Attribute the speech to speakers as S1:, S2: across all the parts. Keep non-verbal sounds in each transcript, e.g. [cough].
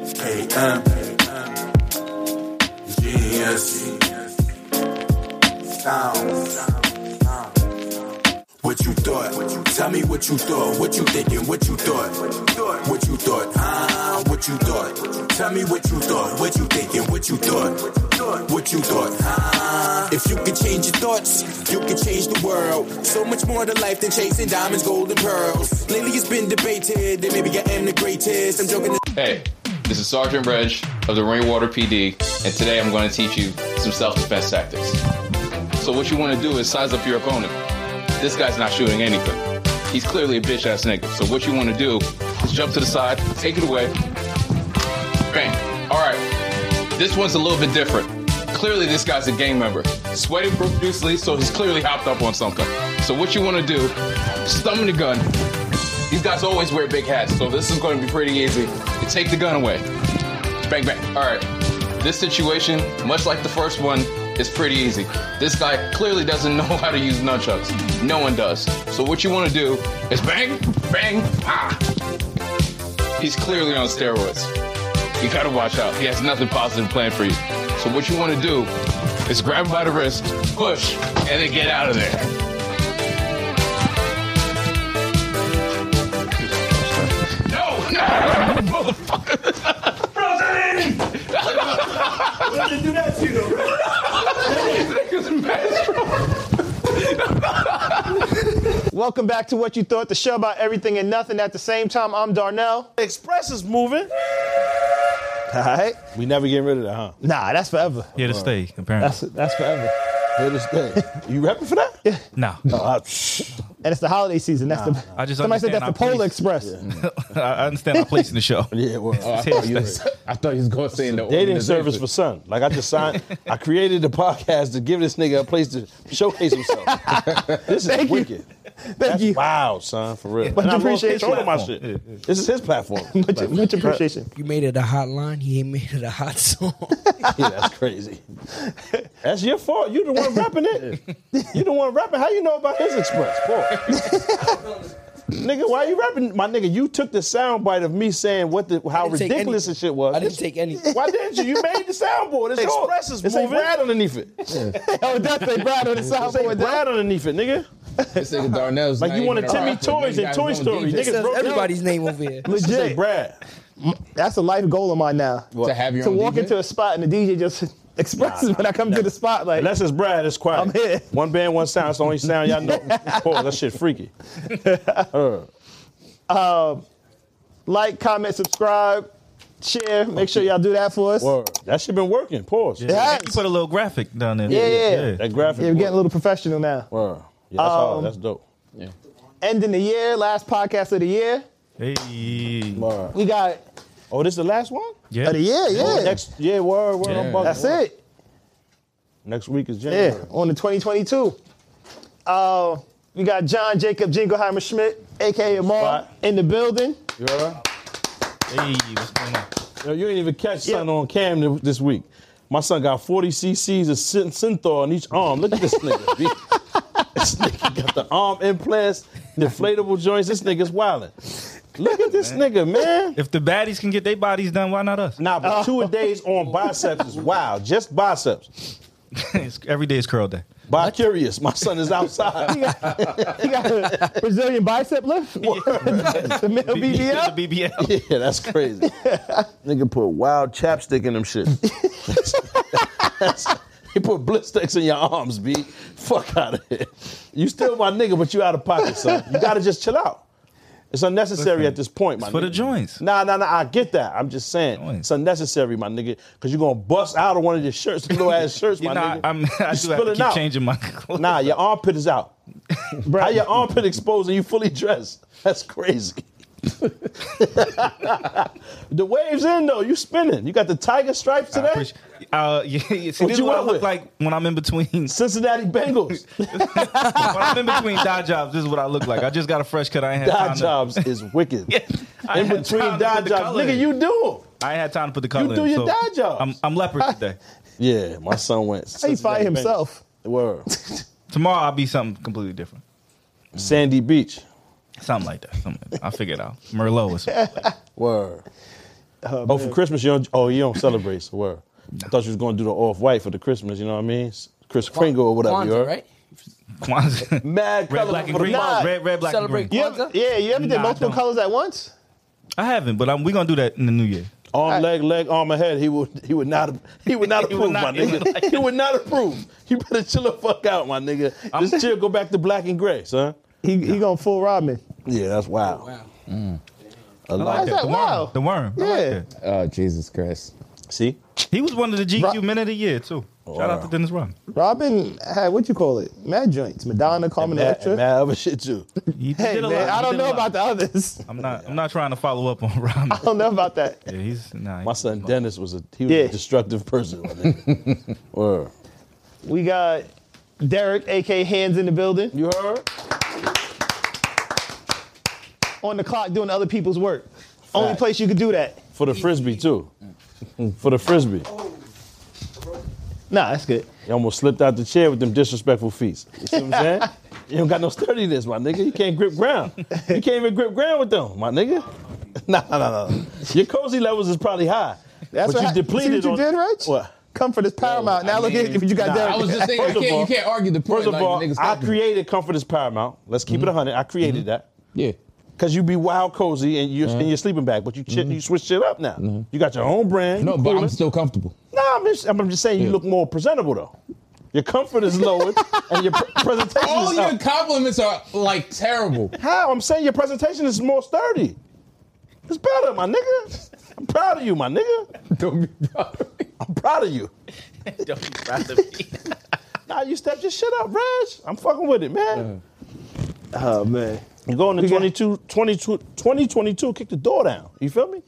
S1: M Genius Sound What you thought? Tell me what you thought. What you thinking? What you thought? What you thought? Ah, what you thought? Tell me what you thought. What you thinking? What you thought? What you thought? Ah. If you could change your thoughts, you could change the world. So much more to life than chasing diamonds, gold, and pearls. Lately, it's been debated that maybe I am the greatest. I'm joking.
S2: Hey, this is Sergeant Reg of the Rainwater PD, and today I'm going to teach you some self-defense tactics. So what you want to do is size up your opponent. This guy's not shooting anything. He's clearly a bitch ass nigga. So what you want to do is jump to the side, take it away. Bang. All right. This one's a little bit different. Clearly, this guy's a gang member. Sweating profusely, so he's clearly hopped up on something. So what you want to do? Stumble the gun. These guys always wear big hats, so this is going to be pretty easy. You take the gun away. Bang, bang. All right. This situation, much like the first one, is pretty easy. This guy clearly doesn't [laughs] know how to use nunchucks. No one does. So what you want to do is bang, bang, ah. He's clearly on steroids. You gotta watch out. He has nothing positive planned for you. So what you want to do is grab him by the wrist, push, and then get out of there. No, no, motherfucker.
S3: Frozen! Why did do that to you, though, bro?
S4: Welcome back to What You Thought, the show about everything and nothing at the same time. I'm Darnell.
S5: Express is moving.
S4: All right.
S5: We never getting rid of
S4: [laughs]
S5: that, huh?
S4: Nah, that's forever.
S6: Here to stay, apparently.
S4: That's, that's forever.
S5: Here this day. You rapping for that? Oh, Yeah.
S6: No,
S5: [laughs]
S4: And it's the holiday season. That's the.
S6: I just
S4: somebody said
S6: understand
S4: that's the
S6: our
S4: Polar
S6: place.
S4: Express.
S6: I [laughs] I understand my place in
S5: [laughs]
S6: the show.
S5: yeah, well,
S6: I thought you [laughs] were-
S7: Oh, I thought he was going to say in the
S5: dating
S7: organization.
S5: service for son. Like I just signed, I created the podcast to give this nigga a place to showcase
S4: [laughs]
S5: himself. this is
S4: Thank you.
S5: wicked.
S4: [laughs] Thank you.
S5: Wow, son, for real.
S4: Much
S5: And I love
S4: appreciation.
S5: control of my shit. This is his platform.
S4: [laughs] Much, much appreciation.
S8: You made it a hot line. He ain't [laughs] made it a hot song.
S5: yeah, that's crazy. [laughs] That's your fault. You the one rapping it. You the one rapping. How you know about his express? Boy. nigga, why you rapping? My nigga, you took the soundbite of me saying what the how
S8: didn't take
S5: ridiculous
S8: any-
S5: this shit was.
S8: I didn't take any.
S5: Why didn't you? You made the soundboard. It's yours.
S4: Express is
S5: This ain't
S4: moving.
S5: Brad underneath it. This
S4: [laughs] oh, that's a Brad
S8: [laughs]
S4: on the soundboard.
S5: ain't
S4: Dad.
S5: Brad underneath it, nigga.
S7: This nigga Darnell's
S5: Like
S7: not
S5: you want to
S7: even a
S5: Timmy
S7: rapper.
S5: Toys
S7: Nigga
S5: and
S7: got
S5: Toy
S7: his own
S5: Story.
S7: DJ.
S5: Niggas
S8: Says
S5: broke down.
S8: everybody's name over here.
S5: This ain't
S4: Legit.
S5: Brad.
S4: That's a life goal of mine now.
S7: To have your
S4: to
S7: own
S4: walk
S7: DJ?
S4: into a spot and the
S8: [laughs]
S4: DJ just [laughs] expresses when I come to the spot. Like,
S5: Unless it's Brad, it's quiet.
S4: I'm here.
S5: One band, one sound. It's the only sound y'all know. Boy, that shit freaky.
S4: like, comment, subscribe, share. Make sure y'all do that for us.
S5: Word. That shit been working. Pause.
S4: It has.
S6: You put a little graphic down there.
S4: Yeah, yeah.
S5: That graphic.
S4: Yeah, we're getting
S5: work.
S4: a little professional now.
S5: Wow. Yeah, that's hard. That's dope.
S4: Ending the year, last podcast of the year.
S6: Hey.
S5: Wow.
S4: We got
S5: Oh, this is the last one?
S6: Yeah.
S4: of the year, yeah.
S5: Next, Oh, yeah, word, word. I'm
S6: Yeah.
S5: bugging.
S4: That's it.
S5: Next week is January.
S4: Yeah, on the 2022. Uh, we got John Jacob Jingleheimer Schmidt, aka Amar,
S5: Spot.
S4: in the building.
S5: You, all right?
S6: Hey, what's going on?
S5: Yo, you ain't even catch
S4: Yeah.
S5: son on cam th- this week. My son got 40 cc's of Syn- synthol in each arm. Look at this nigga. B. this nigga [laughs] got the arm implants, the inflatable joints. This nigga's wildin'. Look at this nigga, man.
S6: If the baddies can get their bodies done, why not us? [laughs]
S5: Nah,
S4: [laughs]
S5: but two a days on biceps is wild. Just biceps.
S6: It's- every day is
S5: [laughs]
S6: curl day.
S5: Bi curious. My son is outside.
S4: He got, he got [laughs] a Brazilian bicep lift. [laughs] the male BBL.
S6: [laughs] The BBL.
S5: [laughs] Yeah, that's
S6: [laughs]
S5: crazy. Nigga put wild chapstick in them shit. [laughs] He put blisticks in your arms, B. Fuck out of here. You still my nigga, but you out of pocket, son. You gotta just chill out. It's unnecessary
S6: Listen,
S5: at this point, my
S6: for
S5: nigga.
S6: the joints.
S5: Nah, nah, nah. I get that. I'm just saying
S6: Joints.
S5: it's unnecessary, my nigga, because you're gonna bust out of one of your shirts, [laughs] little ass shirts,
S6: You
S5: my
S6: know, I,
S5: nigga.
S6: I'm, [laughs] I
S5: You
S6: do have to
S5: spilling
S6: keep
S5: out.
S6: changing my [laughs] clothes.
S5: Nah, your armpit is
S6: [laughs]
S5: out. How your armpit exposed and you fully dressed? That's crazy. [laughs] the waves in though. You spinning. You got the tiger stripes
S6: I
S5: today.
S6: appreciate- uh, [laughs] yeah, yeah. See,
S5: What
S6: this
S5: you
S6: is what I
S5: went
S6: look
S5: with?
S6: like when I'm
S5: [laughs]
S6: in between.
S5: Cincinnati
S6: [laughs]
S5: Bengals.
S6: when I'm in between dye jobs, this is what I look like. I just got a fresh cut. I ain't had
S5: Dodge
S6: time
S5: jobs is wicked.
S6: To, [laughs] I
S5: In
S6: ain't had
S5: between
S6: time to put
S5: dodge
S6: the
S5: jobs,
S6: color
S5: nigga,
S6: in.
S5: you do 'em.
S6: I ain't had time to put the color.
S5: do
S6: in,
S5: your
S6: so
S5: dye jobs.
S6: I'm,
S4: [laughs]
S6: I'm leopard today.
S5: Yeah, my son
S6: [laughs]
S5: went.
S4: He
S5: Cincinnati
S4: fired
S5: Bengals.
S4: himself.
S5: Word.
S6: Tomorrow I'll be something completely different.
S5: Sandy Beach.
S4: [laughs]
S6: Something like that. Something like that. I'll figure it out. Merlot. Is,
S5: Word.
S4: Oh,
S5: Oh,
S4: man.
S5: for Christmas, you don't. Oh, you don't celebrate. So word. I thought you was going to do the off white for the Christmas. You know what I mean? Chris Kringle or whatever. you
S9: Kwanzaa,
S5: heard?
S9: right?
S6: Kwanzaa.
S5: Mad
S6: Red,
S5: colorful
S6: black, and
S5: for the
S6: green.
S5: Kwanzaa.
S6: Red, red, black,
S9: Celebrate
S6: and green.
S4: You ever,
S9: Kwanzaa?
S4: yeah, you ever did
S6: Nah, I
S4: multiple
S6: don't.
S4: colors at once?
S6: I haven't, but I'm, we gonna do that in the new year.
S5: Arm, leg, leg, arm, and head. He would. He would not. He would not
S6: [laughs] He
S5: approve,
S6: would not-
S5: my
S6: he
S5: nigga.
S6: would [laughs] not-
S5: he would not approve. You better chill the fuck out, my nigga. Just chill. Go back to black and gray, son.
S4: He he gonna full rob me.
S5: Yeah, that's
S6: Oh,
S5: wild. Mm.
S9: Wow.
S5: A lot.
S4: like that.
S6: The
S4: Wow.
S6: worm. The worm. I like
S4: Yeah.
S6: that.
S2: Oh, Jesus Christ.
S5: See,
S6: He was one of the GQ
S4: Right.
S6: men of the year too. Shout out to Dennis Rodman.
S4: Robin had what you call it? Mad joints. Madonna called him an
S5: mad,
S4: extra.
S5: and mad other shit too.
S6: He
S4: Hey
S6: did a
S4: man,
S6: lot. He
S4: I don't
S6: did a
S4: know
S6: lot.
S4: about Oh. the others.
S6: I'm not. I'm not trying to follow up on [laughs] Rodman.
S4: I [laughs] don't know about that.
S6: Yeah, he's nah.
S5: My
S6: [laughs]
S5: son Dennis was a he was
S4: Yeah.
S5: a destructive person. My nigga. [laughs] Word.
S4: We got Derek, aka Hands in the building,
S5: You heard?
S4: on the clock doing other people's work. Only place you could do that.
S5: For the frisbee too.
S6: Mm.
S5: For the frisbee.
S4: Nah, that's good.
S5: You almost slipped out the chair with them disrespectful feet. You see what
S2: [laughs]
S5: I'm saying? you don't got no sturdiness, my nigga. You can't grip ground. You can't even grip ground with them, my
S2: [laughs]
S5: nigga. Nah, nah, nah. Your cozy levels is probably high.
S4: That's
S5: but
S4: what hap-
S5: you depleted
S4: See what you
S5: on-
S4: did, Rich?
S5: What?
S4: Comfort is paramount. Now look at
S2: mean,
S4: what you got
S5: nah,
S4: Derek.
S2: I was just saying,
S5: First
S2: you
S5: of
S2: can't,
S5: all-
S2: you can't argue the point.
S5: First of
S2: like,
S5: all,
S2: niggas Mm-hmm.
S5: I
S2: talking.
S5: created comfort is paramount. Let's keep it a 100. I created that.
S2: Yeah.
S5: Cause you be wild cozy and you
S2: Mm-hmm.
S5: in your sleeping bag, but you shit, you switch shit up now. You got your own brand.
S2: No,
S5: you
S2: but
S5: coolin'.
S2: I'm still comfortable.
S5: Nah, I'm just, I'm just saying you
S2: Yeah.
S5: look more presentable though. Your comfort
S2: [laughs]
S5: is lowered and your pre- presentation
S2: All
S5: is
S2: your
S5: up.
S2: compliments are like terrible.
S5: How? I'm saying your presentation is more sturdy. It's better, my nigga. I'm proud of you, my nigga.
S2: Don't be proud of me.
S5: I'm proud of you.
S6: [laughs] Don't be proud of me.
S5: [laughs] Nah, you stepped your shit up, Reg. I'm fucking with it, man.
S4: Oh man.
S5: You going to
S4: We got-
S5: 22, 22, 2022, kick the door down. You feel me?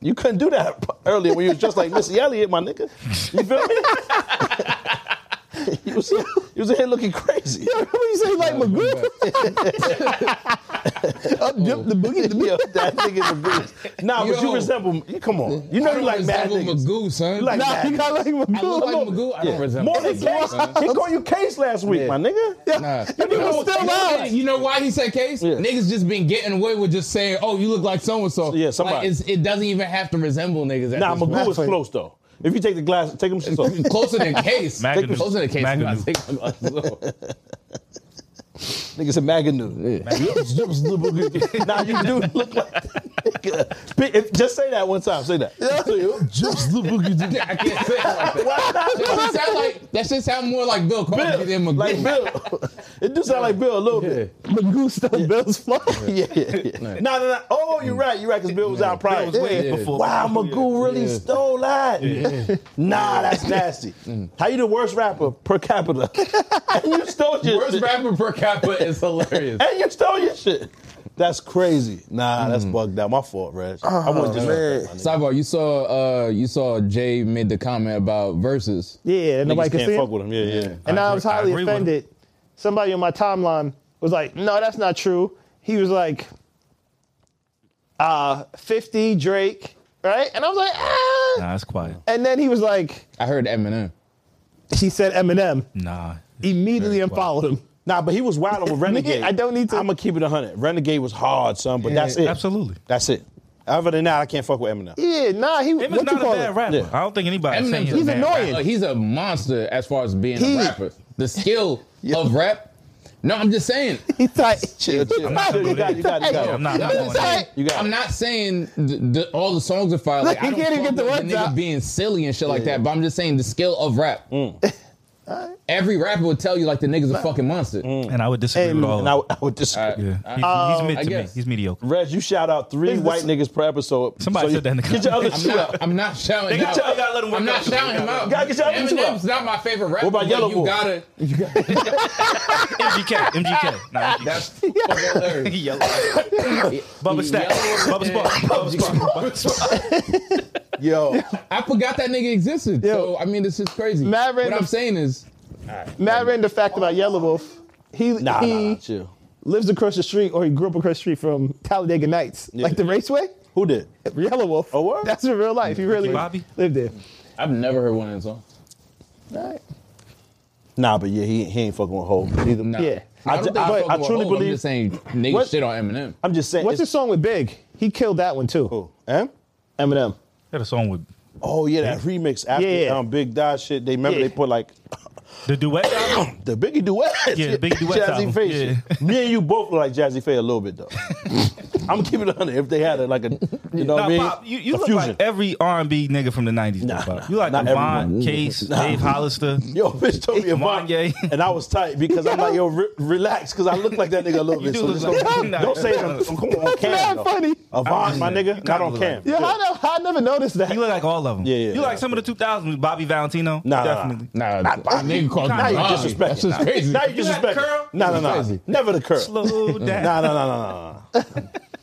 S5: You couldn't do that [laughs] p- earlier when you was just like Missy Elliott, my nigga. You feel me? [laughs] you, was, you was in here looking crazy.
S4: what you say like McGriff? Up jump the boogie. The
S5: Yo, that nigga a Nah, but you
S2: Yo.
S5: resemble. you- Come on, [laughs] you
S2: I
S5: know
S2: don't
S5: you like mad
S2: resemble
S5: niggas.
S2: Magoo, son.
S5: You like
S4: nah,
S5: mad
S4: you got like
S2: I look
S4: McGriff.
S2: like Magoo. I don't resemble
S5: More than
S2: Magoo,
S5: case.
S2: son.
S5: He called you case last week, my nigga.
S2: Nah.
S4: You was still
S2: you, know,
S4: out.
S2: you know why he said case?
S5: Yeah.
S2: Niggas just been getting away with just saying, "Oh, you look like so and so."
S5: Yeah, somebody.
S2: it doesn't even have to resemble niggas. At
S5: Nah,
S2: this
S5: Magoo is
S2: point.
S5: close though. If you take the glass, take him shit off.
S2: closer than
S5: [laughs]
S2: case.
S6: Maganoo.
S2: Closer than case.
S6: Maganoo.
S2: Take my glasses off.
S5: Niggas a magazine. Nah, you do look like. nigga. Pick- if- Just say that one time. Say that.
S2: [laughs] I can't say it like that.
S5: Why not?
S2: That shit sound like that shit sound more like Bill Cosby than
S5: Bill,
S2: Magoo.
S5: like Bill, it do sound like Bill a little bit.
S4: Magoo stuff Bill's fly.
S5: [laughs] Yeah, yeah, yeah. No, no, no. Oh, you're right. You're right. Because Bill was out prior.
S6: was way
S5: Yeah.
S6: before.
S5: Wow,
S6: Yeah.
S5: Magoo really
S2: Yeah.
S5: stole that. [laughs] Nah, that's nasty.
S4: Mm.
S5: How you the worst rapper per capita? [laughs] and you stole your
S2: Worst
S5: shit.
S2: rapper per capita
S4: [laughs]
S2: is hilarious.
S5: and you stole your shit. That's crazy.
S4: Mm.
S5: Nah, that's bugged out. My fault, Reg.
S4: Ah,
S5: I wasn't just
S2: Sidebar, you saw uh you saw Jay made the comment about verses.
S4: Yeah, and nobody
S5: Nobody
S4: could
S5: can't
S4: see
S5: fuck
S4: him.
S5: with him. Yeah, yeah.
S4: And I,
S6: agree-
S4: was
S6: I
S4: highly
S6: agree with him.
S4: offended. Somebody on my timeline was like, "No, that's not true." He was like, "Uh, 50 Drake, right?" And I was like, "Ah."
S6: Nah, it's quiet.
S4: And then he was like,
S2: I heard Eminem.
S4: "She said Eminem."
S6: Nah.
S4: Immediately
S2: Very
S4: unfollowed him.
S5: Nah, but he was
S4: [laughs]
S5: wild with Renegade.
S4: I don't need to-
S5: I'm gonna keep it hundred. Renegade was hard, son. But that's it.
S6: Absolutely.
S5: That's it. Other than that, I can't fuck with Eminem.
S4: Yeah, nah, he
S6: Him
S4: what
S6: is
S4: you
S6: not a
S4: call
S6: bad
S4: it?
S6: rapper.
S5: Yeah.
S6: I don't think anybody's saying
S2: Eminem's
S4: He's
S6: he's a bad
S4: annoying.
S2: Uh, he's a monster as far as being
S4: He-
S2: a rapper. The
S4: [laughs]
S2: skill of rap. No, I'm just saying.
S4: He's [laughs] tight.
S5: Chill, chill.
S4: not doing
S5: You got it, you got it, you got it.
S6: Yeah, I'm not- I'm not
S2: I'm,
S6: going
S2: just saying,
S6: there.
S5: You got it.
S2: I'm not saying th- th- all the songs are fire. Like,
S4: Look, he
S2: I don't
S4: can't even
S2: fuck
S4: get the
S2: with
S4: words
S2: nigga
S4: out. Mm.
S2: being silly and shit like that. But I'm just saying the skill of rap.
S4: [laughs]
S2: Every rapper would tell you like the nigga's a fucking monster.
S4: Mm.
S6: And I would disagree
S4: Hey,
S6: with all
S5: And I,
S6: of
S5: I would disagree.
S2: All
S6: it.
S2: right.
S6: Yeah. He-
S5: Oh,
S6: he's mid
S2: I
S6: to me.
S2: guess.
S5: [laughs]
S6: He's mediocre.
S5: Reg, you shout out three
S4: Is this-
S5: white niggas per episode.
S6: Somebody
S5: you-
S6: said that in the
S5: Get your other
S6: comments.
S5: shit
S2: I'm
S6: [laughs]
S5: out.
S2: not, I'm not shouting
S5: Nigga,
S2: out.
S5: y'all gotta let him work
S2: I'm not
S5: out.
S2: shouting him out.
S5: Gotta get y'all into it.
S2: Eminem's not my favorite rapper.
S5: about
S2: but
S5: Yellow
S2: you
S5: Wolf?
S2: gotta.
S6: MGK. MGK. [laughs] Nah, MGK.
S2: That's fucking
S6: [laughs]
S2: hilarious.
S6: Yellow. Bubba Stack.
S2: Yellow-
S6: Bubba Spark. Bubba Spark. Bubba Spark.
S5: Yo,
S2: I forgot that nigga existed. So I mean, this is crazy.
S4: Mad
S2: what
S4: Random-
S2: I'm saying is,
S4: Matt ran the fact about Yellow Wolf. He
S5: nah, nah,
S4: he
S5: nah, chill.
S4: lives across the street, or he grew up across the street from Talladega Nights, like the Raceway.
S5: Who did?
S4: Yellow Wolf.
S5: Oh, word?
S4: That's in real life. He really
S6: Bobby?
S4: lived there.
S2: I've never heard one of his songs.
S4: All right.
S5: Nah, but yeah, he, he ain't fucking with Hov. Neither.
S2: Nah.
S4: Yeah.
S2: I,
S5: I
S2: don't
S5: ju-
S2: think
S5: I-
S2: fucking
S5: I
S2: with
S5: truly
S2: Hov.
S5: believe-
S2: I'm just saying niggas
S5: What-
S2: shit on Eminem.
S5: I'm just saying.
S4: What's the
S5: it's-
S4: song with Big? He killed that one too.
S5: Who? Em?
S4: Eminem.
S6: had a song with
S5: Oh yeah,
S6: Hmm?
S5: that remix after
S4: Yeah, yeah.
S5: Um, Big Dot shit. They remember
S4: Yeah.
S5: they put like [clears throat]
S6: the duet. album?
S5: the Biggie duet.
S6: Yeah, the Biggie Duets
S5: Jazzy
S6: album.
S5: Faye
S6: Yeah.
S5: shit. Me and you both look like Jazzy Faye a little bit though. [laughs] I'm keeping it under if they had it like a you know what I
S6: Nah,
S5: mean?
S6: Pop, you, you
S5: a
S6: look like every R and B nigga from the nineties.
S5: Nah, nah,
S6: you like
S5: not
S6: Devon,
S5: everyone.
S6: Case, Dave Hollister.
S5: Yo, bitch told me about
S6: Kanye.
S5: and I was tight because I'm like, yo, re- relax, because I look like that nigga a little
S6: You
S5: bit.
S6: do
S5: so
S6: look
S5: just
S6: like-
S5: don't,
S6: Nah.
S5: don't say it on, come on cam. though.
S4: funny.
S5: Avant, my
S6: You
S5: nigga,
S6: kinda
S5: not on
S6: look
S5: cam.
S6: like-
S4: Yeah, I, never, I never noticed that.
S6: You look like all of them.
S5: Yeah, yeah,
S6: You
S5: yeah.
S6: like some of the two thousands. Bobby Valentino.
S5: Nah, nah, nah.
S6: definitely.
S2: Nah, that nigga called
S5: Now
S2: me
S5: you
S2: Bobby.
S5: disrespecting.
S2: That's just crazy. [laughs]
S5: Now you
S6: You had
S5: disrespect.
S6: curl?
S5: No, no, no.
S2: Crazy.
S5: Never the curl.
S6: Slow down.
S5: [laughs]
S6: [laughs]
S5: Nah, nah, nah, nah, nah, nah.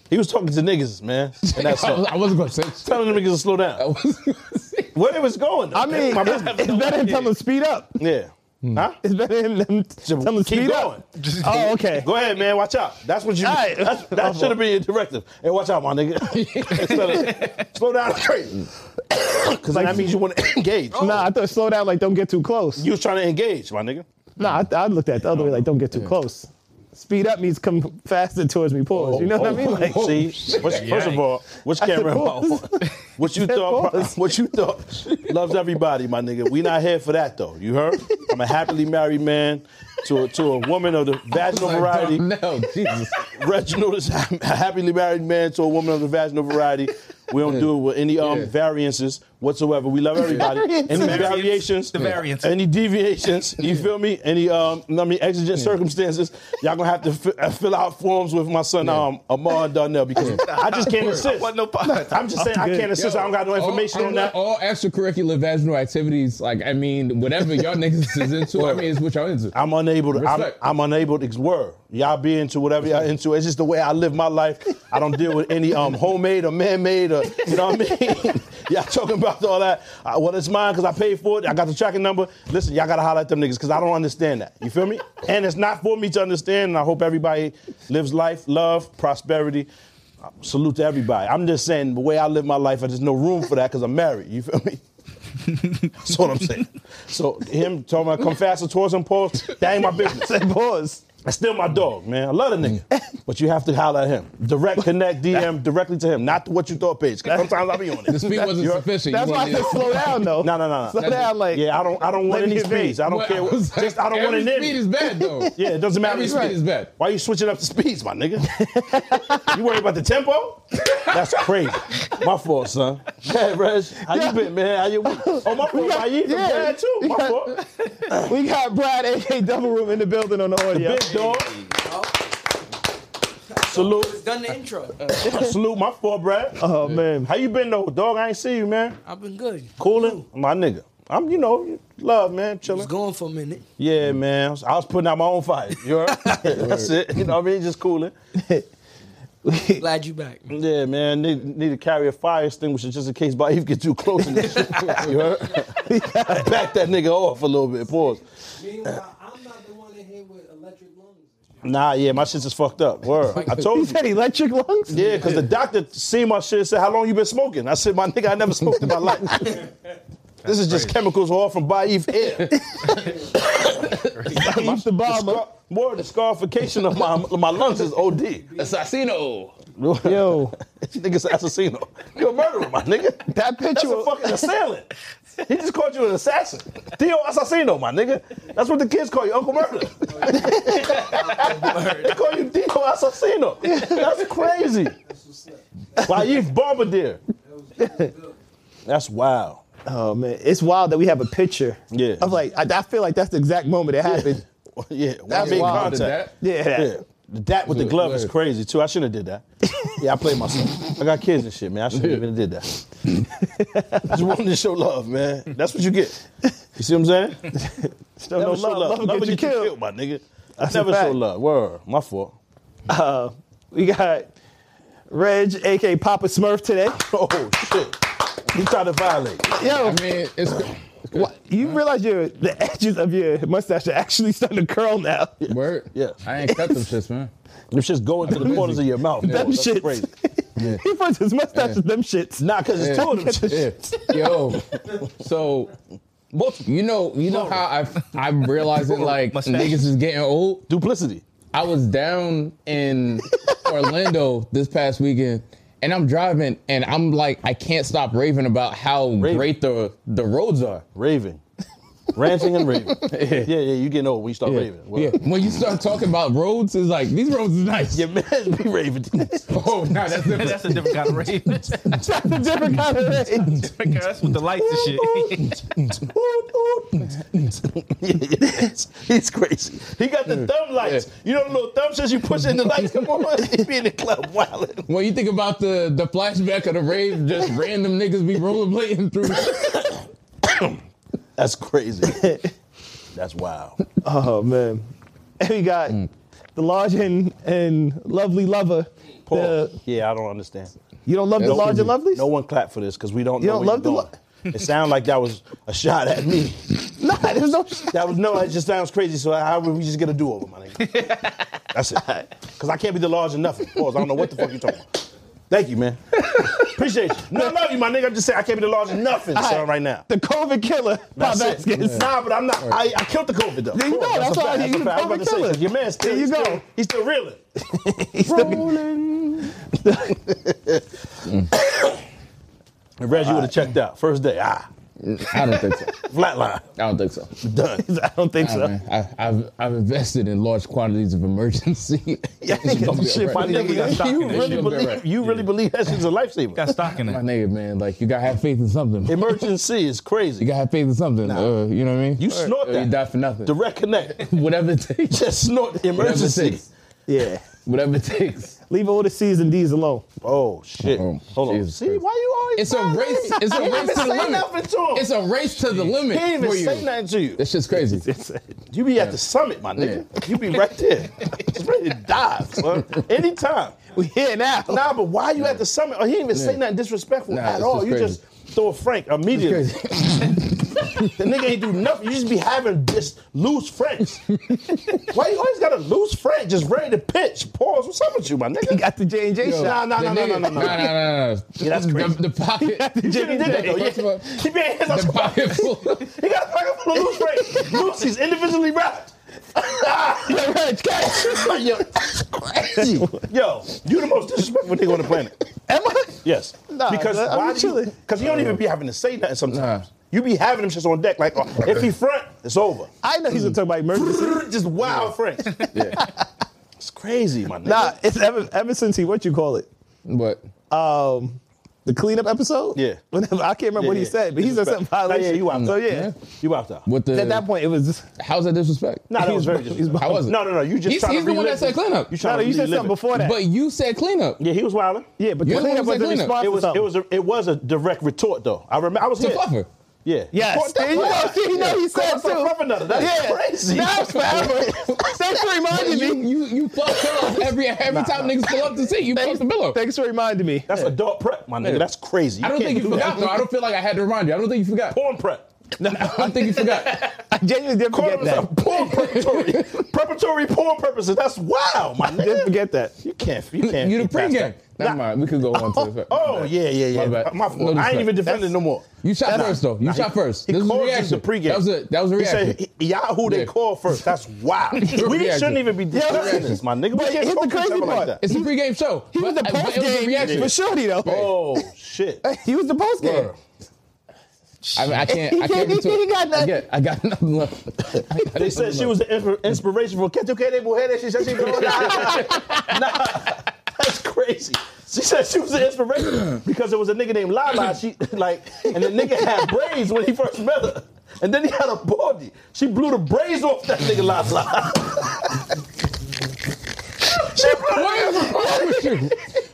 S5: He was talking to niggas, man. And that's
S2: [laughs]
S5: all.
S2: I wasn't gonna say. shit.
S5: Telling them niggas to slow
S2: I
S5: down.
S2: wasn't gonna say.
S5: Where they was going? though.
S4: I
S6: [laughs]
S4: mean,
S5: My
S4: it's,
S5: business.
S4: it's better than tell them speed up.
S5: Yeah. Huh?
S4: It's better than them
S5: So
S4: tell them
S5: Hmm. keep
S4: speed
S5: going. [laughs]
S4: up. Oh, okay.
S5: Go ahead, man. Watch out. That's what you.
S4: All right.
S5: That's,
S4: [laughs]
S5: that should have been your directive. Hey, watch out, my nigga. Instead of slow down, [coughs] crazy. Because that means you want to [coughs] engage.
S4: Mm. Oh. Nah, I thought slow down, like don't get too close.
S5: You was trying to engage, my nigga.
S4: Nah, I, I looked at it the other way, like don't get too close. Speed up means come faster towards me, pause. you know what I mean? Like,
S2: oh,
S4: [laughs]
S5: See,
S2: shit.
S5: first, first of all, which
S4: I said
S5: camera? am I on?
S4: pause. [laughs]
S5: What you
S4: said
S5: thought?
S4: pause.
S5: What you thought? Loves everybody, my nigga. We not here for that though. You heard? I'm a happily married man to a, to a woman of the
S4: [laughs]
S5: vaginal variety.
S2: No, Jesus.
S5: [laughs] Reginald is a happily married man to a woman of the vaginal variety. We don't do it with any um,
S2: Yeah.
S5: variances whatsoever. We love everybody. Any
S4: Variances.
S5: variations,
S6: The variants.
S5: any
S2: [laughs]
S5: deviations, you feel me? Any um, I mean exigent circumstances, y'all gonna have to fi- uh, fill out forms with my son um, Amar Darnell because I just can't assist.
S6: What no pot?
S5: I'm just saying I can't assist. I don't got no information
S2: all,
S5: on that.
S2: All extracurricular vaginal activities, like I mean, whatever y'all [laughs] niggas is into, I mean, it's what y'all into.
S5: I'm unable to. I'm,
S2: Respect.
S5: I'm unable to word. Y'all be into whatever y'all into. It's just the way I live my life. I don't deal with any um homemade or man-made or you know what I mean. [laughs] y'all talking about all that. Uh, well, it's mine because I paid for it. I got the tracking number. Listen, y'all gotta holler at them niggas because I don't understand that. You feel me? And it's not for me to understand. And I hope everybody lives life, love, prosperity. Uh, Salute to everybody. I'm just saying the way I live my life. I just no room for that because I'm married. You feel
S2: [laughs]
S5: me? That's what I'm saying. So him talking about come faster towards him, pause. That ain't my business.
S4: Say pause.
S5: That's still my dog, man. I love the nigga, but you have to holler at him. Direct,
S2: [laughs]
S5: connect, DM directly to him, not to what you thought page. 'Cause Sometimes I be on
S2: The
S5: it.
S2: speed wasn't
S5: You're-
S2: sufficient.
S4: That's
S2: You
S4: why I
S2: wanted-
S4: said slow down though.
S5: No, no, no,
S4: Slow
S5: no.
S4: down, like
S5: Yeah, I don't. I don't want
S4: Let me
S5: any
S4: get me.
S5: speeds. I don't
S2: Well, [laughs]
S5: care.
S2: I was
S5: just I
S2: like,
S5: don't want
S2: every
S5: it in.
S2: Speed is bad though.
S5: [laughs] Yeah, it doesn't matter.
S2: Every
S5: the
S2: speed is bad.
S5: Why you switching up the speeds, my nigga? [laughs] you worry about the tempo? That's crazy. My fault, son. Hey, Reg, how you been, man? How you? Oh, my fault. How you?
S4: Yeah.
S5: Yeah, too. My fault.
S4: we got Brad AK Double Room in the building on the audio.
S5: Big dog. Salute,
S9: Done the intro.
S5: salute, my fault, Brad.
S4: Oh man.
S5: How you been though, dog? I ain't see you, man.
S9: I've been good.
S5: Coolin', my nigga. I'm, you know, love, man,
S9: was
S5: chilling.
S9: going for a minute.
S5: Yeah, man. I was, I was putting out my own fire. You [laughs] heard? That's it. You know what I mean? Just cooling.
S9: Glad you back. man.
S5: Yeah, man. Need, need to carry a fire extinguisher just in case Baif get too close. And shit. you heard? Back that nigga off a little bit. Pause.
S9: Meanwhile, I'm not the one in here with electric lungs.
S5: Nah, yeah, my shit's just fucked up. Word. I told
S4: He
S5: you.
S4: said electric lungs?
S5: Yeah, because the doctor seen my shit and said, How long you been smoking? I said, My nigga, I never smoked in my life. this is just chemicals all from Baif air. [laughs]
S4: Keep the bomber.
S5: More of the scarification of my, my lungs is [laughs] OD.
S2: Assassino.
S4: Yo,
S5: Nigga's an assassino. You a murderer, my nigga.
S4: that
S5: That's
S4: picture
S5: a fucking assailant. [laughs] He just called you an assassin. Theo Assassino, my nigga. That's what the kids call you, Uncle Murder. they call you Theo Assassino. That's crazy. Waif Bombardier. That's wild.
S4: Oh man, it's wild that we have a picture.
S5: Yeah.
S4: I'm like, I, I feel like that's the exact moment it happened.
S5: Yeah,
S4: That's
S5: I made
S4: wild.
S5: contact.
S4: Yeah.
S5: Yeah. That with the glove is crazy too. I shouldn't have did that. Yeah, I played myself. I got kids and shit, man. I shouldn't even have did that. [laughs] Just wanted to show love, man. That's what you get. You see what I'm saying? [laughs]
S4: Still
S5: Never
S4: Oh, no
S5: show
S4: love. Love, will get you killed.
S5: my nigga.
S4: That's
S5: Never
S4: a fact.
S5: show love. Word, my fault.
S4: Uh, we got Reg, aka Papa Smurf, today.
S5: Oh shit, you tried to violate.
S4: Yo,
S2: I mean, it's. it's good.
S4: wha- you realize your the edges of your mustache are actually starting to curl now.
S2: Word.
S5: Yeah.
S2: I ain't cut
S5: [laughs]
S2: them shits, man.
S5: It's just going to the corners of your mouth.
S4: Them
S5: That's
S4: shits. [laughs]
S5: crazy.
S4: he puts his mustache in them shits.
S5: Nah, cause it's two of them. shits.
S2: Yeah. Yo. So. You know, you know how I I'm realizing like
S6: Mustache.
S2: niggas is getting old.
S5: [laughs] Duplicity. [laughs]
S2: I was down in Orlando this past weekend, and I'm driving, and I'm like, I can't stop raving about how great the the roads are.
S5: Raving. Ranting
S2: [laughs]
S5: and raving. yeah, yeah, you getting old when you start raving. Well,
S2: Yeah. When you start talking about roads, it's like these roads is nice.
S5: [laughs] Your man be raving.
S2: [laughs] Oh no, that's different.
S6: That's a different kind
S5: [laughs]
S6: of rave.
S4: That's a [laughs] different kind of rage.
S6: That's with the lights and shit. [laughs]
S5: [laughs] He's crazy. He got the thumb lights. You know the little thumb says you push in the lights come on. [laughs] He be in the club wilding.
S2: When you think about the the flashback of the rave, just random niggas be rollerblading through.
S4: [laughs]
S5: That's crazy. That's wild.
S4: Oh man. And we got
S5: Mm.
S4: the large and, and lovely lover. The-
S5: Oh, yeah, I don't understand.
S4: you don't love the
S2: That's
S4: large and lovely?
S5: No one clapped for this because we don't
S4: You
S5: know
S4: don't
S5: what
S4: love the
S5: you're
S4: lo-
S5: doing. It sounded like that was a shot at me.
S4: [laughs] Nah, there's no.
S5: That was no. It just sounds crazy. So how would we just get a do over, my nigga?
S4: [laughs]
S5: That's it. Because I can't be the large and nothing. Pause. I don't know what the fuck you talking about. Thank you,
S4: [laughs]
S5: man. Appreciate you. No, I love you, my nigga. I'm just saying I can't be the large and nothing, son, right now.
S4: The COVID killer.
S5: That's
S4: Bob
S5: it.
S4: Atkins.
S5: Nah, but I'm not. I, I killed the COVID though.
S4: There you
S5: Pause.
S4: go. That's
S5: a
S4: all
S5: fact.
S4: I need.
S5: That's a
S4: You
S5: fact. I was
S4: the
S5: about to say,
S4: killer.
S5: 'cause your man still.
S4: There you go.
S5: Still, he's still reeling. And Reg, you would have checked out first day. Ah,
S2: I don't think so. I
S5: flatline,
S2: don't [laughs] think so.
S5: done.
S4: [laughs] I don't think so.
S2: I, mean, I, I've I've invested in large quantities of emergency.
S4: Yeah,
S2: [laughs] It's
S4: nigga,
S2: gonna be
S4: shit,
S5: My
S2: alright.
S5: nigga,
S6: got stock in
S5: you
S6: that
S5: really
S2: shit.
S5: believe you really believe that shit's a lifesaver.
S6: Got stock in
S2: My
S6: it.
S2: nigga, man, like you gotta have faith in something. You
S5: Emergency is crazy.
S2: gotta have faith in something. Uh, you know what I mean?
S5: You snort
S2: Or
S5: that.
S2: You die for nothing.
S5: Direct connect. [laughs]
S2: Whatever it takes.
S5: Just snort
S2: Whatever it
S5: emergency.
S2: takes.
S4: Yeah.
S2: Whatever it takes.
S4: Leave all the C's and D's alone.
S5: Oh shit.
S2: Oh,
S5: Hold
S2: Jesus
S5: on. See
S2: Christ.
S5: why you always?
S2: It's a
S5: violating?
S2: race. It's a
S5: He
S2: race
S5: didn't
S2: to the
S5: say
S2: limit.
S5: nothing to him.
S2: It's a race to the limit
S5: he didn't
S2: for
S5: even
S2: you.
S5: say nothing to you.
S2: That shit's crazy.
S5: You be at the summit, my nigga. You be right
S2: [laughs]
S5: there. Just ready to die, son. Anytime.
S4: We here now.
S5: Nah, but why you at the summit? Oh, he didn't even say
S2: Yeah.
S5: nothing disrespectful
S2: Nah,
S5: at
S2: it's
S5: all.
S2: just
S5: You
S2: crazy.
S5: just throw a Frank immediately.
S2: Crazy.
S5: The nigga ain't do nothing. You just be having just
S2: [laughs]
S5: loose Franks. Why you always got a loose Frank just ready to pitch? Pause. What's up with you, my
S4: He
S5: nigga?
S4: got the J and J
S5: Yo.
S4: shot. [laughs]
S5: Nah, nah,
S2: The
S5: nah, nah,
S2: nigga-
S5: nah, nah, nah.
S2: nah, nah, nah, nah.
S5: that's
S2: The-
S5: crazy.
S2: The pocket.
S5: [laughs] You should have did that though.
S2: First of
S5: Yeah.
S2: all,
S5: Keep your hands on
S2: The
S5: somebody.
S2: pocket full.
S5: He got a pocket full of loose Franks. Lucy's individually wrapped. [laughs]
S4: Yo, Reg, catch.
S5: Yo,
S4: Crazy.
S5: yo, you the most disrespectful nigga on the planet.
S4: Am I?
S5: Yes.
S4: Nah,
S5: because
S4: I'm
S5: why
S4: just
S5: do you?
S4: chilling.
S5: Because you don't even be having to say nothing sometimes. You be having them shits on deck like, oh, if he front,
S4: [laughs]
S5: it's over.
S4: I know he's gonna talk about emergency.
S5: [laughs] Just wild Frank. it's crazy, my nigga.
S4: Nah, it's ever ever since he what you call it.
S2: But
S4: um the cleanup episode.
S5: Yeah.
S4: Whenever, I can't remember
S5: Yeah,
S4: what he
S5: yeah.
S4: said, but he said something
S5: Nah, yeah,
S4: violation.
S5: you out.
S4: So yeah.
S5: you out there.
S2: with Mm. the
S4: At that point, it was just,
S2: how's that disrespect?
S5: Nah, that
S4: He's-
S5: was very
S4: he's-
S5: disrespectful.
S2: How was it?
S5: No, no, no. You just
S2: He's-
S5: trying
S2: he's
S5: to
S2: the one
S5: relive
S2: that said
S5: it.
S2: clean up.
S5: You trying
S4: no, no,
S5: to
S4: you said
S5: relive
S4: something
S5: it.
S4: before that.
S2: But you said cleanup.
S5: Yeah, he was wilding.
S4: yeah, but the
S2: You're the
S4: cleanup
S2: one who
S4: was a
S2: said cleanup.
S4: response
S5: It
S4: to
S5: was.
S4: something.
S5: It was. A, it was a direct retort, though. I remember. I was
S2: To
S5: here.
S2: fluffer.
S5: Yeah.
S4: Yes, there you go. See, he know he said
S5: That's
S4: too.
S5: another. That's
S4: yeah,
S5: crazy.
S4: Now it's
S5: [laughs]
S4: forever. Thanks for reminding
S2: You
S4: me.
S2: you you fuck pillows every every time niggas pull up to see you fuck the pillow.
S4: Thanks for reminding me.
S5: That's adult prep, my nigga. That's crazy.
S2: I don't
S5: can't
S2: think you
S5: do
S2: forgot
S5: that.
S2: though. I don't feel like I had to remind you. I don't think you
S5: [laughs]
S2: forgot.
S5: Porn prep.
S2: I don't think you forgot.
S4: I genuinely did
S5: Porn
S4: forget
S5: was a
S4: that.
S2: [laughs]
S5: porn preparatory, preparatory porn purposes. That's wow, my
S4: I did
S5: nigga.
S4: forget that.
S5: You can't. You can't.
S2: You the
S5: get past
S2: pregame.
S5: that.
S2: Never mind. We could go on to the fact.
S5: Oh yeah, yeah,
S2: My
S5: yeah. My,
S2: bad.
S5: fault.
S2: No
S5: I ain't
S2: disrespect.
S5: even defending no more.
S2: You shot
S5: Nah,
S2: first though. You
S5: nah,
S2: shot
S5: he-
S2: first.
S5: He
S2: this was a
S5: called you the
S2: reaction.
S5: pregame.
S2: That was a that was a
S5: He
S2: reaction.
S5: said he- Yahoo. They
S2: Yeah.
S5: called first. That's
S2: [laughs]
S5: wow. we
S2: Reaction.
S5: shouldn't even be discussing
S2: reaction.
S5: this, my nigga. We
S4: But
S5: can't
S4: here's the
S5: talk to each
S4: crazy
S5: other like
S4: part.
S5: that.
S2: it's a pregame show.
S4: He was the
S2: But- but
S4: post
S2: It was a
S4: game
S2: reaction.
S4: for shorty though.
S5: Oh shit.
S4: He was the post game. [laughs]
S2: Word. I, mean, I can't. I
S4: He
S2: can't.
S4: can't-
S2: be too-
S4: he got nothing.
S2: I, get, I got nothing left. [laughs] I got
S5: They said
S2: nothing
S5: she
S2: left.
S5: was the inspir- inspiration for que tú quieres mujeres. She said she blew it out. Nah, that's crazy. She said she was the inspiration because there was a nigga named Lala. She like, and the nigga had braids when he first met her, and then he had a body. She blew the braids off that nigga Lala. [laughs] she blew
S2: What is wrong with you?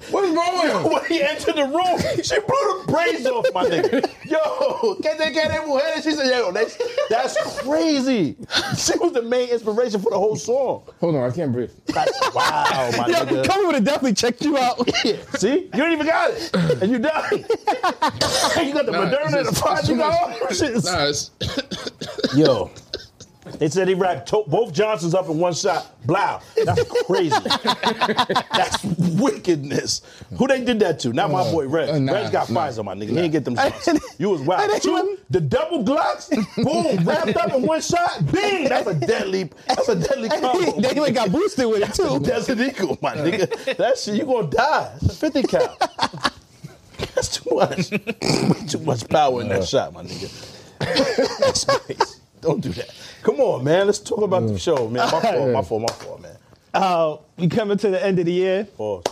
S2: What's wrong with
S5: when he entered the room, she blew the braids off my nigga. Yo, can they get that mujeres? She said, yo, that's, that's crazy. She was the main inspiration for the whole song.
S2: Hold on, I can't breathe.
S5: That's wow, my
S4: Yo,
S5: nigga.
S4: Kobe would have definitely checked
S2: [laughs]
S4: you out.
S5: See, you don't even got it, and you done. [laughs] you got the
S2: Nah,
S5: Moderna,
S2: it's just-
S5: the Pfizer,
S2: it's
S5: you
S2: too
S5: got all
S2: much.
S5: [laughs] your shits.
S2: Nah, it's, [laughs]
S5: Yo. They said he wrapped to- both Johnsons up in one shot. Blow. That's
S2: [laughs]
S5: crazy. That's wickedness. Who they did that to? Not my boy Reg.
S2: uh, nah,
S5: Reg got
S2: nah.
S5: Pfizer, my nigga. He ain't get them shots. [laughs] You was wild.
S4: I didn't
S5: Two,
S4: even-
S5: the double Glocks, boom, wrapped up in one shot. Bing. That's a deadly. That's
S2: [laughs]
S5: a deadly combo.
S4: they
S5: [laughs]
S4: even got boosted with it too.
S5: That's an eagle, my nigga. That shit, you gonna die. It's a 50 cal. That's too much. Way too much power in that shot, my nigga. That's crazy. Don't do that. Come on, man. Let's talk about the show, man. My fault, my fault, my fault, man.
S4: Uh, we coming to the end of the year.
S5: Pause.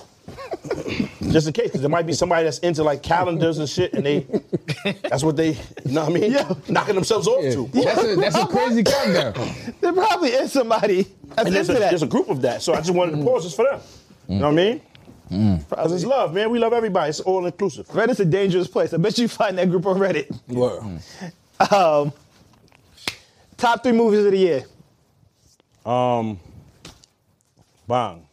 S5: Just in case, 'cause there might be somebody that's into like calendars and shit, and they that's what they, you know what I mean?
S4: Yeah.
S5: Knocking themselves off to.
S2: That's a, that's a crazy countdown. [laughs]
S4: There probably is somebody that's
S5: And there's
S4: into
S5: a,
S4: that.
S5: there's a group of that, so I just wanted to pause this for them. You know what I mean? Because it's love, man. We love everybody. It's all inclusive.
S4: Reddit's a dangerous place. I bet you find that group on Reddit.
S5: Word.
S4: Um, top three movies of the year.
S5: Um, bang.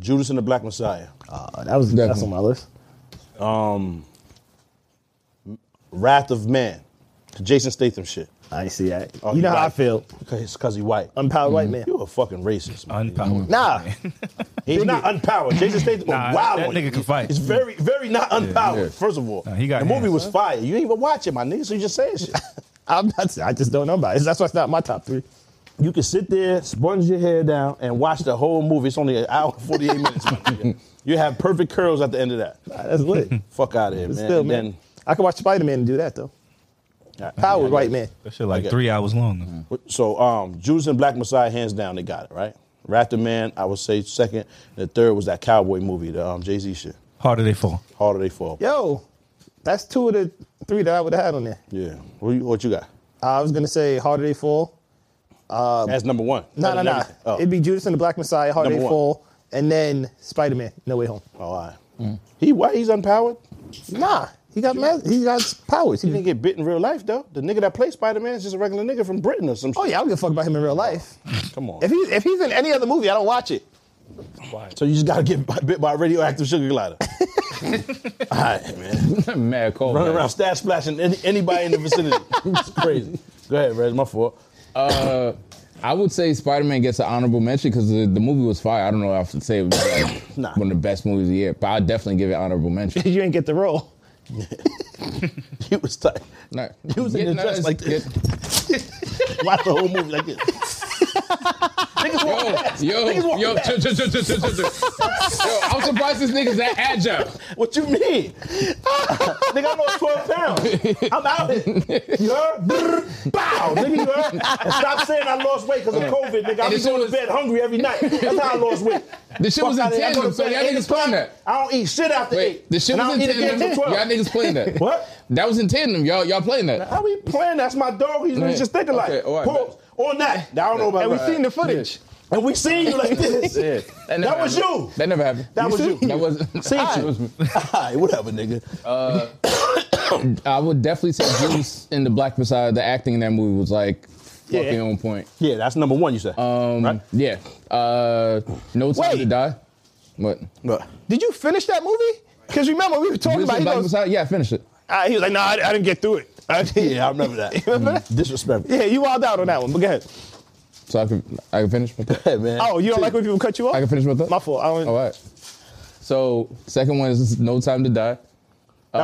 S5: Judas and the Black Messiah.
S4: Uh, that was
S2: that's on
S4: my list.
S5: Wrath of Man. The Jason Statham shit.
S4: I see that.
S5: Oh,
S4: you know
S5: he
S4: how I
S5: white.
S4: feel.
S5: Because cause he white.
S4: Unpowered white man.
S5: You a fucking racist, Hmm. [laughs] man.
S6: Unpowered.
S4: Nah,
S5: He's not unpowered. Jason Statham
S6: Nah,
S5: was wild.
S6: that
S5: one.
S6: nigga can fight.
S5: He's very, very not unpowered.
S2: Yeah.
S5: First of all,
S6: Nah, he got
S5: the movie
S6: hands,
S5: was fire. You ain't even watch it, my nigga. So you just saying shit.
S4: I'm not. I just [laughs] don't know about it. That's why it's not my top
S5: [laughs]
S4: three.
S5: you can sit there, sponge your hair down, and watch the whole movie. It's only an hour and
S4: [laughs]
S5: forty eight minutes. my nigga. You have perfect curls at the end of that.
S4: Nah, that's lit.
S5: Fuck out of here, man.
S4: But still,
S5: And
S4: man, I could watch Spider Man and do that though.
S5: then-
S4: Powered white man.
S6: That shit like
S5: Okay.
S6: three hours long.
S5: So um, Jews and Black Messiah, hands down, they got it right. Raptor Man, I would say second. The third was that cowboy movie, the um, Jay Z shit.
S6: Harder they fall.
S5: Harder they fall.
S4: Yo, that's two of the three that I would have had on there.
S5: Yeah. What you, what you got?
S4: I was gonna say Harder They Fall. Um,
S5: That's number one.
S4: No, no,
S5: Other than
S4: no.
S5: everything. Oh.
S4: It'd be Judas and the Black Messiah, Harder They
S5: Number one.
S4: Fall, and then Spider Man, No Way Home.
S5: oh, all right.
S4: Mm.
S5: He white. He's unpowered.
S4: Nah, he got mad, he got powers. He
S5: He didn't get bit in real life though. The nigga that played Spider Man is just a regular nigga from Britain or some.
S4: oh yeah, I don't give a fuck about him in real life.
S5: shit. Come on.
S4: If he's if he's in any other [laughs] movie, I don't watch it.
S5: so you just gotta get bi- bit by a radioactive
S4: [laughs]
S5: sugar glider. all right, man.
S2: Mad cold.
S5: Running around, stat splashing any, anybody in the vicinity. [laughs] it's crazy. Go ahead, Reg. My fault.
S2: Uh, I would say Spider Man gets an honorable mention because the, the movie was fire. I don't know if I would say it was like
S5: Nah.
S2: one of the best movies of the year, but I'd definitely give it honorable mention.
S4: You ain't get the role.
S5: He was tight.
S2: Nah,
S5: He was in
S2: get-
S5: the
S2: nah,
S5: dress
S2: it's-
S5: like this.
S2: get-
S5: Watch the whole movie like this.
S2: Yo,
S5: Niggas
S2: yo,
S5: walk
S2: yo,
S5: back.
S2: chill, chill, chill, chill, chill, chill, chill. yo, I'm surprised this nigga's that agile.
S5: [laughs] What you
S4: [laughs]
S5: mean? nigga, I'm on 12 pounds. I'm out here. You heard? Brrr, Bow, nigga, you heard? And stop saying I lost weight because of COVID, nigga. I
S2: And
S5: be
S2: it's
S5: going
S2: always-
S5: to bed hungry every night. That's how I lost weight.
S2: This shit was in
S5: Fuck outta here. I go to
S2: tandem, so
S5: bed
S2: y'all
S5: at eight
S2: niggas playing
S5: o'clock.
S2: that.
S5: I don't eat shit after
S2: Wait,
S5: eight.
S2: the shit
S5: And
S2: was
S5: I
S2: in
S5: don't eat again
S2: tandem.
S5: till 12.
S2: Y'all niggas playing that.
S5: What?
S2: That was in tandem. Y'all, y'all playing that.
S5: How we playing? That's my dog. He's
S2: Man.
S5: just thinking like,
S2: Okay, all right,
S5: pause. On that. Now, I don't know about
S4: And we
S5: that.
S4: seen the footage.
S5: And we seen
S2: [laughs]
S5: you like this.
S2: That,
S5: That
S2: never
S5: was
S2: happened.
S5: you.
S2: That never happened.
S5: That was you.
S2: That wasn't. [laughs]
S5: [laughs] See you. All right, whatever, nigga.
S2: I would definitely say Juice in the Black Messiah. The acting in that movie was like fucking
S4: Yeah.
S2: on point.
S5: yeah, that's number one, you said.
S2: Um,
S5: Right.
S2: yeah. Uh, no time to
S4: Wait.
S2: die. What?
S5: But-
S4: Did you finish that movie? Because remember we were talking
S2: Juice
S4: about
S2: in
S4: he,
S2: Black
S4: goes,
S2: Messiah? Yeah, finish it.
S4: Ah, he was like, no, I, I didn't get through it. [laughs] I didn't-
S5: yeah, I remember [laughs] that. Mm,
S4: Remember that?
S5: Disrespectful.
S4: Yeah, you wilded out on that one. But go ahead.
S2: So I can I can finish. With that.
S5: Hey, man.
S4: Oh, you don't like when people cut you off?
S2: I can Oh, finish with that.
S4: My fault. I don't.
S2: All right. So second one is No Time to Die.
S5: that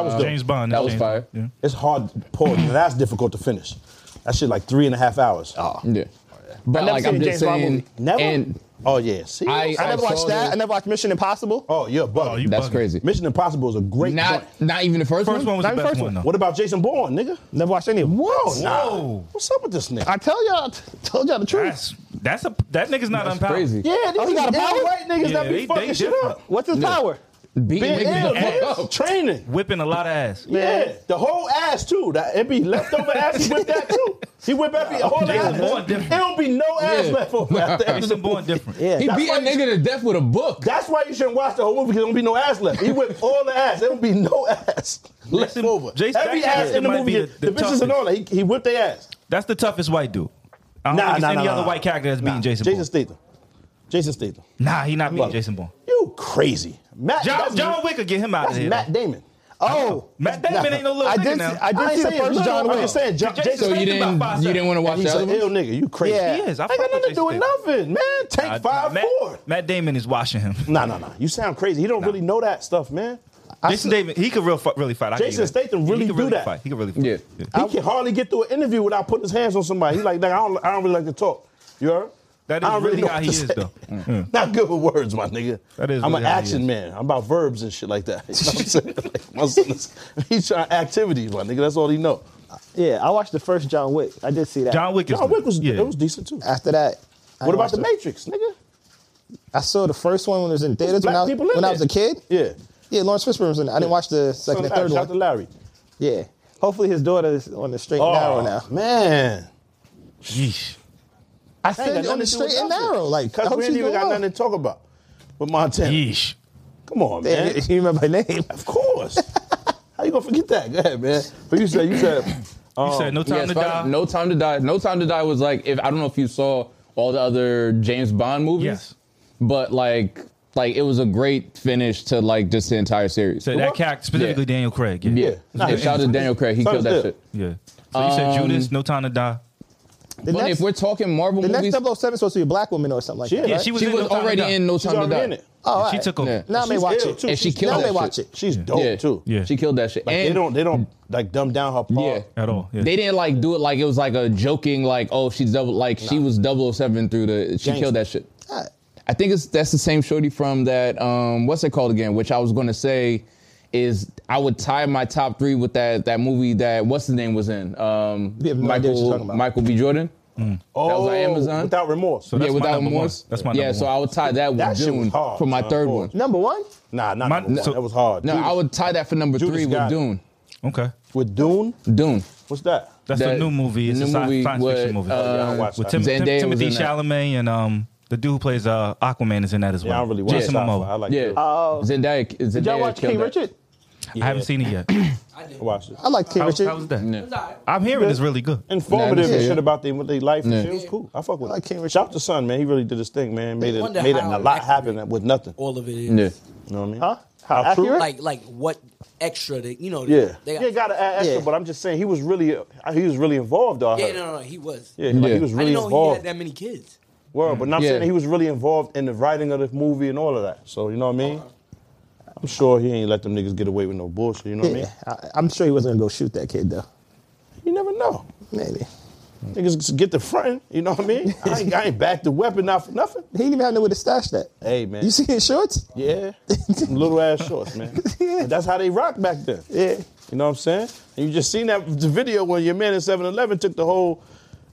S5: was dope.
S6: Uh, James Bond.
S2: Oh. that was
S6: James-
S2: fire.
S6: Yeah.
S5: It's hard. Pause. That's difficult to finish. That shit like three and a half hours. Oh,
S2: Yeah. But
S4: never
S2: like I'm
S4: seen a
S2: just
S4: James Bond
S2: saying,
S4: movie.
S5: never.
S2: and
S5: oh yeah. See.
S2: I-
S4: I never
S2: saw
S4: watched that.
S2: the-
S4: I never watched Mission Impossible.
S5: oh, you're a bugger.
S6: Oh, you
S2: that's
S6: bugging.
S2: crazy.
S5: Mission Impossible is a great
S2: Not
S5: joint.
S2: not even the first,
S6: First one was the
S4: Not the
S6: best
S4: first one.
S6: one. though.
S5: What about Jason Bourne, nigga?
S4: Never watched any of them.
S5: Whoa.
S6: Whoa.
S5: What's up with this nigga?
S4: I tell y'all, I told y'all the truth.
S6: That's that's a that nigga's not
S2: That's
S6: unpowered.
S2: crazy.
S5: yeah, these
S4: Oh, he got a
S5: damn
S4: power?
S5: white niggas
S6: Yeah,
S5: that be
S6: they-
S5: fucking
S6: they
S5: shit
S6: different.
S5: up.
S4: What's his power?
S2: Beating
S5: Big
S2: niggas the
S5: L,
S2: fuck up.
S5: training.
S6: Whipping a lot
S2: [laughs]
S6: of ass.
S5: Yeah, the whole ass too. That it be leftover ass. He whip that too. He whip every whole
S6: Jason
S5: ass.
S6: Bourne different.
S5: There will be no ass
S2: Yeah.
S5: left over after
S6: [laughs]
S5: every
S6: Jason Bourne different.
S5: Yeah,
S2: He
S5: that's
S2: beat
S5: why
S2: a
S5: you-
S2: nigga to death with a book.
S5: That's why you shouldn't watch the whole movie because there won't be no ass left. He whipped all the ass. There won't be no [laughs] ass left
S6: Jason-
S5: over.
S6: Jason-
S5: Every
S6: that
S5: ass
S6: character
S5: in the
S6: might
S5: movie,
S6: be
S5: the,
S6: the- the
S5: bitches and all that. He, he whipped their ass.
S6: That's the toughest white dude. I don't
S5: Nah,
S6: think it's
S5: nah,
S6: any
S5: nah,
S6: other
S5: nah.
S6: white character that's beating Jason.
S5: Jason
S6: Bourne.
S5: Statham. Jason Statham.
S6: Nah, he not beating
S5: Look.
S6: Jason Bourne.
S5: You crazy. Matt,
S6: John,
S5: that's-
S6: John Wick could get him out of
S5: That's
S6: here.
S5: Matt Damon.
S4: Oh,
S6: Matt Damon ain't no little
S4: I
S6: nigga
S4: did. See,
S6: now.
S4: I did
S5: I ain't
S4: see the
S5: saying
S4: first
S5: little,
S4: John
S5: I'm
S4: Wick.
S5: just saying John,
S6: Jason
S5: Jason
S2: So you
S6: Statham
S2: didn't
S6: about five
S2: you didn't want to watch
S5: He's
S2: the other
S5: an ill
S2: one?
S5: nigga. You crazy.
S4: Yeah.
S6: He is. I
S5: Ain't got
S6: fuck with
S5: nothing to do with
S6: Jason Statham.
S5: nothing, man. Tank
S6: Nah,
S5: five
S6: Matt,
S5: four.
S6: Matt Damon is watching him.
S5: Nah, nah, nah. You sound crazy. He don't really know that stuff, man.
S6: Jason Damon, he could real fu- really fight. I give you
S5: Jason
S6: that.
S5: Statham
S6: Yeah,
S5: really
S6: he could
S5: do
S6: really
S5: that.
S6: Fight. He could really fight.
S2: Yeah.
S5: He can hardly get through an interview without putting his hands on somebody. He like, "Nigga, I don't, I don't really like to talk. You heard?
S6: That
S5: I
S6: is
S5: don't really
S6: really
S5: know
S6: how
S5: what
S6: he
S5: to
S6: is,
S5: say.
S6: though.
S5: [laughs] Not good with words, my nigga.
S6: That is
S5: I'm
S6: really
S5: an
S6: how he
S5: action
S6: is.
S5: man. I'm about verbs and shit like that. [laughs] You know what I'm saying? Like, my son is, he's trying activities, my nigga. That's all he know.
S4: Yeah, I watched the first John Wick. I did see that.
S6: John Wick is.
S5: John Wick was
S6: yeah.
S5: it was decent too.
S10: After that, I
S5: What about
S10: watched
S5: the
S10: it.
S5: Matrix, nigga?
S10: I saw the first one when it was in theaters when
S5: black
S10: I was,
S5: people in
S10: when I
S5: it.
S10: was a kid.
S5: Yeah.
S10: Yeah, Lawrence Fishburne was in. it. I didn't watch the second
S5: Son,
S10: and third one.
S5: shout out to Larry.
S10: yeah, hopefully his daughter is on the straight and narrow now.
S5: man.
S6: Yeesh.
S10: I
S5: That ain't
S10: said
S5: got
S10: on the
S5: nothing to do
S10: straight
S5: with
S10: and
S5: nothing.
S10: narrow. Like, I
S5: Cause
S10: hope
S5: we
S10: she
S5: ain't even
S10: doing
S5: got
S10: well.
S5: nothing to talk about. With Montana.
S6: Yeesh.
S5: Come on,
S10: Damn, [laughs]
S5: man.
S10: you- you remember my name?
S5: Of course. How you gonna forget that? Go ahead, man. But you said
S10: [coughs]
S5: you said
S6: You
S5: Um,
S6: said no time
S2: Yeah,
S6: to
S2: Spider-
S6: die.
S2: No Time to Die. No Time to Die was like if I don't know if you saw all the other James Bond movies.
S6: Yes.
S2: But like like it was a great finish to like just the entire series.
S6: So that character, specifically Daniel Craig. Yeah.
S2: yeah.
S5: Nah,
S2: Yeah, shout out to Daniel Craig. He
S5: Son
S2: killed that
S5: is dead.
S2: shit.
S6: Yeah. So you said
S2: Um,
S6: Judas, No Time to Die.
S10: The
S2: But
S10: next,
S2: if we're talking Marvel
S10: the next
S2: movies,
S10: 007 is supposed to be a black woman or something like
S5: She
S10: that.
S5: is.
S10: Right?
S6: She was,
S2: she
S6: in
S2: was
S6: No Time to
S2: already
S6: Die.
S2: in No
S5: she's
S2: Time to
S5: already
S2: Die.
S5: in it.
S10: Oh, all
S6: She
S10: right.
S6: took over.
S2: Yeah.
S10: Now I may
S5: She's
S10: watch
S5: ill,
S10: it.
S5: too.
S2: And she
S5: She's
S2: killed
S10: Now I
S5: ill.
S10: may
S2: that
S10: watch
S2: shit.
S10: it.
S5: She's dope
S2: yeah.
S5: too.
S2: She killed that shit.
S5: Oh, Like,
S2: and
S5: they don't they don't like dumb down her part.
S2: Yeah.
S6: At all. Yeah.
S2: They didn't like do it like it was like a joking like oh she's double like she was 007 through the she killed that shit.
S10: All right.
S2: I think it's that's the same shorty from that um what's it called again? Which I was gonna say is I would tie my top three with that that movie that what's his name was in um
S10: We have no idea what you're talking
S2: Michael
S10: about.
S2: Michael B Jordan.
S5: Oh,
S2: was on Amazon?
S5: Without remorse.
S6: So Mm. that's
S2: yeah,
S6: my
S2: without
S6: number one.
S2: remorse.
S6: That's my
S2: yeah,
S6: number
S2: so
S6: one.
S2: I would tie that with
S5: That shit was
S2: Dune
S5: hard,
S2: for my
S5: son.
S2: third
S5: Pause.
S2: one.
S4: Number one?
S5: nah, not
S6: My-
S5: number one.
S6: so-
S5: that was hard.
S2: No,
S5: Judas-
S2: I would tie that for number
S5: Judas
S2: three with
S5: got it.
S2: Dune.
S6: Okay.
S5: with Dune.
S2: Dune.
S5: What's that?
S6: That's
S2: That
S6: a new movie. It's
S2: new
S6: a sci-
S2: movie
S6: science
S2: with,
S6: fiction movie.
S2: uh,
S5: Yeah, I watched
S6: With
S5: that.
S6: Tim, Tim,
S2: Zendaya was
S6: Timothy
S2: in that.
S6: Chalamet and um, the dude who plays uh, Aquaman is in that as well.
S5: Yeah, I don't really watch
S2: Jason
S5: sci-fi.
S6: Momoa.
S5: I like
S2: Yeah.
S5: Dune. I
S2: Zendaya. Zendaya
S4: Did y'all watch
S2: killed
S4: King
S2: that.
S4: Richard?
S6: I haven't seen it yet.
S9: I did.
S5: watched it.
S10: I like King
S6: How,
S10: Richard.
S6: how's that?
S2: Yeah.
S6: I'm hearing it's really good.
S5: Informative
S2: Nah,
S5: and
S2: yeah.
S5: shit about their what they life.
S2: Yeah.
S5: And shit. It was cool. I fuck with.
S10: I like King
S5: it.
S10: Richard.
S5: Shout out to Son, man. He really did his thing, man. Made it
S10: wonder
S5: made it
S10: how
S5: a lot
S10: accurate.
S5: happen with nothing.
S10: All of it is.
S2: Yeah.
S5: You know what I mean?
S4: Huh? How
S5: How true?
S4: accurate?
S10: Like, like what extra that, you know,
S5: Yeah.
S10: they got.
S5: yeah, got to add extra,
S10: Yeah.
S5: but I'm just saying he was really he was really involved. I
S10: Yeah,
S5: heard.
S10: no, no, no, he was.
S5: Yeah, like,
S2: Yeah.
S5: he was
S10: I
S5: really
S10: didn't know he
S5: involved.
S10: had that many kids.
S5: Well, but I'm
S2: Yeah.
S5: saying he was really involved in the writing of the movie and all of that. So you know what I mean? I'm sure he ain't let them niggas get away with no bullshit. You know what I
S10: Yeah,
S5: mean?
S10: I, I'm sure he wasn't gonna go shoot that kid though.
S5: You never know.
S10: Maybe
S5: Niggas just get the frontin', you know what I mean? I ain't, I ain't back the weapon out for nothing.
S10: he didn't even have nowhere to stash that.
S5: Hey man,
S10: You see his shorts?
S5: yeah, Them little ass
S2: [laughs]
S5: shorts, man. But that's how they rocked back then.
S10: Yeah.
S5: You know what I'm saying? And you just seen that the video when your man at 7-Eleven took the whole,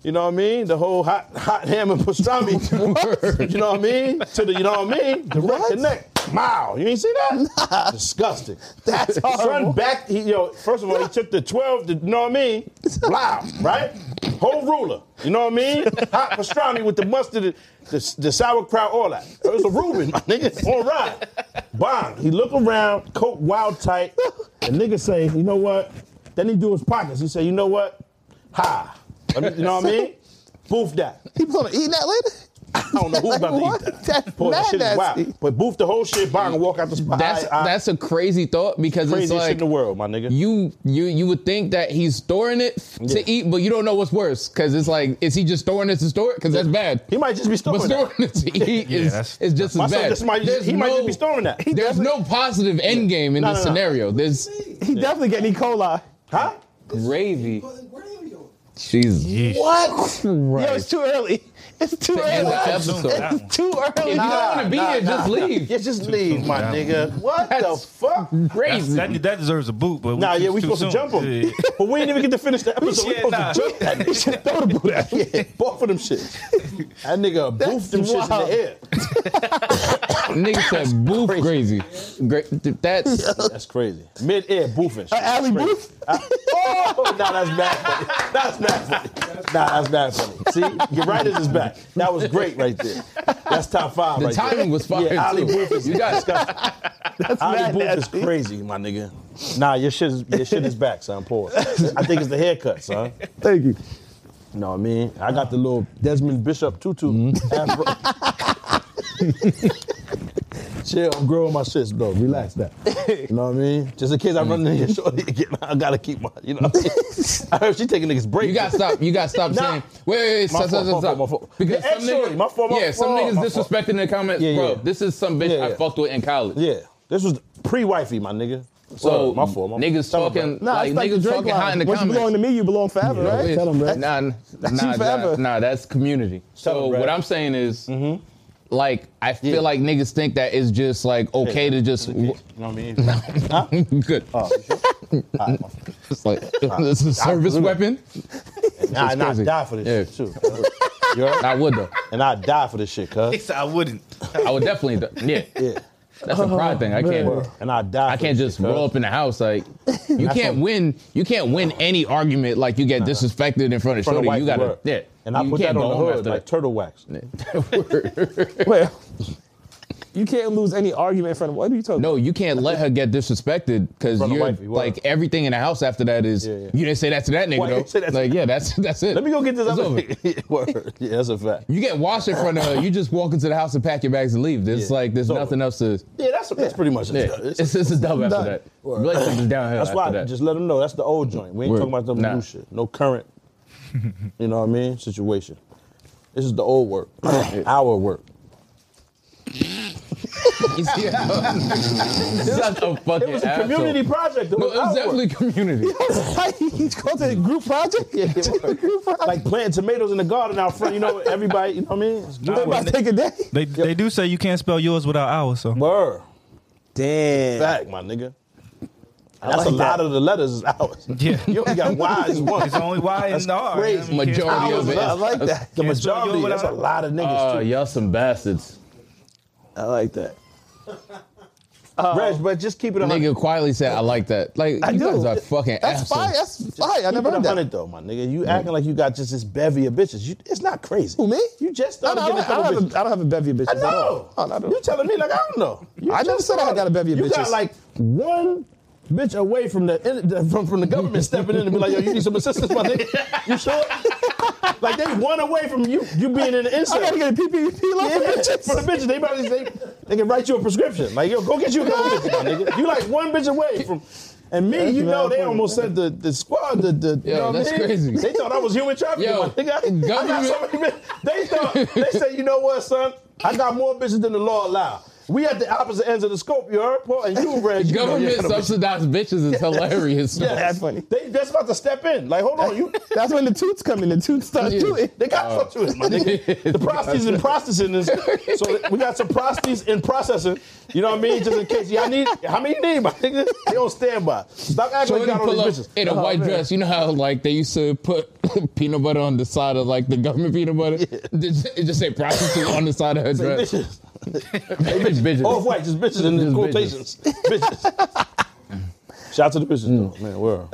S5: you know what I mean? The whole hot hot ham and pastrami. you know what I mean? To the, you know what I mean? The right
S10: What?
S5: to neck. Wow, you ain't see that? Disgusting.
S10: That's horrible.
S5: Son back, he, yo, first of all, he took the 12, the, you know what I mean? Wow, right? Whole ruler, you know what I mean? Hot pastrami with the mustard, the, the sauerkraut, all that. It was a Reuben, my nigga, on ride. Bomb. He look around, coat wild tight, and nigga say, you know what? Then he do his pockets. He say, you know what? Ha. Let me- you know what I mean? Boof that.
S10: He was gonna eat that later.
S5: I don't know
S10: Like,
S5: who's about to
S10: what?
S5: eat that.
S10: That's
S5: Boy, that
S10: mad
S5: shit is
S10: nasty.
S5: wild. But boof the whole shit, bong, and walk out the spot.
S2: That's
S5: I- I-
S2: that's a crazy thought because it's
S5: craziest
S2: like
S5: shit in the world, my nigga.
S2: you you you would think that he's storing it f-
S5: Yeah.
S2: to eat, but you don't know what's worse because it's like is he just storing it to store it? Because that's bad.
S5: He might just be
S2: but
S5: storing
S2: storing
S5: that.
S2: it
S5: [laughs]
S2: to eat
S6: Yeah,
S2: is,
S6: that's-
S2: is just
S5: My
S2: as
S5: son
S2: bad.
S5: just might,
S2: There's
S5: he might just
S2: no-
S5: be storing that.
S2: There's no positive end game in
S5: No,
S2: this
S5: no, no.
S2: scenario. There's
S4: He definitely getting E. coli.
S5: Huh?
S2: gravy.
S9: But where are you?
S2: Jesus.
S4: What?
S2: Christ.
S4: Yo, it's too early. It's too
S2: To end
S4: early.
S2: this
S6: Zoom
S2: episode.
S10: [laughs]
S6: that one.
S4: Too early.
S2: If you don't
S5: Nah,
S2: want to be
S5: nah,
S2: here, just leave.
S5: Yeah, just leave, my
S6: down.
S5: nigga. What
S2: That's-
S5: the fuck?
S2: Crazy.
S6: That, that deserves a boot, but
S5: Nah,
S6: it's
S5: yeah, we
S6: too
S5: supposed to
S6: soon.
S5: jump him.
S6: Yeah.
S5: But we ain't even get
S2: [laughs]
S5: to finish the episode. we
S6: Yeah,
S5: supposed
S6: nah.
S5: to jump that nigga. should throw the boot at him. [laughs] Yeah, both of them shit. That nigga boofed them shits in
S4: wild.
S5: the air.
S2: Nigga said boof crazy. Great.
S4: [laughs]
S2: That's
S5: That's crazy. Mid air boofing. shit.
S4: Alley Booth?
S5: Oh, nah, that's bad funny. That's bad funny. Nah, that's bad funny. See, your writers is back. That was great right there. That's top five
S2: the
S5: right there.
S2: timing was fire
S5: Yeah, Ali
S2: too.
S5: Booth is
S2: You got
S5: disgusting. Ali
S4: mad
S5: Booth is
S4: nasty.
S5: crazy, my nigga. Nah, your shit is your shit is back, son. Pause. I think it's the haircut, son.
S4: Thank you.
S5: You know what I mean? I got the little Desmond Bishop tutu.
S2: Mm-hmm.
S5: afro. Chill, I'm growing my shits, bro. Relax that. You know what I mean? Just in case I run into your shorty again, I gotta keep my, you know what
S2: [laughs]
S5: I mean? I heard she taking niggas break.
S2: You gotta stop. You gotta stop
S5: [laughs] Nah.
S2: saying. Wait, wait, wait.
S5: My
S2: Stop, stop,
S5: fault, my
S2: stop.
S5: fault, my fault.
S2: Because
S5: Yeah,
S2: some
S5: actually,
S2: niggas,
S5: my fault, my
S2: yeah, some
S5: fault,
S2: niggas
S5: my fault.
S2: disrespecting the comments,
S5: Yeah,
S2: bro.
S5: yeah.
S2: This is some bitch
S5: Yeah, yeah.
S2: I fucked with in college.
S5: Yeah. This was pre-wifey, my nigga.
S2: So
S5: Word, my fault, my-
S2: Oh, niggas
S5: tell 'em,
S2: talking [laughs]
S10: Nah,
S2: like
S10: it's like the
S2: niggas
S10: Drake
S2: talking
S10: line.
S2: hot in the
S10: Once you belong
S2: comments.
S10: to me, you belong forever, right?
S2: Yeah.
S10: Tell them, bro.
S5: [laughs]
S2: Nah,
S10: That's
S2: nah,
S10: you forever.
S2: Nah, nah, that's community. so
S5: Brad.
S2: what I'm saying is,
S5: Mm-hmm.
S2: like, I feel like niggas think that it's just like okay to just
S5: know what I mean? Oh,
S2: good. [laughs] It's
S5: [laughs]
S2: like this is a service weapon.
S5: Nah, and I'd
S2: crazy.
S5: die for this shit, too. You heard?
S2: I would though.
S5: And I'd die for this shit, cuz.
S6: I wouldn't.
S2: I would definitely. do- Yeah.
S5: Yeah.
S2: That's a pride thing. I can't.
S5: And I'd die
S2: I
S5: for
S2: can't
S5: this
S2: just
S5: shit,
S2: roll
S5: cuz.
S2: up in the house
S5: [laughs]
S2: like you can't win. You can't win any argument like you get disrespected in front of
S5: Front of
S2: Shorty.
S5: white
S2: You gotta
S5: word.
S2: yeah.
S5: And I
S2: you
S5: put that
S2: can't
S5: on
S2: go
S5: the
S2: home
S5: hood
S2: after
S5: like
S2: that.
S5: turtle
S10: [laughs]
S5: wax.
S10: Well, you can't lose any argument in front of. What are you talking?
S2: No, you can't let her get disrespected because
S5: Front of
S2: you're
S5: wifey, word.
S2: like everything in the house after that is
S5: Yeah, yeah.
S2: you didn't say that to that nigga
S5: Why you
S2: though.
S5: say that to-
S2: like yeah, that's that's it.
S5: Let me go get this
S2: It's
S5: other [laughs]
S2: over.
S5: thing. Word. Yeah, that's a fact.
S2: [laughs] You get washed in front of her. You just walk into the house and pack your bags and leave. There's
S5: Yeah.
S2: like there's
S5: It's over.
S2: nothing else to.
S5: Yeah, that's, that's pretty much
S2: Yeah,
S5: it.
S2: it's, it's, a dub after
S5: done.
S2: that.
S5: Word.
S2: Relationship is downhill
S5: That's
S2: after
S5: why
S2: that. [laughs]
S5: just let them know that's the old joint. We ain't
S2: Word.
S5: talking about them
S2: Nah.
S5: new shit. No
S2: [laughs]
S5: current. you know what I mean? Situation. This is the old
S2: [clears throat]
S5: work. Our work. [laughs]
S2: Such a fucking
S5: It was a
S2: asshole.
S5: community project. It
S2: No,
S5: was,
S2: it was
S5: our work.
S2: definitely [laughs] community.
S10: [laughs] He's called it a group project.
S5: Yeah, yeah. [laughs] like planting tomatoes in the garden out front. You know, everybody. You know what I mean? It's
S6: Nah,
S5: good.
S10: About to take a day.
S6: They they do say you can't spell yours without ours, so
S5: Word.
S10: Damn.
S5: Fact, my nigga. That's
S10: like
S5: a lot
S10: that.
S5: of the letters is ours.
S6: [laughs] yeah.
S5: You only got Y's one.
S6: It's only Y and R.
S5: crazy.
S6: I mean, you
S2: Majority
S6: can't spell yours
S2: of it.
S5: I
S2: is-
S5: like that. The
S6: Can't spell
S5: majority.
S6: yo
S5: That's a
S6: without-
S5: lot of niggas
S2: Uh,
S5: too.
S2: y'all some bastards.
S10: I like that.
S5: Reg, but just keep it a hundred.
S2: Nigga quietly said, "I like that." Like
S10: I
S2: you
S10: do.
S2: guys are fucking
S10: That's
S2: assholes.
S10: fire. That's fire. I
S5: Keep
S10: never
S5: it
S10: heard
S5: a
S10: that.
S5: hundred though, my nigga. You acting like you got just this bevy of bitches. You, it's not crazy.
S10: Who me?
S5: You just
S10: No,
S5: started
S10: no, I, don't,
S5: getting a
S10: I, don't
S5: couple
S10: have
S5: bitches.
S10: a, I don't have a bevy of bitches
S5: I
S10: at all.
S5: know.
S10: Oh, no, I don't.
S5: You telling me like I don't know. You
S10: I never
S5: just
S10: said I
S5: started.
S10: got a bevy of
S5: You got
S10: bitches.
S5: like one bitch away from the from from the government stepping in and be like, yo, you need some assistance, my nigga. You [laughs] sure? like they one away from you you being in the
S10: I
S5: insert.
S10: gotta get a PPP loan
S5: Yeah,
S10: for
S5: bitches. For
S10: bitches.
S5: the bitches, they probably they, they can write you a prescription. Like, yo, go get you a couple bitches, my nigga. You like one bitch away from. And me, you know, they almost said the, the squad, the, the
S2: Yo,
S5: you know what I
S2: that's
S5: mean?
S2: crazy.
S5: They thought I was human trafficking.
S2: Yo,
S5: my nigga. I, I got so many bitches. They thought they said, you know what, son? I got more bitches than the law allow. We at the opposite ends of the scope. You heard, Paul, and you, Reg. you
S2: [laughs]
S5: know,
S2: Government
S5: you got a bitch.
S2: subsidized bitches is hilarious.
S5: Yes.
S10: That's funny.
S5: They just about to step in. Like, hold on, you.
S2: [laughs]
S10: That's when the toots come in. The toots start
S2: Yeah.
S10: tooting.
S5: They got some to it, my nigga. The prostitutes and processing is so we got some prostitutes in processing. You know what I mean? Just in case y'all need how many you need, my nigga? They on standby. Stop acting
S2: Shorty
S5: like y'all
S2: pull
S5: don't
S2: up
S5: these bitches. Uh-huh.
S2: in a white dress. You know how like they used to put [laughs] peanut butter on the side of like the government peanut butter. They just- It just say prostitute on the side of her
S5: They
S2: dress.
S5: bitches.
S2: Bitch, bitches.
S5: Off white, just bitches in the
S2: Just bitches.
S5: quotations. Bitches. Shout out to the bitches, though, man. Where?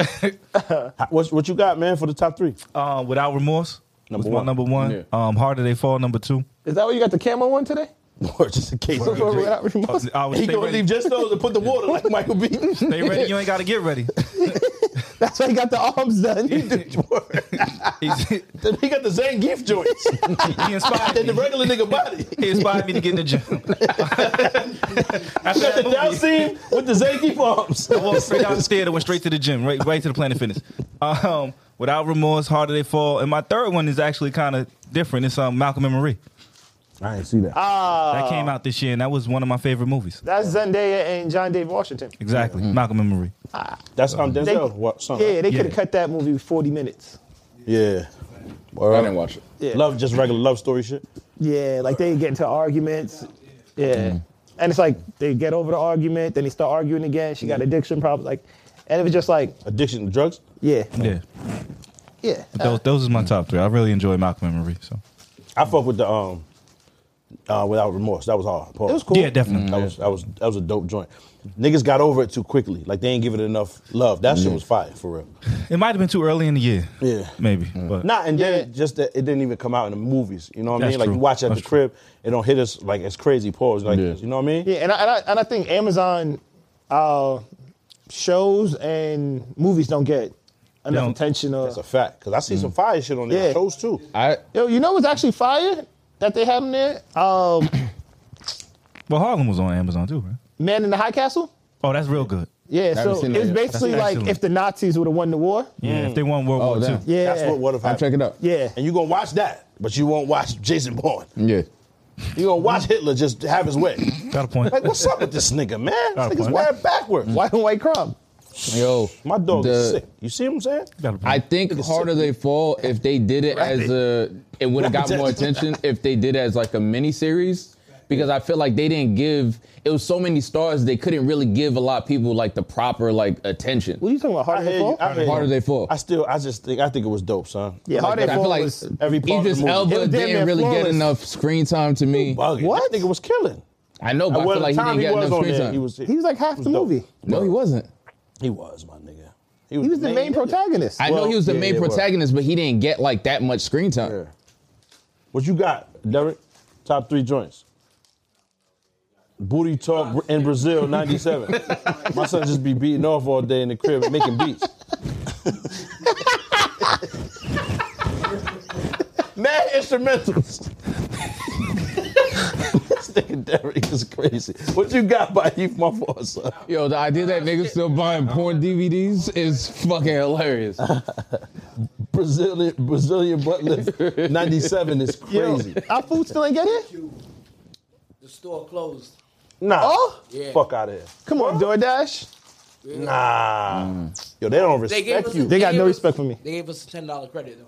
S5: what, what you got, man, for the top three?
S6: Uh, [laughs] without remorse.
S5: Number
S6: was my
S5: one.
S6: Number one.
S2: Yeah.
S6: Um, harder they fall. Number two.
S10: Is that where you got the camo one today?
S5: Or just in case.
S10: Without remorse?
S6: I was
S5: He
S6: stay
S5: gonna
S6: ready.
S5: leave just those and put the water like Michael B.
S6: Stay ready. You ain't got to get
S5: [laughs]
S6: ready.
S10: That's
S4: [laughs]
S10: why you got the arms done.
S6: He's- he
S5: Then he got the Zangief joints
S6: inspired
S5: and the
S6: me.
S5: regular nigga body.
S6: He inspired me to get in
S5: [laughs]
S6: the gym. After
S5: Got
S6: that
S5: the down
S6: movie,
S5: scene with the Zangief arms.
S6: I walked straight out the theater, went straight to the gym, right, right to the Planet Fitness. Um, without remorse, harder they fall. And my third one is actually kind of different. It's um, Malcolm and Marie.
S5: I didn't see that.
S4: Ah,
S6: That
S5: Uh,
S6: came out this year, and that was one of my favorite movies.
S4: that's Zendaya and John Dave Washington.
S6: Exactly,
S5: Mm-hmm.
S6: Malcolm and Marie.
S5: That's um, Denzel.
S4: They-
S5: what, son,
S4: Yeah,
S5: right?
S4: they could
S6: Yeah.
S4: have cut that movie 40 minutes.
S5: yeah.
S2: I didn't watch it.
S4: Yeah.
S5: Love, just regular love story shit.
S4: Yeah, like they get into arguments. Yeah.
S5: Mm.
S4: And it's like they get over the argument, then they start arguing again. She
S5: Mm.
S4: got addiction problems. Like, and it was just like,
S5: Addiction to drugs.
S4: yeah,
S6: Yeah,
S4: yeah.
S6: But
S5: uh,
S6: those those is my top three. I really enjoy Malcolm and Marie. So
S5: I fuck with the um, uh, without remorse. That was hard. Pause.
S10: It was cool.
S6: yeah, definitely.
S5: That was that was that was a dope joint. Niggas got over it too quickly. Like they ain't give it enough love. That shit was fire for real.
S6: It might have been too early in the year.
S5: Mm. Yeah. Mm.
S6: maybe. But
S5: Nah, and then it just that it didn't even come out in the movies. You know what I
S6: That's
S5: mean? Like
S6: true.
S5: you watch it at
S6: That's
S5: the crib, it don't hit us like it's crazy. Pause. Like
S2: Yeah.
S5: you know what I mean?
S4: Yeah, and I, and I, and I think Amazon uh, shows and movies don't get enough
S6: don't.
S4: attention. Or,
S5: That's a fact. Cause I see some fire shit on there.
S4: Yeah.
S5: Shows too.
S2: I
S4: Yo, you know what's actually fire that they had in there? Um, [clears throat]
S6: well, Harlem was on Amazon too, right?
S4: Man in the High Castle.
S6: Oh, that's real good.
S4: Yeah,
S2: haven't
S4: so
S2: seen that
S4: it's
S2: yet.
S4: basically
S6: That's
S4: like
S6: excellent.
S4: if the Nazis would have won the war.
S6: Yeah, if they won World
S2: Oh,
S6: War
S2: damn.
S6: Two.
S4: Yeah,
S5: That's what would have
S2: I'll check
S5: happened.
S2: it out.
S4: Yeah,
S5: And you gonna watch that, but you won't watch Jason Bourne.
S2: Yeah.
S5: You gonna watch Hitler just have his way?
S6: Got a point.
S5: Like, what's up with this nigga, man? This
S6: Got a
S5: nigga's
S6: point.
S5: wearing backwards.
S4: White on white crime.
S2: Yo,
S5: My dog is
S2: the-
S5: sick. You see what I'm saying?
S6: Got a point.
S2: I think harder they fall if they did it as a it would have got
S5: Rapid.
S2: more attention if they did it as like a mini series because I feel like they didn't give it was so many stars they couldn't really give a lot of people like the proper like attention.
S4: What are you talking about? Harder
S5: I hear
S4: than Fall?
S5: you. I hear you.
S2: Harder they fall.
S5: I still, I just think, I think it was dope, son.
S4: Yeah, Harder
S2: I
S4: They
S2: feel
S4: Fall
S2: like
S4: was
S5: every part of the
S2: Idris
S5: movie.
S2: Elba
S4: It was damn
S2: didn't
S4: near
S2: really get
S4: flawless.
S2: enough screen time to me.
S5: Bugging.
S4: What?
S5: That nigga was killing.
S2: I know, but
S5: Well,
S2: I feel
S5: the
S2: like he
S5: time
S2: didn't
S5: he
S2: get
S5: was
S2: enough
S5: on
S2: screen
S5: there,
S2: time.
S5: he was,
S4: He was like half the
S5: dope.
S4: movie.
S2: no, he wasn't.
S5: He was my nigga.
S4: He was the main
S5: nigga.
S4: protagonist.
S2: I know
S5: Well,
S2: he was the
S5: yeah,
S2: main
S5: it was.
S2: protagonist, but he didn't get like that much screen time.
S5: Yeah. What you got, Derek? Top three joints. Booty talk in Brazil '97. My son just be beating off all day in the crib and making beats. Mad instrumentals. this nigga Derek is crazy. What you got by you, my boy, son?
S2: Yo, the idea that niggas still buying porn DVDs is fucking hilarious.
S5: Brazilian Brazilian butt lift '97 is crazy.
S4: Our food still ain't get here?
S9: The store closed.
S5: Nah,
S4: Oh?
S9: Yeah.
S5: fuck out of here.
S4: Come on, DoorDash.
S5: Nah. Ah.
S4: Mm.
S5: Yo, they don't
S9: They gave
S5: respect
S9: us.
S5: you.
S4: They got
S9: gave
S4: no
S9: us-
S4: respect for me.
S9: They gave us a ten dollar credit though.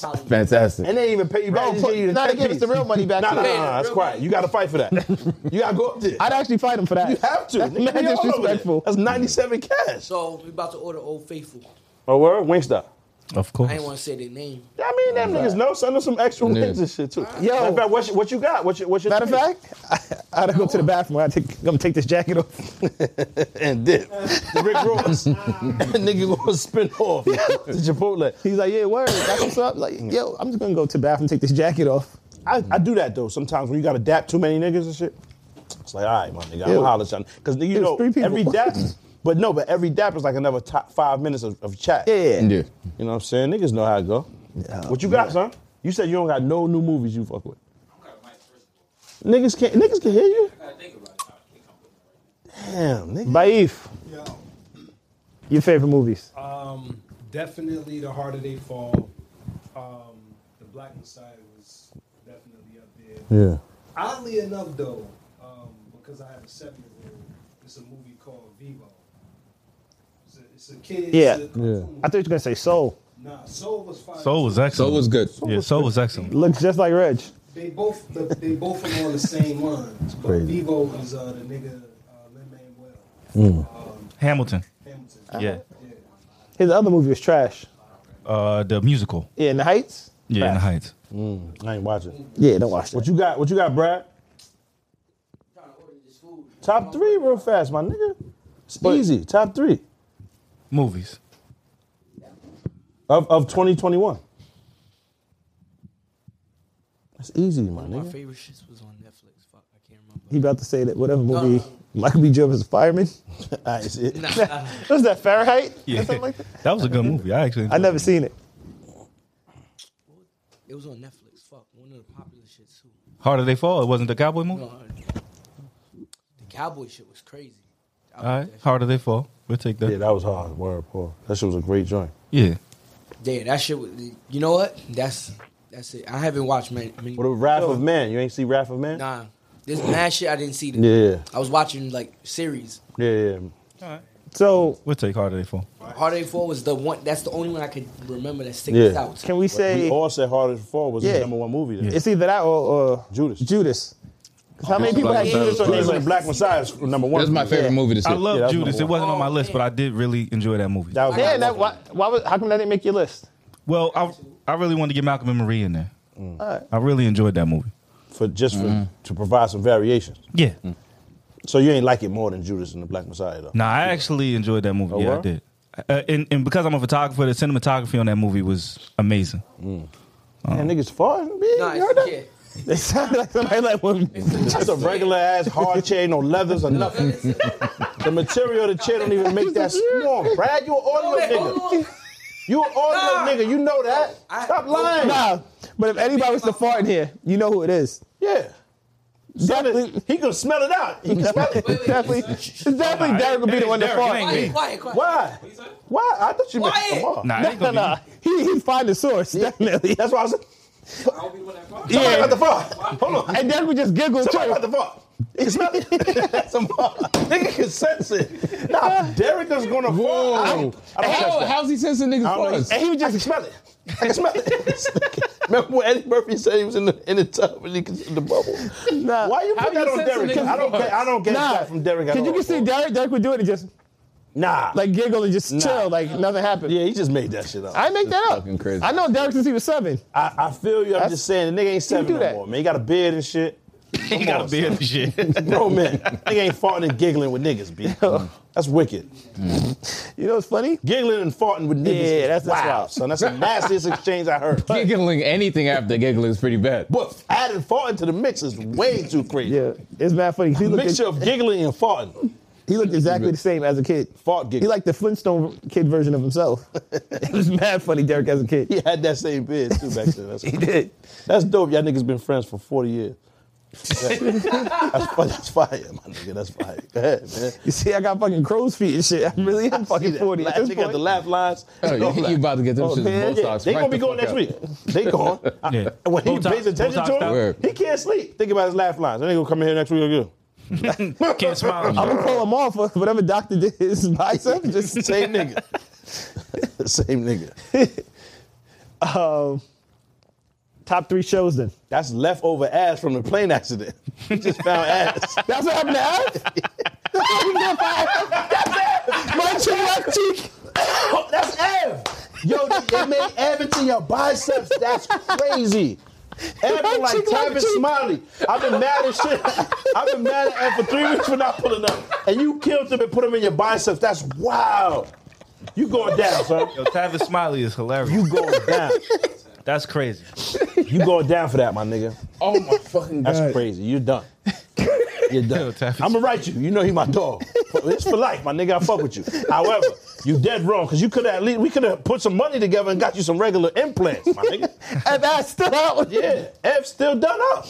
S9: Probably.
S2: Fantastic.
S5: and they ain't even pay you back.
S4: Bro, put- nah, they gave us the real money back.
S5: Nah, nah, nah,
S4: too.
S9: Yeah,
S5: nah, that's
S9: real
S5: quiet. You gotta fight
S4: [laughs]
S5: for that. you gotta go up there.
S4: I'd actually fight him for that.
S5: you have to.
S4: That's
S5: Nigga,
S4: mad
S5: we all over there.
S4: disrespectful.
S5: That's 97 cash.
S9: So we about to order Old Faithful.
S5: Oh, word? Wingstop.
S6: Of course.
S9: I ain't want to say their name.
S5: I mean, them niggas know. Send them some extra
S2: Yeah.
S5: wings and shit, too.
S4: Yo.
S5: Matter of fact, what you, what you got? What you, what's your
S4: Matter of
S5: three?
S4: fact, I, I gotta go to the bathroom. I gotta take, gonna take this jacket off.
S5: [laughs] And dip. The Rick
S4: [laughs]
S5: Ross. [laughs] nigga gonna spin off to Chipotle.
S4: He's like, yeah, word. That's what's up. Like, yo, I'm just gonna go to the bathroom, take this jacket off.
S5: I, I do that though. Sometimes when you gotta dap too many niggas and shit, it's like, all right, my nigga, I'm
S4: Ew.
S5: gonna holler at y'all. Because you
S4: It was
S5: know,
S4: three people.
S5: every dap, but no, but every dap is like another top five minutes of, of chat.
S4: Yeah.
S2: Yeah.
S5: You know what I'm saying? Niggas know how it go. what you got, son? You said you don't got no new movies you fuck with. Niggas can niggas can hear you. Damn, nigga.
S4: Baif,
S9: Yo,
S4: your favorite movies?
S5: Oh,
S9: um, definitely the harder they fall. Um, the Black Messiah was definitely up there.
S5: Yeah.
S9: Oddly enough, though, um, because I have a seven-year-old, it's a movie called Vivo. It's a, it's a kid.
S4: Yeah.
S9: It's a kung fu
S4: I thought you were gonna say Soul.
S9: Nah, Soul was fine.
S6: Soul was excellent.
S2: Soul was good.
S6: Yeah, Soul was excellent.
S4: Looks just like Reg.
S9: They both the, they both are on the same lines. But Vivo is uh, the nigga uh, Lin Manuel
S6: Hamilton.
S9: Hamilton.
S6: Yeah.
S4: His other movie was trash.
S6: Uh, the musical.
S4: Yeah, in the Heights.
S6: Yeah, in the Heights.
S5: I ain't watching.
S4: Yeah, don't watch that.
S5: What you got? What you got, Brad? Top three real fast, my nigga. It's easy. Top three.
S6: Movies.
S5: of of 2021. That's easy, my nigga.
S9: favorite shits was on Netflix. Fuck, I can't
S4: He
S9: remember.
S4: about to say that whatever movie Michael B. Jordan was a fireman.
S5: [laughs] All right, it's it. [laughs]
S4: What was that Fahrenheit?
S6: Yeah.
S4: Or something like that?
S6: That was a good movie. I actually.
S4: I never seen it.
S9: It was on Netflix. Fuck, one of the popular shits too.
S6: Harder They Fall. It wasn't the cowboy movie.
S9: No, I- the cowboy shit was crazy. I
S6: All right.
S9: like that shit.
S6: Harder They Fall. We'll take
S5: Yeah,
S6: that.
S5: that was hard. Word, Paul. That shit was a great joint.
S6: Yeah.
S9: Yeah, that shit. Was, you know what? That's that's it. I haven't watched many. many
S5: What a Wrath of Man. You ain't see Wrath of Man?
S9: nah, this mad shit. I didn't see. This.
S5: Yeah,
S9: I was watching like series.
S5: yeah, yeah.
S4: So
S6: We'll take Harder They Fall.
S9: Hard Day Four was the one. That's the only one I could remember that sticks
S5: Yeah.
S9: out.
S4: can we say
S5: We all said Hard as Fall was
S4: Yeah.
S5: his number one movie. Then.
S4: it's either that or, or
S5: Judas.
S4: Judas? 'Cause how many people
S2: Black
S4: had
S2: Messiah.
S4: Judas on their
S5: Judas and
S4: list?
S5: the Black Messiah is number one.
S2: That's my favorite movie to see.
S6: I
S5: Yeah,
S6: love
S5: that's
S6: Judas.
S5: number
S6: It
S5: one.
S6: wasn't on my
S9: Oh,
S6: list, but I did really enjoy that movie.
S5: That was
S4: Yeah, that, why, why was, how come that didn't make your list?
S6: well, I, I really wanted to get Malcolm and Marie in there.
S4: Alright.
S6: I really enjoyed that movie.
S5: for just for, to provide some variations.
S6: Yeah.
S5: So you ain't like it more than Judas and the Black Messiah though.
S6: Nah, I actually enjoyed that movie.
S5: Oh,
S6: yeah, I
S5: word?
S6: did. Uh, and, and because I'm a photographer, the cinematography on that movie was amazing.
S5: Man, niggas far. Man,
S9: Nah,
S5: you heard that? [laughs]
S9: it's, yeah.
S4: They sounded like somebody like women.
S5: Just a regular ass hard chair, no leathers or nothing. the material of the chair don't even make that swarm. Brad, you an audio nigga. [laughs]
S9: Hold on.
S5: You an audio
S9: Nah.
S5: nigga. You know that.
S9: I-
S5: Stop lying.
S4: Nah, but if anybody was to fart in here, you know who it is.
S5: Yeah. Smell it. He can smell it out. He can smell it.
S9: Wait, wait,
S4: Definitely, it's definitely Derek would be the one to
S6: Derek, it ain't
S4: fart.
S6: me.
S9: Quiet, quiet, quiet.
S5: Why? Why? I thought you meant
S9: Why?
S5: Lamar.
S6: Nah, [laughs] it
S5: [laughs]
S6: ain't
S4: Nah,
S6: gonna
S4: nah, he he find the source definitely.
S5: That's why I said.
S9: I'll be the one that called.
S5: Somebody got the fuck. Hold on.
S4: And then we just giggled
S5: Somebody
S4: too.
S5: got the fuck. It's not some nigga can sense it. Nah, Derek is gonna fall. I
S2: Whoa.
S5: don't, I don't
S2: How,
S5: touch that.
S2: how's he sensing niggas'
S5: I don't know.
S2: farts?
S5: And he was just I can smell it. I can smell it. Remember when Eddie Murphy said he was in the in the tub and he could in the bubble?
S4: Nah.
S5: Why you
S2: How
S5: put
S2: you
S5: that on
S2: sensing
S5: Derek?
S2: niggas'
S5: I don't get I don't get
S4: Nah,
S5: that from Derek at
S4: Cause you
S5: all,
S4: can see
S5: bro.
S4: Derek. Derek would do it and just
S5: Nah.
S4: like giggle and just chill, like nothing happened.
S5: yeah, he just made that shit up.
S4: I make that up.
S2: fucking crazy.
S4: I know Derek since he was seven.
S5: I, I feel you. I'm
S4: That's-
S5: just saying the nigga ain't seven
S4: do
S5: no
S4: that.
S5: more, man. He got a beard and shit.
S6: He got a beard
S5: [laughs]
S6: and shit.
S5: Bro, man, nigga ain't farting and giggling with
S4: [laughs]
S5: niggas, B. Mm. That's wicked.
S4: You know what's funny?
S5: Giggling and farting with niggas.
S4: Yeah,
S5: is
S4: that's- that's
S5: wow,
S4: wild.
S5: son. That's the
S4: [laughs]
S5: nastiest exchange I heard.
S2: Giggling anything after giggling is pretty bad.
S5: But adding farting to the mix is way too crazy.
S4: Yeah, it's mad funny. He looked,
S5: Mixture of giggling and farting.
S4: he looked exactly the same as a kid.
S5: Fart
S4: He
S5: giggling.
S4: like the Flintstone kid version of himself. [laughs] it was mad funny, Derek as a kid.
S5: He had that same beard too back then.
S4: [laughs]
S5: That's,
S4: He did.
S5: that's dope. Y'all niggas been friends for 40
S4: [laughs]
S5: years. that's, fu- that's fire, my nigga. That's fire. Go ahead, man.
S4: You see, I got fucking crow's feet and shit. I
S5: [laughs]
S4: really am [laughs] fucking
S5: See that
S4: 40
S5: laugh-
S4: at this
S5: They got
S4: point.
S5: the laugh lines.
S2: Oh,
S5: No,
S2: you,
S5: laugh.
S2: you about to get them
S4: Oh,
S2: shit
S4: man,
S2: Botox.
S4: yeah,
S5: Yeah, they
S2: right
S5: gonna be
S2: the
S5: going
S2: fuck
S5: next
S2: out.
S5: week. [laughs] They gone. I-
S6: Yeah.
S5: and When he
S6: Botox-
S5: pays attention
S6: Botox
S5: to him,
S6: out.
S2: Word.
S5: he can't sleep. Think about his laugh lines. They gonna come in here next week again.
S6: Can't smile.
S4: I'm gonna pull him off for whatever doctor did his [laughs] bicep. Just
S5: [laughs] Same
S4: [laughs]
S5: nigga. Same nigga.
S4: top three shows then.
S5: That's leftover ass from the plane accident. [laughs] He just found ass.
S4: [laughs] That's what happened to
S5: [laughs]
S4: Alex? That's what happened to Alex? That's it. My chin, left cheek.
S5: That's Ev. Yo, they, they made Ev into your biceps. That's crazy. Ev been like
S4: Chick, like
S5: Tavis
S4: chick.
S5: Smiley. I've been mad at shit. I've been mad at Ev for three weeks for not pulling up. And you killed him and put him in your biceps. That's wild. You going down, son.
S6: Yo, Tavis Smiley is hilarious.
S5: You going down.
S6: That's crazy.
S5: You going down for that, my nigga.
S2: Oh my fucking god.
S5: That's crazy. You're done.
S4: [laughs]
S5: You're done.
S6: Yo, Tavis.
S5: I'ma write you. You know he my dog. It's for life, my nigga. I fuck with you. However, you dead wrong because you could at least we could have put some money together and got you some regular implants, my nigga.
S4: [laughs] And that's still out.
S5: Yeah, F still done up.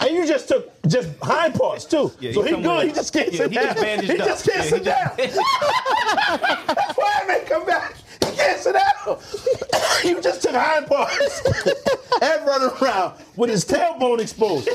S5: and you just took just hind parts too.
S6: Yeah,
S5: so
S6: he
S5: he
S6: somewhere-
S5: good. He just can't
S6: yeah,
S5: sit
S6: he
S5: down.
S6: just
S5: [laughs]
S6: bandaged
S5: he
S6: up.
S5: just can't
S6: Yeah,
S5: sit
S6: he just-
S5: down. That's why I ain't come back. He can't sit down. [coughs] you just took hind parts. and running around with his tailbone exposed.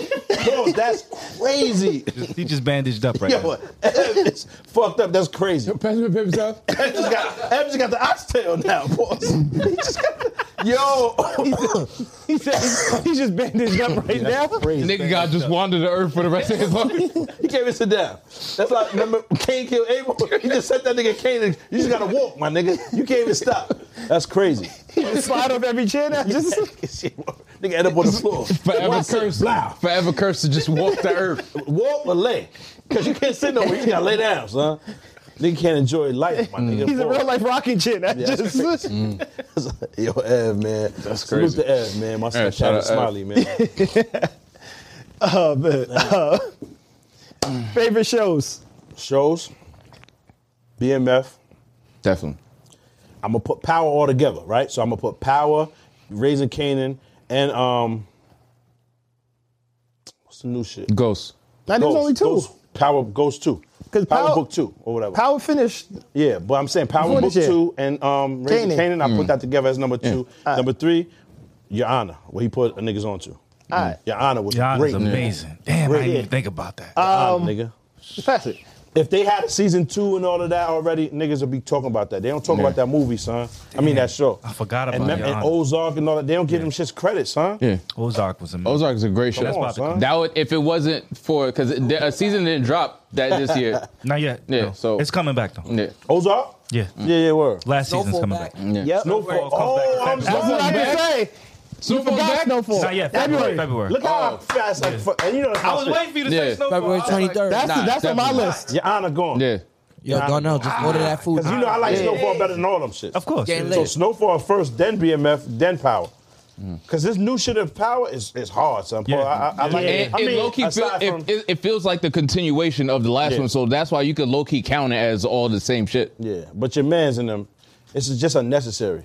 S5: Bro, that's crazy.
S6: [laughs] He just bandaged up right
S5: Yo,
S6: now.
S5: it's fucked up. That's crazy.
S2: President Pip himself.
S5: Ev just got, Ev just got the oxtail now, boss. He just got the, yo.
S4: He said he's- he's just bandaged up right now.
S2: Nigga God just wandered the earth for the rest of his life.
S5: [laughs] He can't even sit down. That's like remember Cain killed Abel. He just set that nigga Cain. and- You just gotta walk, my nigga. You can't even stop. That's crazy.
S4: Slide off every chair now. Just
S5: nigga end up on the floor.
S2: Forever
S5: Watson,
S2: cursed.
S5: Blau.
S2: Forever cursed to just walk the earth.
S5: Walk or lay, cause you can't sit nowhere. You just gotta lay down, son. Nigga can't enjoy life, my nigga.
S4: he's a real life rocking chair. That's
S5: Yeah, that's
S4: just
S5: [laughs] Yo, Ev, man. That's
S2: crazy.
S5: Salute to Ev, man. My son,
S2: Alright, shout
S5: Shadow
S2: out Ev.
S5: Smiley, man.
S4: oh, man. Uh, favorite shows.
S5: Shows, BMF.
S2: Definitely.
S5: I'm gonna put power all together, right? So I'm gonna put power, raising Canaan, and um, what's the new shit?
S2: Ghost.
S4: Now there's
S5: Ghost,
S4: only two.
S5: Ghost, Power Ghost Two.
S4: 'Cause
S5: Power,
S4: Power-
S5: Book Two or whatever.
S4: Power finished.
S5: yeah, but I'm saying Power
S4: What
S5: Book
S4: is it?
S5: Two and um, Raising
S4: Kanan.
S5: Canaan. I
S2: Mm.
S5: put that together as number two. Number three, Your Honor, where he put a niggas onto.
S4: Alright.
S5: Your Honor was
S6: Y'all
S5: great.
S6: is amazing. Damn, I
S5: Great, Uh,
S6: didn't
S5: yeah.
S6: even think about that.
S5: Your Honor, nigga.
S4: Pass it.
S5: If they had season two and all of that already, niggas would be talking about that. They don't talk
S2: Yeah.
S5: about that movie, son. I mean
S6: Damn.
S5: that show.
S6: I forgot
S5: and,
S6: about
S5: mem-
S6: Your
S5: and
S6: Honor.
S5: Ozark and all that. They don't give them shits credit, son.
S2: Yeah.
S6: Ozark was amazing.
S2: Ozark is a great show.
S5: Come on,
S6: That's
S5: son.
S2: That would if it wasn't for because a season didn't drop that this year.
S6: Not yet.
S2: Yeah,
S6: no.
S2: so- Mm.
S6: it's coming back
S2: [laughs]
S6: though.
S2: Yeah.
S5: Ozark.
S6: Yeah.
S2: Mm.
S5: Yeah, yeah, word.
S6: Last season's coming back.
S4: Yep.
S5: Snowfall.
S6: Snowfall
S5: Oh, I'm
S6: comes back.
S4: That's what I
S5: sorry.
S4: can
S5: man.
S4: say.
S2: Snowfall's
S4: Forgot
S2: back?
S4: Snowfall.
S6: Not yet. February.
S4: February.
S6: February. Oh.
S5: Look how fast, like, fuck- and you know, that's my
S6: I was
S5: shit.
S6: waiting for you to
S2: Yeah.
S6: say Snowfall.
S11: February
S6: I was like,
S11: 23rd.
S4: That's,
S2: Nah,
S4: that's on my
S2: definitely.
S4: list.
S5: Your honor gone.
S2: Yeah.
S11: Yo, Darnell, just order that food.
S5: Because you know I like Snowfall better than all them shit.
S6: Of course.
S11: Game
S6: Yeah.
S5: So
S11: lit.
S5: Snowfall first, then BMF, then Power.
S2: Mm.
S5: Because this new shit of Power is, is hard, son. Paul,
S6: Yeah.
S5: I, I, I like
S2: It,
S5: it. I
S2: it
S5: mean,
S2: low-key feel-
S5: aside
S2: it-
S5: from,
S2: it- it feels like the continuation of the last
S5: Yeah. Oh,
S2: one, so that's why you could low key count it as all the same shit.
S5: yeah, but your man's in them. This is just unnecessary.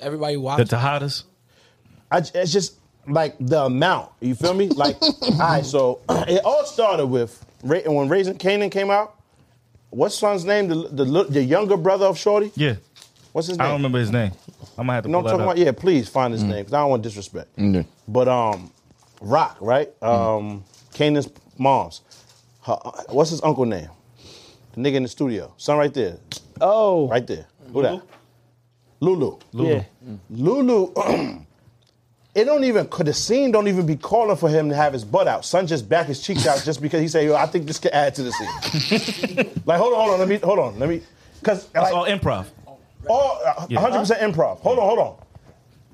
S11: Everybody
S6: The
S11: watching.
S6: Tejadas.
S5: I, j- it's just like the amount. You feel
S2: [laughs]
S5: me? Like, all right. So [clears throat] it all started with Ra- when Raising Canaan came out. What's son's name? The, the li- the younger brother of Shorty.
S6: Yeah.
S5: What's his
S6: I
S5: name?
S6: don't remember his name. I'm gonna have to.
S5: No, I'm
S6: pull
S5: talking
S6: that up.
S5: about. Yeah, please find his name because I don't want disrespect.
S2: Mhm.
S5: But um, Rock, right? Um, Kanan's mom's. Her, uh, what's his uncle name? The nigga in the studio. Son right there.
S4: Oh.
S5: Right there. Who that? Lulu.
S4: Lulu. Yeah.
S5: Lulu. [clears throat] It don't even the scene don't even be calling for him to have his butt out. Son just back his cheeks out just because he say, "Yo, I think this could add to the scene." like, hold on, hold on, let me, hold on, let me, because
S6: That's all Oh, improv.
S5: all
S6: Yeah.
S5: 100 percent improv. Hold on, hold on.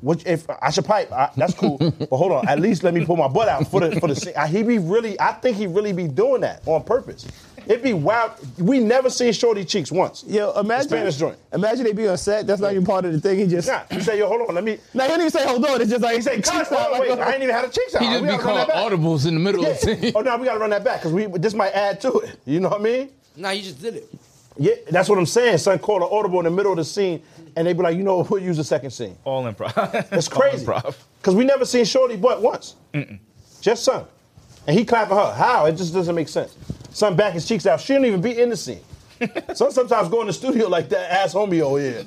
S5: Which if I should pipe, I,
S2: [laughs]
S5: that's cool. but hold on, at least let me pull my butt out for the for the. scene. I, he be really, I think he really be doing that on purpose. It be wild. We never seen Shorty cheeks once.
S4: Yo, imagine
S5: Spanish joint.
S4: Imagine they be on set. That's not even part of the thing. He just
S5: Nah, he say, yo, hold on, let me.
S4: Now he don't even say hold on. It's just like
S5: He say,
S4: cheeks
S5: "Cut,
S4: out,
S5: hold on,
S4: like,
S5: wait, I
S4: [laughs]
S5: ain't even had a cheeks out.
S2: He just
S5: We
S2: be
S5: gotta run
S2: calling
S5: that back."
S2: audibles in the middle of the
S5: Yeah.
S2: scene. [laughs]
S5: Oh no, we gotta run that back because we this might add to it. You know what I mean?
S11: Nah, you just did it.
S5: Yeah, that's what I'm saying. Son called an audible in the middle of the scene, and they be like, you know, what, we'll use the second scene.
S6: All improv.
S5: That's crazy.
S6: [laughs] All improv.
S5: Because we never seen Shorty butt once. Just son. And he clapping her. How? It just doesn't make sense. Son back his cheeks out. She don't even be in
S4: [laughs]
S5: the scene. son sometimes go in the studio like that ass homie over here.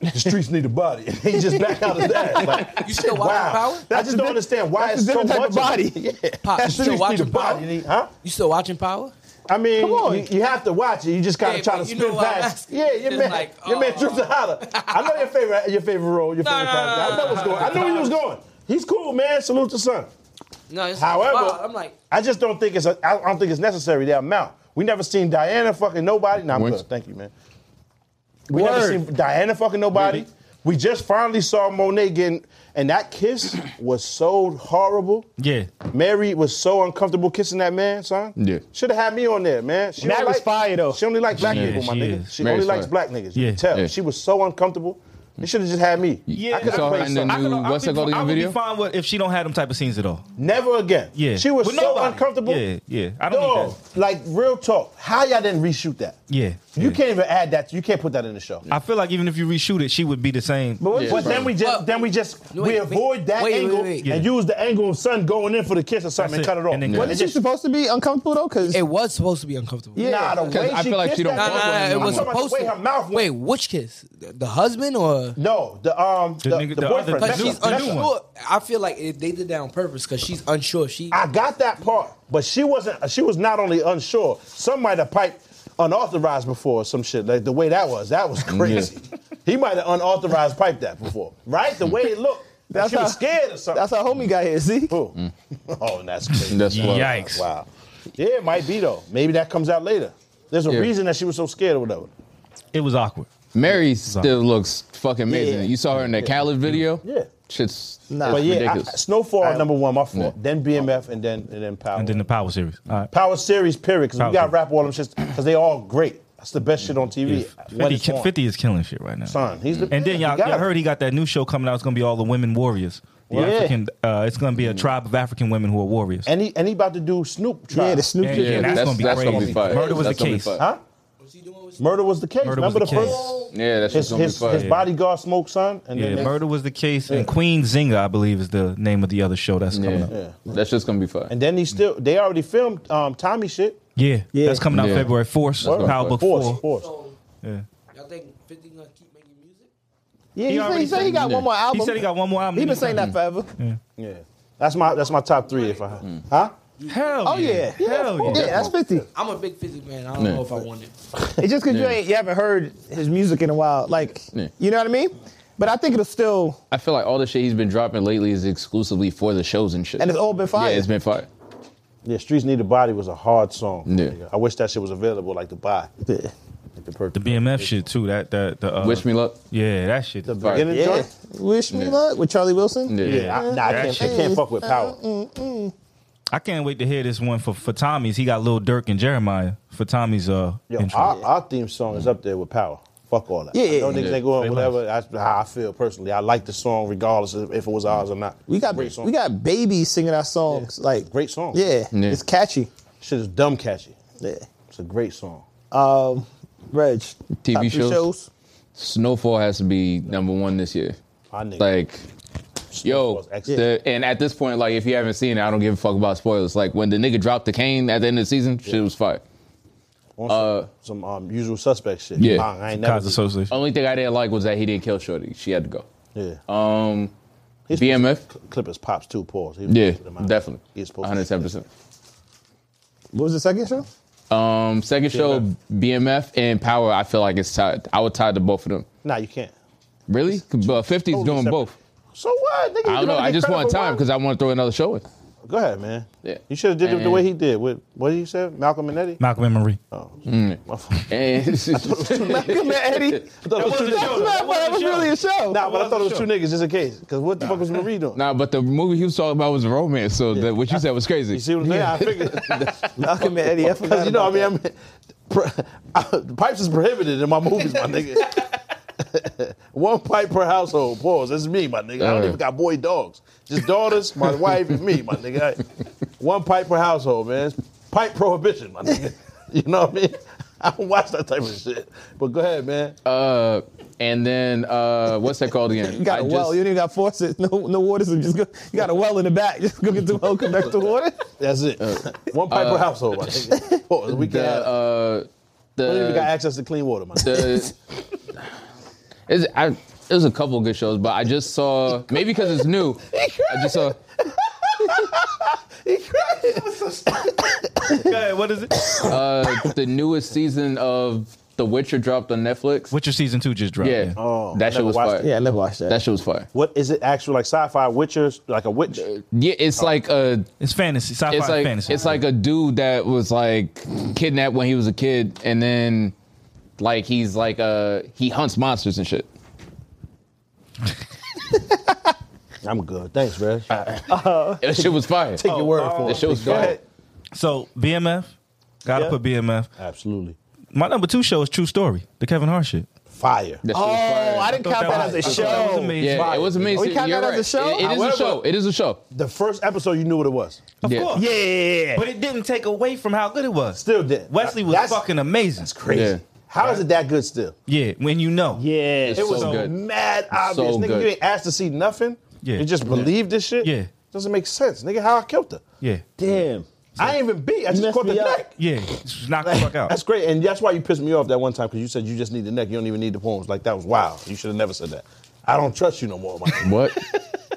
S5: The streets need a body. [laughs] And he just back out his ass. Like,
S11: You still watching
S5: wow.
S11: Power?
S5: I just don't understand why
S4: that's
S5: it's
S4: a
S5: so
S4: different
S5: much
S4: type of body.
S5: Yeah.
S11: Pop, you
S5: That
S11: still
S5: streets need a
S11: watching Power?
S5: body. Huh?
S11: You still watching Power?
S5: I mean,
S4: on.
S5: You, you have to watch it. You just gotta
S11: Yeah,
S5: try
S11: but
S5: to
S11: you
S5: spin
S11: know what I'm
S5: past.
S11: asking.
S5: Yeah, your
S11: It's
S5: man,
S11: like,
S5: your man
S11: oh.
S5: Drew Tejada. I know your favorite, your favorite role, your
S11: No,
S5: favorite
S11: no, no,
S5: character. I know
S11: no,
S5: what's
S11: no,
S5: going. I knew he was going. He's cool, man. Salute to son.
S11: No, it's
S5: However,
S11: wow. I'm like,
S5: I just don't think it's. A, I don't think it's necessary that amount. We never seen Diana fucking nobody. Nah, I'm
S2: Once-
S5: good. Thank you, man. We never seen Diana fucking nobody. We just finally saw Monet getting, and that kiss was so horrible.
S6: Yeah.
S5: Mary was so uncomfortable kissing that man, son.
S2: Yeah.
S5: Should have had me on there, man. She
S4: Mary's
S5: only like,
S4: fire, though.
S5: She only likes black
S6: Yeah,
S5: people, my
S6: she
S5: nigga.
S6: is.
S5: She
S2: Mary's
S5: only likes
S2: fire.
S5: black niggas. You
S6: Yeah.
S5: can tell.
S2: Yeah.
S5: She was so uncomfortable. They should have just had me.
S6: Yeah,
S5: I could
S6: I
S5: have
S6: saw
S2: her
S5: played
S2: in the
S5: son.
S2: new-
S5: I-
S6: I could, I
S2: What's
S6: would
S2: that called
S6: be,
S2: in
S6: I
S2: the
S6: would
S2: video?
S6: be fine with if she don't have them type of scenes at all.
S5: Never again.
S6: Yeah.
S5: She was
S6: With
S5: so
S6: nobody.
S5: uncomfortable.
S6: Yeah, yeah. I don't
S5: Dog,
S6: need
S5: Like real talk. How y'all didn't reshoot that?
S6: Yeah,
S5: You
S6: yeah.
S5: can't even add that. You can't put that in the show.
S6: I feel like even if you reshoot it, she would be the same.
S5: But,
S2: Yeah,
S5: but then
S2: probably.
S5: we just
S11: But-
S5: then we just
S11: No,
S5: we
S11: wait, wait,
S5: avoid that
S11: wait, wait,
S5: angle
S11: wait.
S5: and
S6: Yeah.
S5: use the angle of son going in for the kiss or something
S6: That's
S5: and cut
S6: it.
S5: it off.
S6: And then cut
S4: Wasn't she supposed to be uncomfortable though? Because
S11: it was supposed to be uncomfortable.
S5: Nah, the way
S2: 'Cause I
S5: she
S2: feel like she
S5: kissed
S2: don't
S11: Nah,
S5: that
S11: nah,
S2: fuck
S5: girl-
S2: with
S11: nah, it
S2: him
S11: was
S5: I'm talking about the
S11: supposed
S5: way
S11: to.
S5: her mouth went.
S11: Wait, which kiss? The, the husband or?
S5: No, the um the,
S6: The nigga-
S5: the
S6: the other-
S5: boyfriend.
S11: Because
S5: That's
S11: she's
S5: what- that's
S6: new
S11: unsure.
S5: what-
S6: one.
S11: I feel like if they did that on purpose because she's unsure. She
S5: I got that part, but she wasn't. She was not only unsure. Some might have piped unauthorized before or some shit. Like the way that was, that
S2: [laughs]
S5: was crazy. he might have unauthorized piped that before, right? The way
S2: [laughs]
S5: it looked. That's she was scared or something.
S4: That's how homie got here. See,
S5: Who? [laughs] Oh, that's crazy.
S2: Mm. That's what.
S6: Yikes.
S5: Wow. Yeah, it might be though. Maybe that comes out later. There's a
S2: Yeah.
S5: reason that she was so scared or whatever.
S6: It was awkward.
S2: Mary still looks fucking amazing.
S5: Yeah.
S2: You saw her in that Khaled video.
S5: Yeah.
S2: Shit's
S4: Nah.
S2: it's
S5: but yeah, I,
S2: ridiculous.
S5: Snowfall number one, my fault.
S2: Yeah.
S5: Then BMF, and then and then Power.
S6: And then the Power series. All right.
S5: Power series period. Because we
S6: Power
S5: gotta
S6: Series.
S5: wrap all them shits because they all great. That's the best shit on TV. when
S6: 50,
S5: it's on.
S6: 50 is killing shit right now.
S5: Son, he's the
S6: Mm. And then y'all,
S5: He got
S6: y'all
S5: it.
S6: heard he got that new show coming out. It's gonna be all the women warriors. The
S5: Yeah.
S6: African, uh, it's gonna be a tribe of African women who are warriors.
S5: And he and he about to do Snoop trial.
S4: yeah, the Snoop.
S6: Yeah,
S4: shit.
S6: yeah, that's, gonna be
S2: that's
S6: crazy.
S2: gonna be fire.
S6: Murder was
S2: That's
S6: the
S2: gonna be
S6: case.
S2: fire.
S5: Huh? Murder was the case.
S6: Murder was
S5: Remember
S6: the
S5: the,
S6: case.
S5: first
S2: Yeah, that's
S5: his
S2: just gonna
S5: his,
S2: be fire.
S5: his bodyguard smoke son and
S6: Yeah,
S5: then they-
S6: murder was the case, and Queen Zinga, I believe, is the name of the other show that's coming
S2: Yeah.
S6: up.
S2: That's just gonna be fire.
S5: and then he still they already filmed um, Tommy shit.
S6: Yeah,
S4: Yeah.
S6: that's coming out
S2: Yeah.
S6: February fourth.
S2: Word.
S6: Power Book
S5: Force,
S6: Four.
S5: force.
S6: Yeah.
S11: Y'all think 50 gonna keep making music?
S4: Yeah, he,
S6: He
S4: said- he
S6: already
S4: said he got
S2: said-
S4: one more album.
S6: He said he got one more album.
S4: He been saying that forever.
S5: Yeah. That's my that's my top three if I
S2: Mm.
S5: huh?
S6: Hell
S4: Oh yeah, yeah,
S6: Hell
S4: of course.
S6: yeah.
S4: yeah. That's fifty.
S11: I'm a big 50 man. I don't
S2: Yeah.
S11: know if I want it.
S4: It's just because
S2: Yeah.
S4: you ain't you haven't heard his music in a while. Like,
S2: Yeah.
S4: you know what I mean? But I think it'll still
S2: I feel like all the shit he's been dropping lately is exclusively for the shows and shit.
S4: and it's all been fire.
S2: Yeah, it's been fire.
S5: Yeah, Streets Need a Body was a hard song.
S2: Yeah.
S5: nigga. I wish that shit was available like to buy.
S4: [laughs] Yeah.
S5: Like the, per-
S6: The BMF shit too. That that the uh,
S2: Wish me luck.
S6: Yeah, that shit.
S5: the
S6: is
S2: Fire.
S5: beginning
S4: Yeah.
S5: joint.
S4: Wish me
S2: Yeah.
S4: luck with Charlie Wilson.
S2: Yeah.
S5: Yeah, I, nah, I
S6: That
S5: can't, I
S6: shit.
S5: can't fuck with power.
S6: I can't wait to hear this one for, for Tommy's. He got Lil Durk and Jeremiah for Tommy's uh
S5: Yo,
S6: intro.
S5: our, our theme song is up there with power. Fuck all that.
S4: Yeah, yeah,
S5: I know
S4: yeah.
S5: niggas ain't going
S6: They
S5: whatever. That's how I feel personally. I like the song regardless of if it was ours or not.
S4: We got
S5: great song.
S4: we got babies singing our songs. Like
S5: great song.
S4: Yeah,
S2: Yeah.
S4: It's catchy.
S5: shit is dumb catchy.
S4: Yeah.
S5: It's a great song.
S4: Um Reg.
S2: TV
S4: top three
S2: shows? Snowfall has to be number one this year.
S5: My nigga.
S2: Like, yo,
S5: Snowfall's excellent.
S2: the, and at this point, like, if you haven't seen it, I don't give a fuck about spoilers. Like, when the nigga dropped the cane at the end of the season, shit was fire.
S4: Uh,
S5: on some, some um, usual suspect shit.
S2: Yeah.
S5: Nah, I ain't never.
S6: Cause Association.
S2: Only thing I didn't like was that he didn't kill Shorty. She had to go.
S5: Yeah.
S2: Um, BMF.
S5: Clippers pops two paws. He was
S2: Yeah,
S5: supposed to them out.
S2: definitely.
S5: He's supposed to-
S2: 110. percent
S10: What was the second show?
S2: Um, second show BMF and Power. I feel like it's tied. I would tie to both of them.
S5: Nah, you can't.
S2: Really? But 50's doing
S5: separate.
S2: both.
S5: So what? Nigga,
S2: I don't know. I just want time
S5: because
S2: because I want to throw another show in.
S5: Go ahead, man.
S2: Yeah.
S5: You should have did it the way he did. With what did you say? Malcolm and Eddie.
S6: Malcolm and Marie.
S5: Oh, [laughs]
S2: Mm.
S5: my
S2: [laughs]
S5: fault.
S2: And
S5: Malcolm and Eddie. I thought it was two niggas.
S10: That was really a show.
S5: Nah, but I thought it was two niggas just in case. Because what the fuck was Marie doing?
S2: nah, but the movie he was talking about was romance. So that what you said was crazy.
S5: You see what I'm saying? I
S2: [laughs]
S5: figured.
S10: Malcolm and Eddie. I
S5: Because
S10: forgot
S5: you know, I
S10: about
S5: mean, I'm, the [laughs] pipes is prohibited in my movies, my nigga. [laughs] One pipe per household. Pause. That's me, my nigga. I don't
S2: Alright.
S5: even got boy dogs. Just daughters,
S2: [laughs]
S5: my wife, and me, my nigga. I- One pipe per household, man. It's pipe prohibition, my nigga. [laughs] You know what I mean? I don't watch that type of shit. But go ahead, man.
S2: Uh, and then uh, what's that called again?
S10: You got
S2: I
S10: a well.
S2: just-
S10: You didn't got force
S4: [laughs]
S10: it. No, no water. So just go. You got a well in the back. Just go get the well. Come back to
S5: [laughs]
S10: water.
S5: That's it. One pipe per household, my
S2: [laughs]
S5: nigga. Pause. We can't.
S2: Uh, the
S5: have-
S2: uh,
S5: we don't even got
S2: the
S5: access to clean water, my nigga.
S2: the. [laughs] It's, I, it was a couple good shows, but I just saw maybe because it's new. I just saw
S6: Go ahead, what is [laughs] it?
S2: uh, the newest season of The Witcher dropped on Netflix.
S6: Witcher season two just dropped.
S2: yeah,
S5: Oh, I
S2: that shit
S5: never
S2: was
S5: watched
S2: fire.
S10: Yeah, I never watched that.
S2: That shit was fire.
S5: What is it actually like sci-fi witchers, like a witch?
S2: Yeah, it's like a
S6: It's fantasy. Sci-fi
S2: it's like
S6: Oh. fantasy.
S2: it's like a dude that was like kidnapped when he was a kid, and then like he's like uh he hunts monsters and shit.
S5: I'm good. Thanks, Reg.
S2: Uh, That shit was fire.
S5: Take your word for
S2: That
S5: it.
S2: shit was
S5: Go
S2: fire.
S5: ahead.
S6: so BMF. Gotta
S5: Yeah.
S6: put BMF.
S5: Absolutely.
S6: My number two show is True Story, the Kevin Hart shit.
S5: Fire.
S2: That shit was fire.
S10: Oh, I didn't
S6: I thought
S10: count that
S6: was-
S10: as a
S6: I thought that was
S10: show.
S6: amazing.
S2: Yeah, it was amazing.
S10: We count
S2: You're
S10: that as a show?
S2: right. It- it is
S5: However-
S2: a show. It is a show.
S5: The first episode, you knew what it was.
S6: Of
S2: Yeah.
S6: course.
S10: Yeah, yeah, yeah.
S6: But it didn't take away from how good it was.
S5: Still did.
S6: Wesley was
S5: That's-
S6: fucking amazing.
S5: That's crazy.
S2: Yeah.
S5: How is it that good still?
S6: Yeah, when you know.
S10: yeah.
S2: It's
S5: It was
S2: so good.
S5: mad obvious.
S2: So
S5: nigga,
S2: good.
S5: you ain't asked to see nothing.
S6: Yeah.
S5: You just believe this shit.
S6: Yeah.
S5: Doesn't make sense. Nigga, how I killed her.
S6: Yeah.
S10: Damn.
S5: I ain't even beat. I just
S10: messed
S5: caught the
S10: me up.
S5: neck.
S6: Yeah. Just knock the fuck out.
S5: That's great, and that's why you pissed me off that one time because you said you just need the neck. You don't even need the poems. Like that was wild. You should have never said that. I don't trust you no more, my nigga.
S2: What?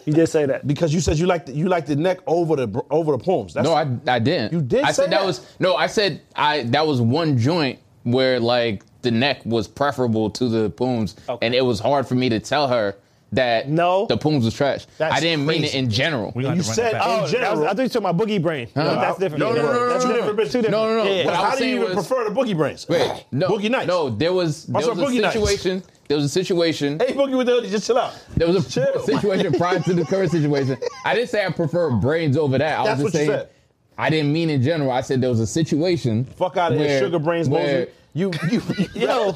S10: You did say that.
S5: because you said you like the, you like the neck over the over the poems. That's
S2: No, I I didn't.
S5: You did
S2: I
S5: say
S2: said that
S5: that.
S2: was no. I said I that was one joint where like the neck was preferable to the pooms, and it was hard for me to tell her that
S10: No.
S2: the pooms was trash.
S5: That's
S2: I didn't mean it
S5: crazy.
S2: in general.
S6: [laughs] We gonna have
S5: You
S6: to run
S5: said-
S6: that back.
S5: oh,
S10: Oh, that was, I thought you took my boogie brain.
S2: Huh?
S10: But that's different.
S5: No, no, no, no,
S10: That's
S5: no,
S10: two
S5: no.
S10: different. bitches. Two different.
S2: No, no, no.
S10: Yeah.
S2: What I
S5: How
S2: was
S5: do you
S2: saying
S5: even
S2: was-
S5: prefer the boogie brains?
S2: Wait, no,
S5: boogie nights.
S2: No, there was there
S5: What's
S2: was
S5: up, Boogie
S2: a
S5: Nights?
S2: situation. There was a situation.
S5: Hey, boogie with the hoodie, just chill out.
S2: There was a
S5: Chill.
S2: situation prior to the current situation. I didn't say I prefer brains over that. I
S5: That's
S2: was just
S5: what you
S2: saying.
S5: said.
S2: I didn't mean in general. I said there was a situation.
S5: Fuck out of here,
S2: where-
S5: sugar brains,
S2: where-
S5: Mosey. You,
S2: [laughs]
S5: you, yo,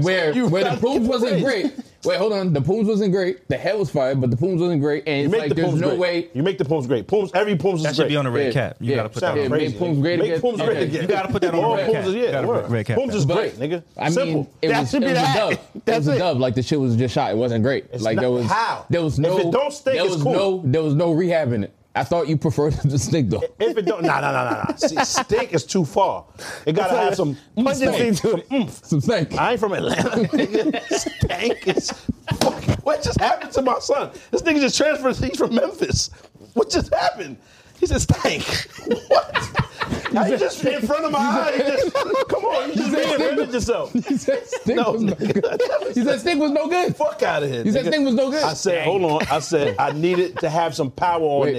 S2: where
S5: you
S2: where the
S5: gotta
S2: pooms
S5: get
S2: wasn't
S5: brains.
S2: great. Wait, hold on. The pooms wasn't great. The head was fire, but the pooms wasn't great. And
S5: You
S2: it's
S5: make
S2: like
S5: the
S2: there's
S5: poems
S2: no
S5: great.
S2: way.
S5: You make the poems great. Poems, every poems
S6: That
S5: is
S6: should
S5: great.
S6: be on a red cap. You
S2: yeah.
S6: gotta put
S5: Sound
S6: that
S2: Yeah,
S6: on.
S5: crazy.
S2: make Pooms great
S5: Make
S2: again.
S5: Pooms
S2: Okay.
S5: great again.
S6: You gotta put that on
S5: All
S6: red
S5: Pooms
S6: cap.
S5: is-
S6: You
S5: yeah,
S6: gotta
S5: word.
S6: put red cap
S5: Pooms is
S2: But
S5: great, nigga.
S2: I mean,
S5: Simple.
S2: it
S10: That
S2: was,
S10: should
S2: it
S10: be
S2: was
S10: that.
S2: a dub. It was
S10: That's
S2: a
S10: it.
S2: dub. Like the shit was just shot. It wasn't great.
S5: It's
S2: like
S5: not-
S2: there was
S5: how?
S2: there was
S5: If
S2: no
S5: it don't stink,
S2: there
S5: it's
S2: was
S5: cool.
S2: no there was no rehab in it. I thought you preferred [laughs] the stink though.
S5: If it don't, nah, nah, nah, nah, nah. See, Stink is too far. It gotta have some
S10: Pungency
S5: stink.
S10: to it.
S2: Some stink.
S5: Mm. I ain't from Atlanta. [laughs] nigga. Stank is fucking. What just happened to my son? This nigga just transferred. He's from Memphis. What just happened? He said stank. [laughs] What? Now you just in front of my eyes. Just, come on, you just
S2: said stank.
S5: reinvented
S2: [laughs]
S5: yourself.
S2: He said stink
S5: No,
S2: was no
S5: nigga. [laughs]
S2: good. He said stink was no good.
S5: Fuck out of here.
S2: You said
S5: nigga.
S2: Sting was no good.
S5: I said, hold on. I said I needed to have some power on
S2: Wait.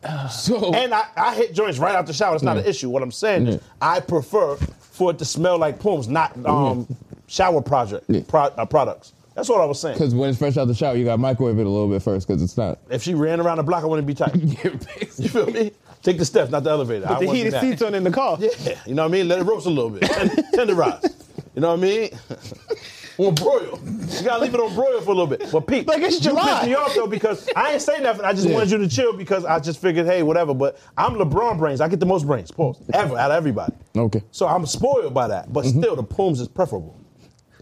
S5: there.
S2: So
S5: And I, I hit joints right out the shower. It's not an issue. What I'm saying
S2: Yeah.
S5: is, I prefer for it to smell like pooms, not um, shower project
S2: Yeah.
S5: pro, uh, products. That's what I was saying.
S2: because when it's fresh out the shower, you got microwave it a little bit first because it's
S5: [laughs]
S2: not.
S5: If she ran around the block, I wouldn't
S2: [laughs]
S5: be tight. You feel me? Take the steps, not the elevator. I
S10: The
S5: wouldn't be
S10: heated
S5: mad.
S10: seats on in the car.
S5: Yeah, you know what I mean? Let it roast a little bit. Tend- Tenderize. You know what
S2: [laughs]
S5: I mean? on broil. You gotta leave it on broil for a little bit. But Pete,
S10: Like, it's
S5: you
S10: July.
S5: pissed me off though because I ain't say nothing. I just wanted you to chill because I just figured, hey, whatever. But I'm LeBron brains. I get the most brains, pause, ever out of everybody.
S2: Okay. Mm-hmm.
S5: So I'm spoiled by that. But still, the Pooms is preferable.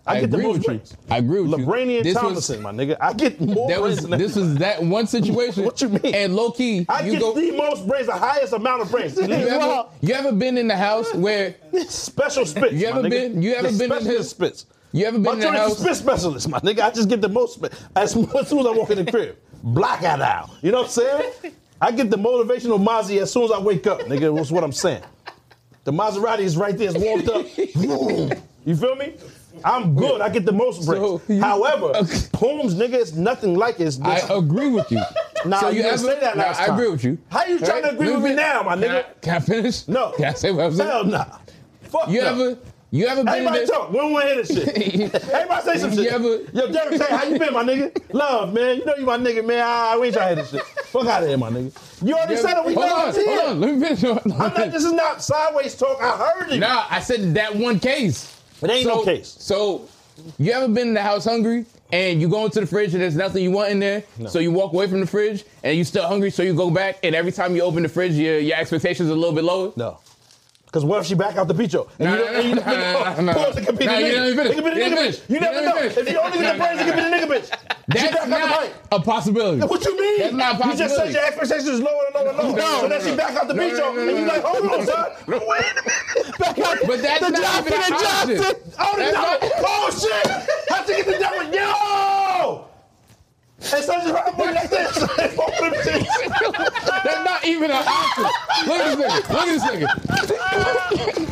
S5: I, get the
S2: agree
S5: most
S2: with you.
S5: rings.
S2: I agree with you.
S5: Labranian
S2: This was-
S5: Thomason, my nigga. I get more
S2: That was
S5: rings than everybody.
S2: this was that
S5: [laughs]
S2: one situation.
S5: What you mean?
S2: And low key,
S5: I
S2: you
S5: get
S2: go.
S5: the most brains, the highest amount of
S2: [laughs]
S5: brains.
S2: you, ever,
S5: Wow.
S2: you ever been in the
S5: [laughs]
S2: house where
S5: Special spits.
S2: You ever
S5: my nigga.
S2: been- you ever
S5: The
S2: been in
S5: specialist
S2: his-
S5: spits?
S2: you ever been
S5: My
S2: in the
S5: joint is a
S2: house?
S5: spit specialist, my nigga. I just get the most spit. As, [laughs] as soon as I walk in the crib, blackout out. You know what I'm saying? I get the motivational Mozzie as soon as I wake up, nigga. That's what I'm saying. The Maserati is right there, it's warmed up. [laughs] Vroom. you feel me? I'm good. I get the most breaks.
S2: So you-
S5: However,
S2: Okay.
S5: Holmes, nigga, it's nothing like it. It's,
S2: I
S5: it's-
S2: agree with you.
S5: Nah,
S2: so
S5: you didn't say that
S2: nah,
S5: last
S2: I
S5: time.
S2: agree with you.
S5: How you trying to agree
S2: let
S5: with me
S2: fin-
S5: now, my
S2: Can I-
S5: nigga?
S2: Can I finish?
S5: No.
S2: Can I say what I'm saying?
S5: Hell nah. Fuck
S2: You
S5: no.
S2: ever? You ever been
S5: Everybody
S2: in
S5: talk. We don't want to hear this
S2: [laughs]
S5: shit. Everybody say some
S2: You
S5: shit.
S2: ever-
S5: Yo, Derek, say, how you been, my nigga? Love, man. You know you my nigga, man. Ah, we ain't trying to hear this shit. Fuck out of here, my nigga. You already
S2: You ever-
S5: said it. We
S2: hold
S5: know
S2: on,
S5: it's here.
S2: hold on. Let me finish. Hold on.
S5: I'm not, this is not sideways talk. I heard
S2: [laughs]
S5: it.
S2: Nah, I said that one case.
S5: It ain't
S2: so,
S5: no case.
S2: So, you ever been in the house hungry and you go into the fridge and there's nothing you want in there? So you walk away from the fridge and you still hungry, so you go back and every time you open the fridge, your, your expectations are a little bit lower.
S5: No. Because what if she back out the picho? And
S2: Nah,
S5: you don't-
S2: nah,
S5: and you
S2: nah, nah, nah,
S5: don't know.
S2: nah.
S5: Pause and compete
S2: Nah, you
S5: nigga.
S2: didn't finish.
S5: It could be the
S2: You
S5: nigga
S2: didn't
S5: bitch.
S2: finish.
S5: You
S2: You
S5: never
S2: didn't
S5: know.
S2: finish.
S5: If you only get the
S2: Nah,
S5: brains, it
S2: nah,
S5: could be the nigga bitch. She
S2: That's
S5: back out the
S2: not
S5: bike.
S2: a possibility.
S5: What you mean?
S2: That's not
S5: You just
S2: possibility.
S5: said your expectations is lower and lower and lower.
S2: No,
S5: so
S2: no,
S5: then she
S2: no.
S5: back out the
S2: No,
S5: beach,
S2: no, no,
S5: and you
S2: no,
S5: like,
S2: no.
S5: hold on, son. Wait a minute. Back out.
S2: But that's
S5: the
S2: not
S5: Johnson
S2: even an
S5: and
S2: option.
S5: Johnson. Oh, the
S2: That's
S5: Johnson.
S2: not-
S5: Oh shit! Have to get the devil. Yo. And so just right when that's it.
S2: That's not even an option. Look at this nigga. Look at this nigga.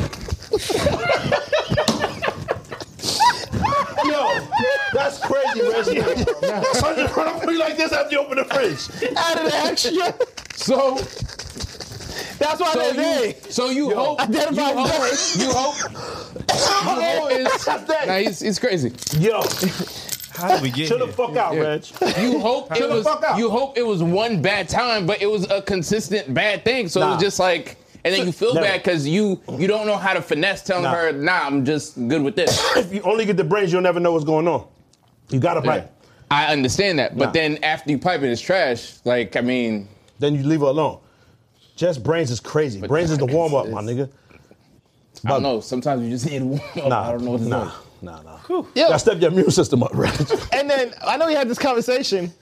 S5: Yo, that's crazy, Reggie. So just run up on you like this after you open the fridge. Out of the extra.
S2: So,
S5: That's why
S2: so you, so you hope.
S5: Identify
S2: you hope. You hope. You
S5: [laughs]
S2: hope is. Nah, he's, he's crazy.
S5: Yo,
S6: How did we get
S5: chill the
S6: here?
S5: fuck out,
S2: Yeah.
S5: Reg.
S2: You hope it
S5: the
S2: was.
S5: fuck out.
S2: You hope it was one bad time, but it was a consistent bad thing. So it
S5: Nah.
S2: was just like, and then you feel
S5: Never.
S2: bad because you you don't know how to finesse telling
S5: Nah.
S2: her, nah, I'm just good with this.
S5: if you only get the brains, you'll never know what's going on. You gotta pipe.
S2: I understand that, but
S5: Nah.
S2: then after you pipe it, it's trash. Like, I mean,
S5: Then you leave her alone. Just brains is crazy. brains is the
S2: it's-
S5: warm up, my nigga.
S2: I don't know. Sometimes you just need one.
S5: Nah,
S2: I don't know what to
S5: nah,
S2: do.
S5: nah, nah. Gotta step your immune system up, Reg.
S4: And then I know we had this conversation,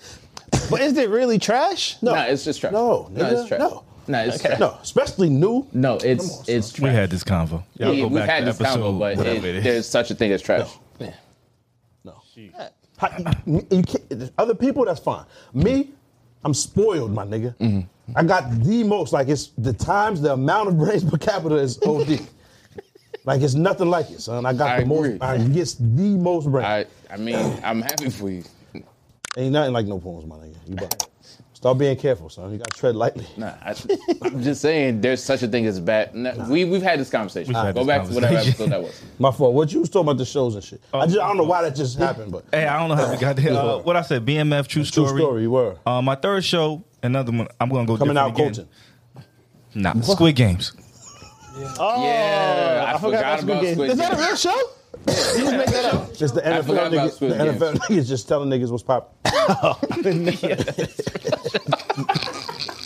S4: but is it really trash?
S2: No, it's just trash.
S5: [laughs] No,
S2: no,
S5: nigga,
S2: it's trash.
S5: no.
S2: no, it's trash.
S5: No, especially new.
S2: No, it's it's trash.
S6: We had this convo.
S2: Yeah,
S6: Y'all go
S2: we've
S6: back
S2: had
S6: to
S2: this
S6: episode
S2: combo, but
S6: whatever
S2: it-
S6: it is.
S2: there's such a thing as trash. Yeah.
S5: No. How- you, you can't- there's other people, that's fine. Me, I'm spoiled, my nigga.
S2: Mm-hmm.
S5: I got the most. Like it's the times, the amount of brains [laughs] per capita is OD. like it's nothing like it, son. I got
S2: I
S5: the
S2: agree.
S5: most. I get the most brains.
S2: I I mean, I'm happy for you.
S5: Ain't nothing like no poems, my nigga. You better start being careful, son. You gotta tread lightly.
S2: Nah, I, am just saying there's such a thing as bad. nah, We we've had this conversation.
S6: We've had
S2: Go
S6: this
S2: back to whatever
S6: conversation.
S2: episode that was.
S5: My fault. What you was talking about the shows and shit. I just I don't know why that just happened, but
S6: Oh, Hey, I don't know how we got there. Uh, what I said, BMF, True
S5: true
S6: Story.
S5: story. you were
S6: Uh, my third show, another one. I'm gonna go
S5: coming
S6: different
S5: out
S6: again.
S5: coaching.
S6: Nah, Squid Games.
S4: Oh,
S2: Yeah, I forgot
S4: that's a good
S2: about
S4: game.
S2: Squid
S4: Is that a
S2: Game.
S4: real show? you just make that up.
S5: Just the NFL
S2: forgot about
S5: niggas. The
S2: Squid Games.
S5: NFL niggas just telling niggas what's poppin'.
S4: [laughs]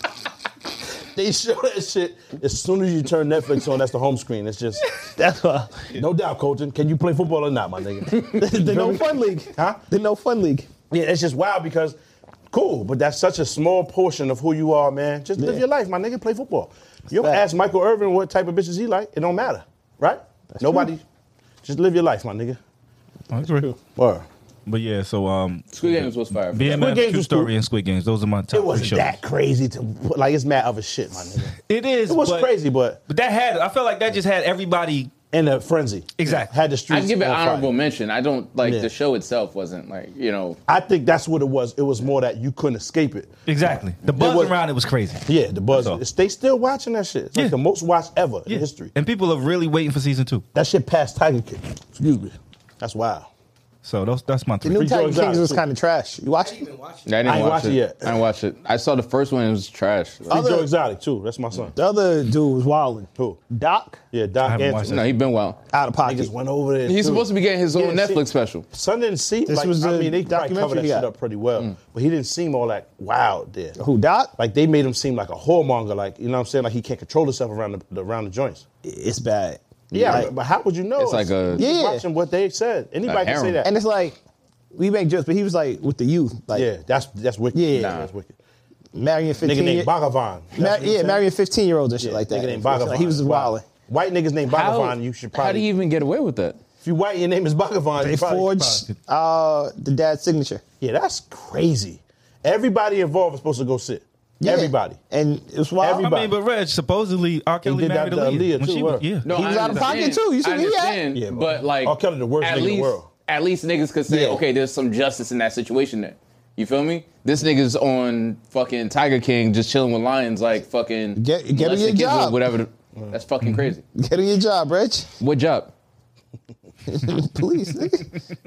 S5: they show that shit as soon as you turn Netflix on. That's the home screen. It's just
S4: That's why.
S5: no doubt, coaching. Can you play football or not, my nigga?
S4: [laughs] The No Fun League.
S5: [laughs] Huh?
S4: The No Fun League.
S5: Yeah, it's just wild because cool, but that's such a small portion of who you are, man. Just live
S4: Yeah.
S5: your life, my nigga. Play football. You don't
S4: Fact.
S5: ask Michael Irvin what type of bitches he like. It don't matter, right? Nobody. Just live your life, my nigga.
S6: I agree.
S5: Or
S6: But yeah, so um,
S2: Squid Games was fire.
S6: BMF,
S5: Games
S6: True
S5: was
S6: Story,
S5: cool.
S6: and Squid Games. Those are my top
S5: it wasn't
S6: three shows.
S5: that crazy to put like it's mad other shit, my nigga.
S6: [laughs] It is.
S5: It was
S6: but-
S5: crazy, but
S6: But that had. I felt like that just had everybody.
S5: in a frenzy.
S6: Exactly.
S5: Had the
S2: I
S5: streets.
S2: give it
S5: on fire.
S2: honorable mention. I don't like
S5: Oh, Yeah.
S2: the show itself wasn't like you know.
S5: I think that's what it was. It was more that you couldn't escape it.
S6: Exactly. The buzz
S5: was-
S6: around it was crazy.
S5: Yeah, the buzz.
S6: That's all.
S5: They still watching that shit. It's
S6: Yeah.
S5: like the most watched ever
S6: Yeah.
S5: in history.
S6: And people are really waiting for season two.
S5: That shit passed Tiger King. Excuse me. That's wild.
S6: So those, that's my
S4: The
S6: three.
S4: new
S5: Free
S4: Titan
S5: Joe
S4: Kings was
S5: Exotic, too.
S4: kind of trash. You watched it?
S11: even watch
S2: I
S11: it.
S2: didn't
S5: I ain't
S2: watch
S5: watch it
S2: it.
S5: yet.
S2: I didn't watch it. I saw the first one. It was trash.
S5: Big Joe
S4: Other-
S5: Exotic too. That's my son.
S4: The other dude was wilding.
S5: Who?
S4: Doc?
S5: Yeah,
S6: I
S5: Doc
S6: haven't watched
S5: Anthony.
S2: No, he been wild.
S4: Out of
S5: I
S4: pocket.
S5: just went over there.
S2: He's
S5: too.
S2: supposed to be getting his own
S5: Yeah, see-
S2: Netflix special.
S5: Son didn't seem
S4: This
S5: like
S4: was
S5: I
S4: a
S5: mean they probably covered
S4: documentary
S5: that
S4: he
S5: shit
S4: got.
S5: up pretty well, but he didn't seem all that wild there.
S4: Who, Doc?
S5: Like they made him seem like a whoremonger, like you know what I'm saying, like he can't control himself around the, the around the joints.
S4: It's bad.
S5: Yeah,
S4: Like-
S5: but- but how would you know?
S12: It's like a-
S5: yeah.
S4: Yeah.
S5: watching what they said. Anybody can say that.
S4: And it's like, we make jokes, but he was like with the youth. Like,
S5: yeah, that's that's wicked.
S4: Yeah.
S5: Nah, that's wicked.
S4: marrying 15
S5: Nigga
S4: year-
S5: named Bhagavan. That's
S4: Ma-
S5: what he
S4: yeah,
S5: said?
S4: marrying 15 year olds and shit
S5: Yeah,
S4: like that.
S5: Nigga named
S4: Like,
S5: Bhagavan.
S4: he was wilding.
S5: White niggas named
S4: How-
S5: Bhagavan, you should probably.
S4: how do you
S12: even get away with that?
S5: If you white, your name is Bhagavan.
S4: They
S5: you probably-
S4: forged uh, the dad's signature.
S5: Yeah, that's crazy. Everybody involved is supposed to go sit.
S4: Yeah.
S5: Everybody.
S4: And it's wild.
S6: I mean, but Reg, supposedly R. Kelly
S5: did
S6: married
S5: that to
S6: Aaliyah,
S5: Aaliyah,
S6: when
S5: too,
S6: she was,
S5: right?
S6: yeah.
S5: No,
S6: He
S2: I
S6: was out of
S2: understand.
S4: pocket, too. You see
S2: I
S4: where he at?
S2: understand,
S5: Yeah,
S2: but like,
S5: R. Kelly the worst
S2: at
S5: nigga in the
S2: least,
S5: world.
S2: At least niggas could say, okay, there's some justice in that situation there. You feel me? This nigga's on fucking Tiger King, just chilling with lions, like fucking
S4: Get- get him
S2: molesting
S4: your
S2: kids or
S4: job.
S2: whatever. the- that's fucking
S5: Mm-hmm.
S2: crazy.
S4: Get on your job, Rich. [laughs]
S2: What job?
S4: Please, nigga.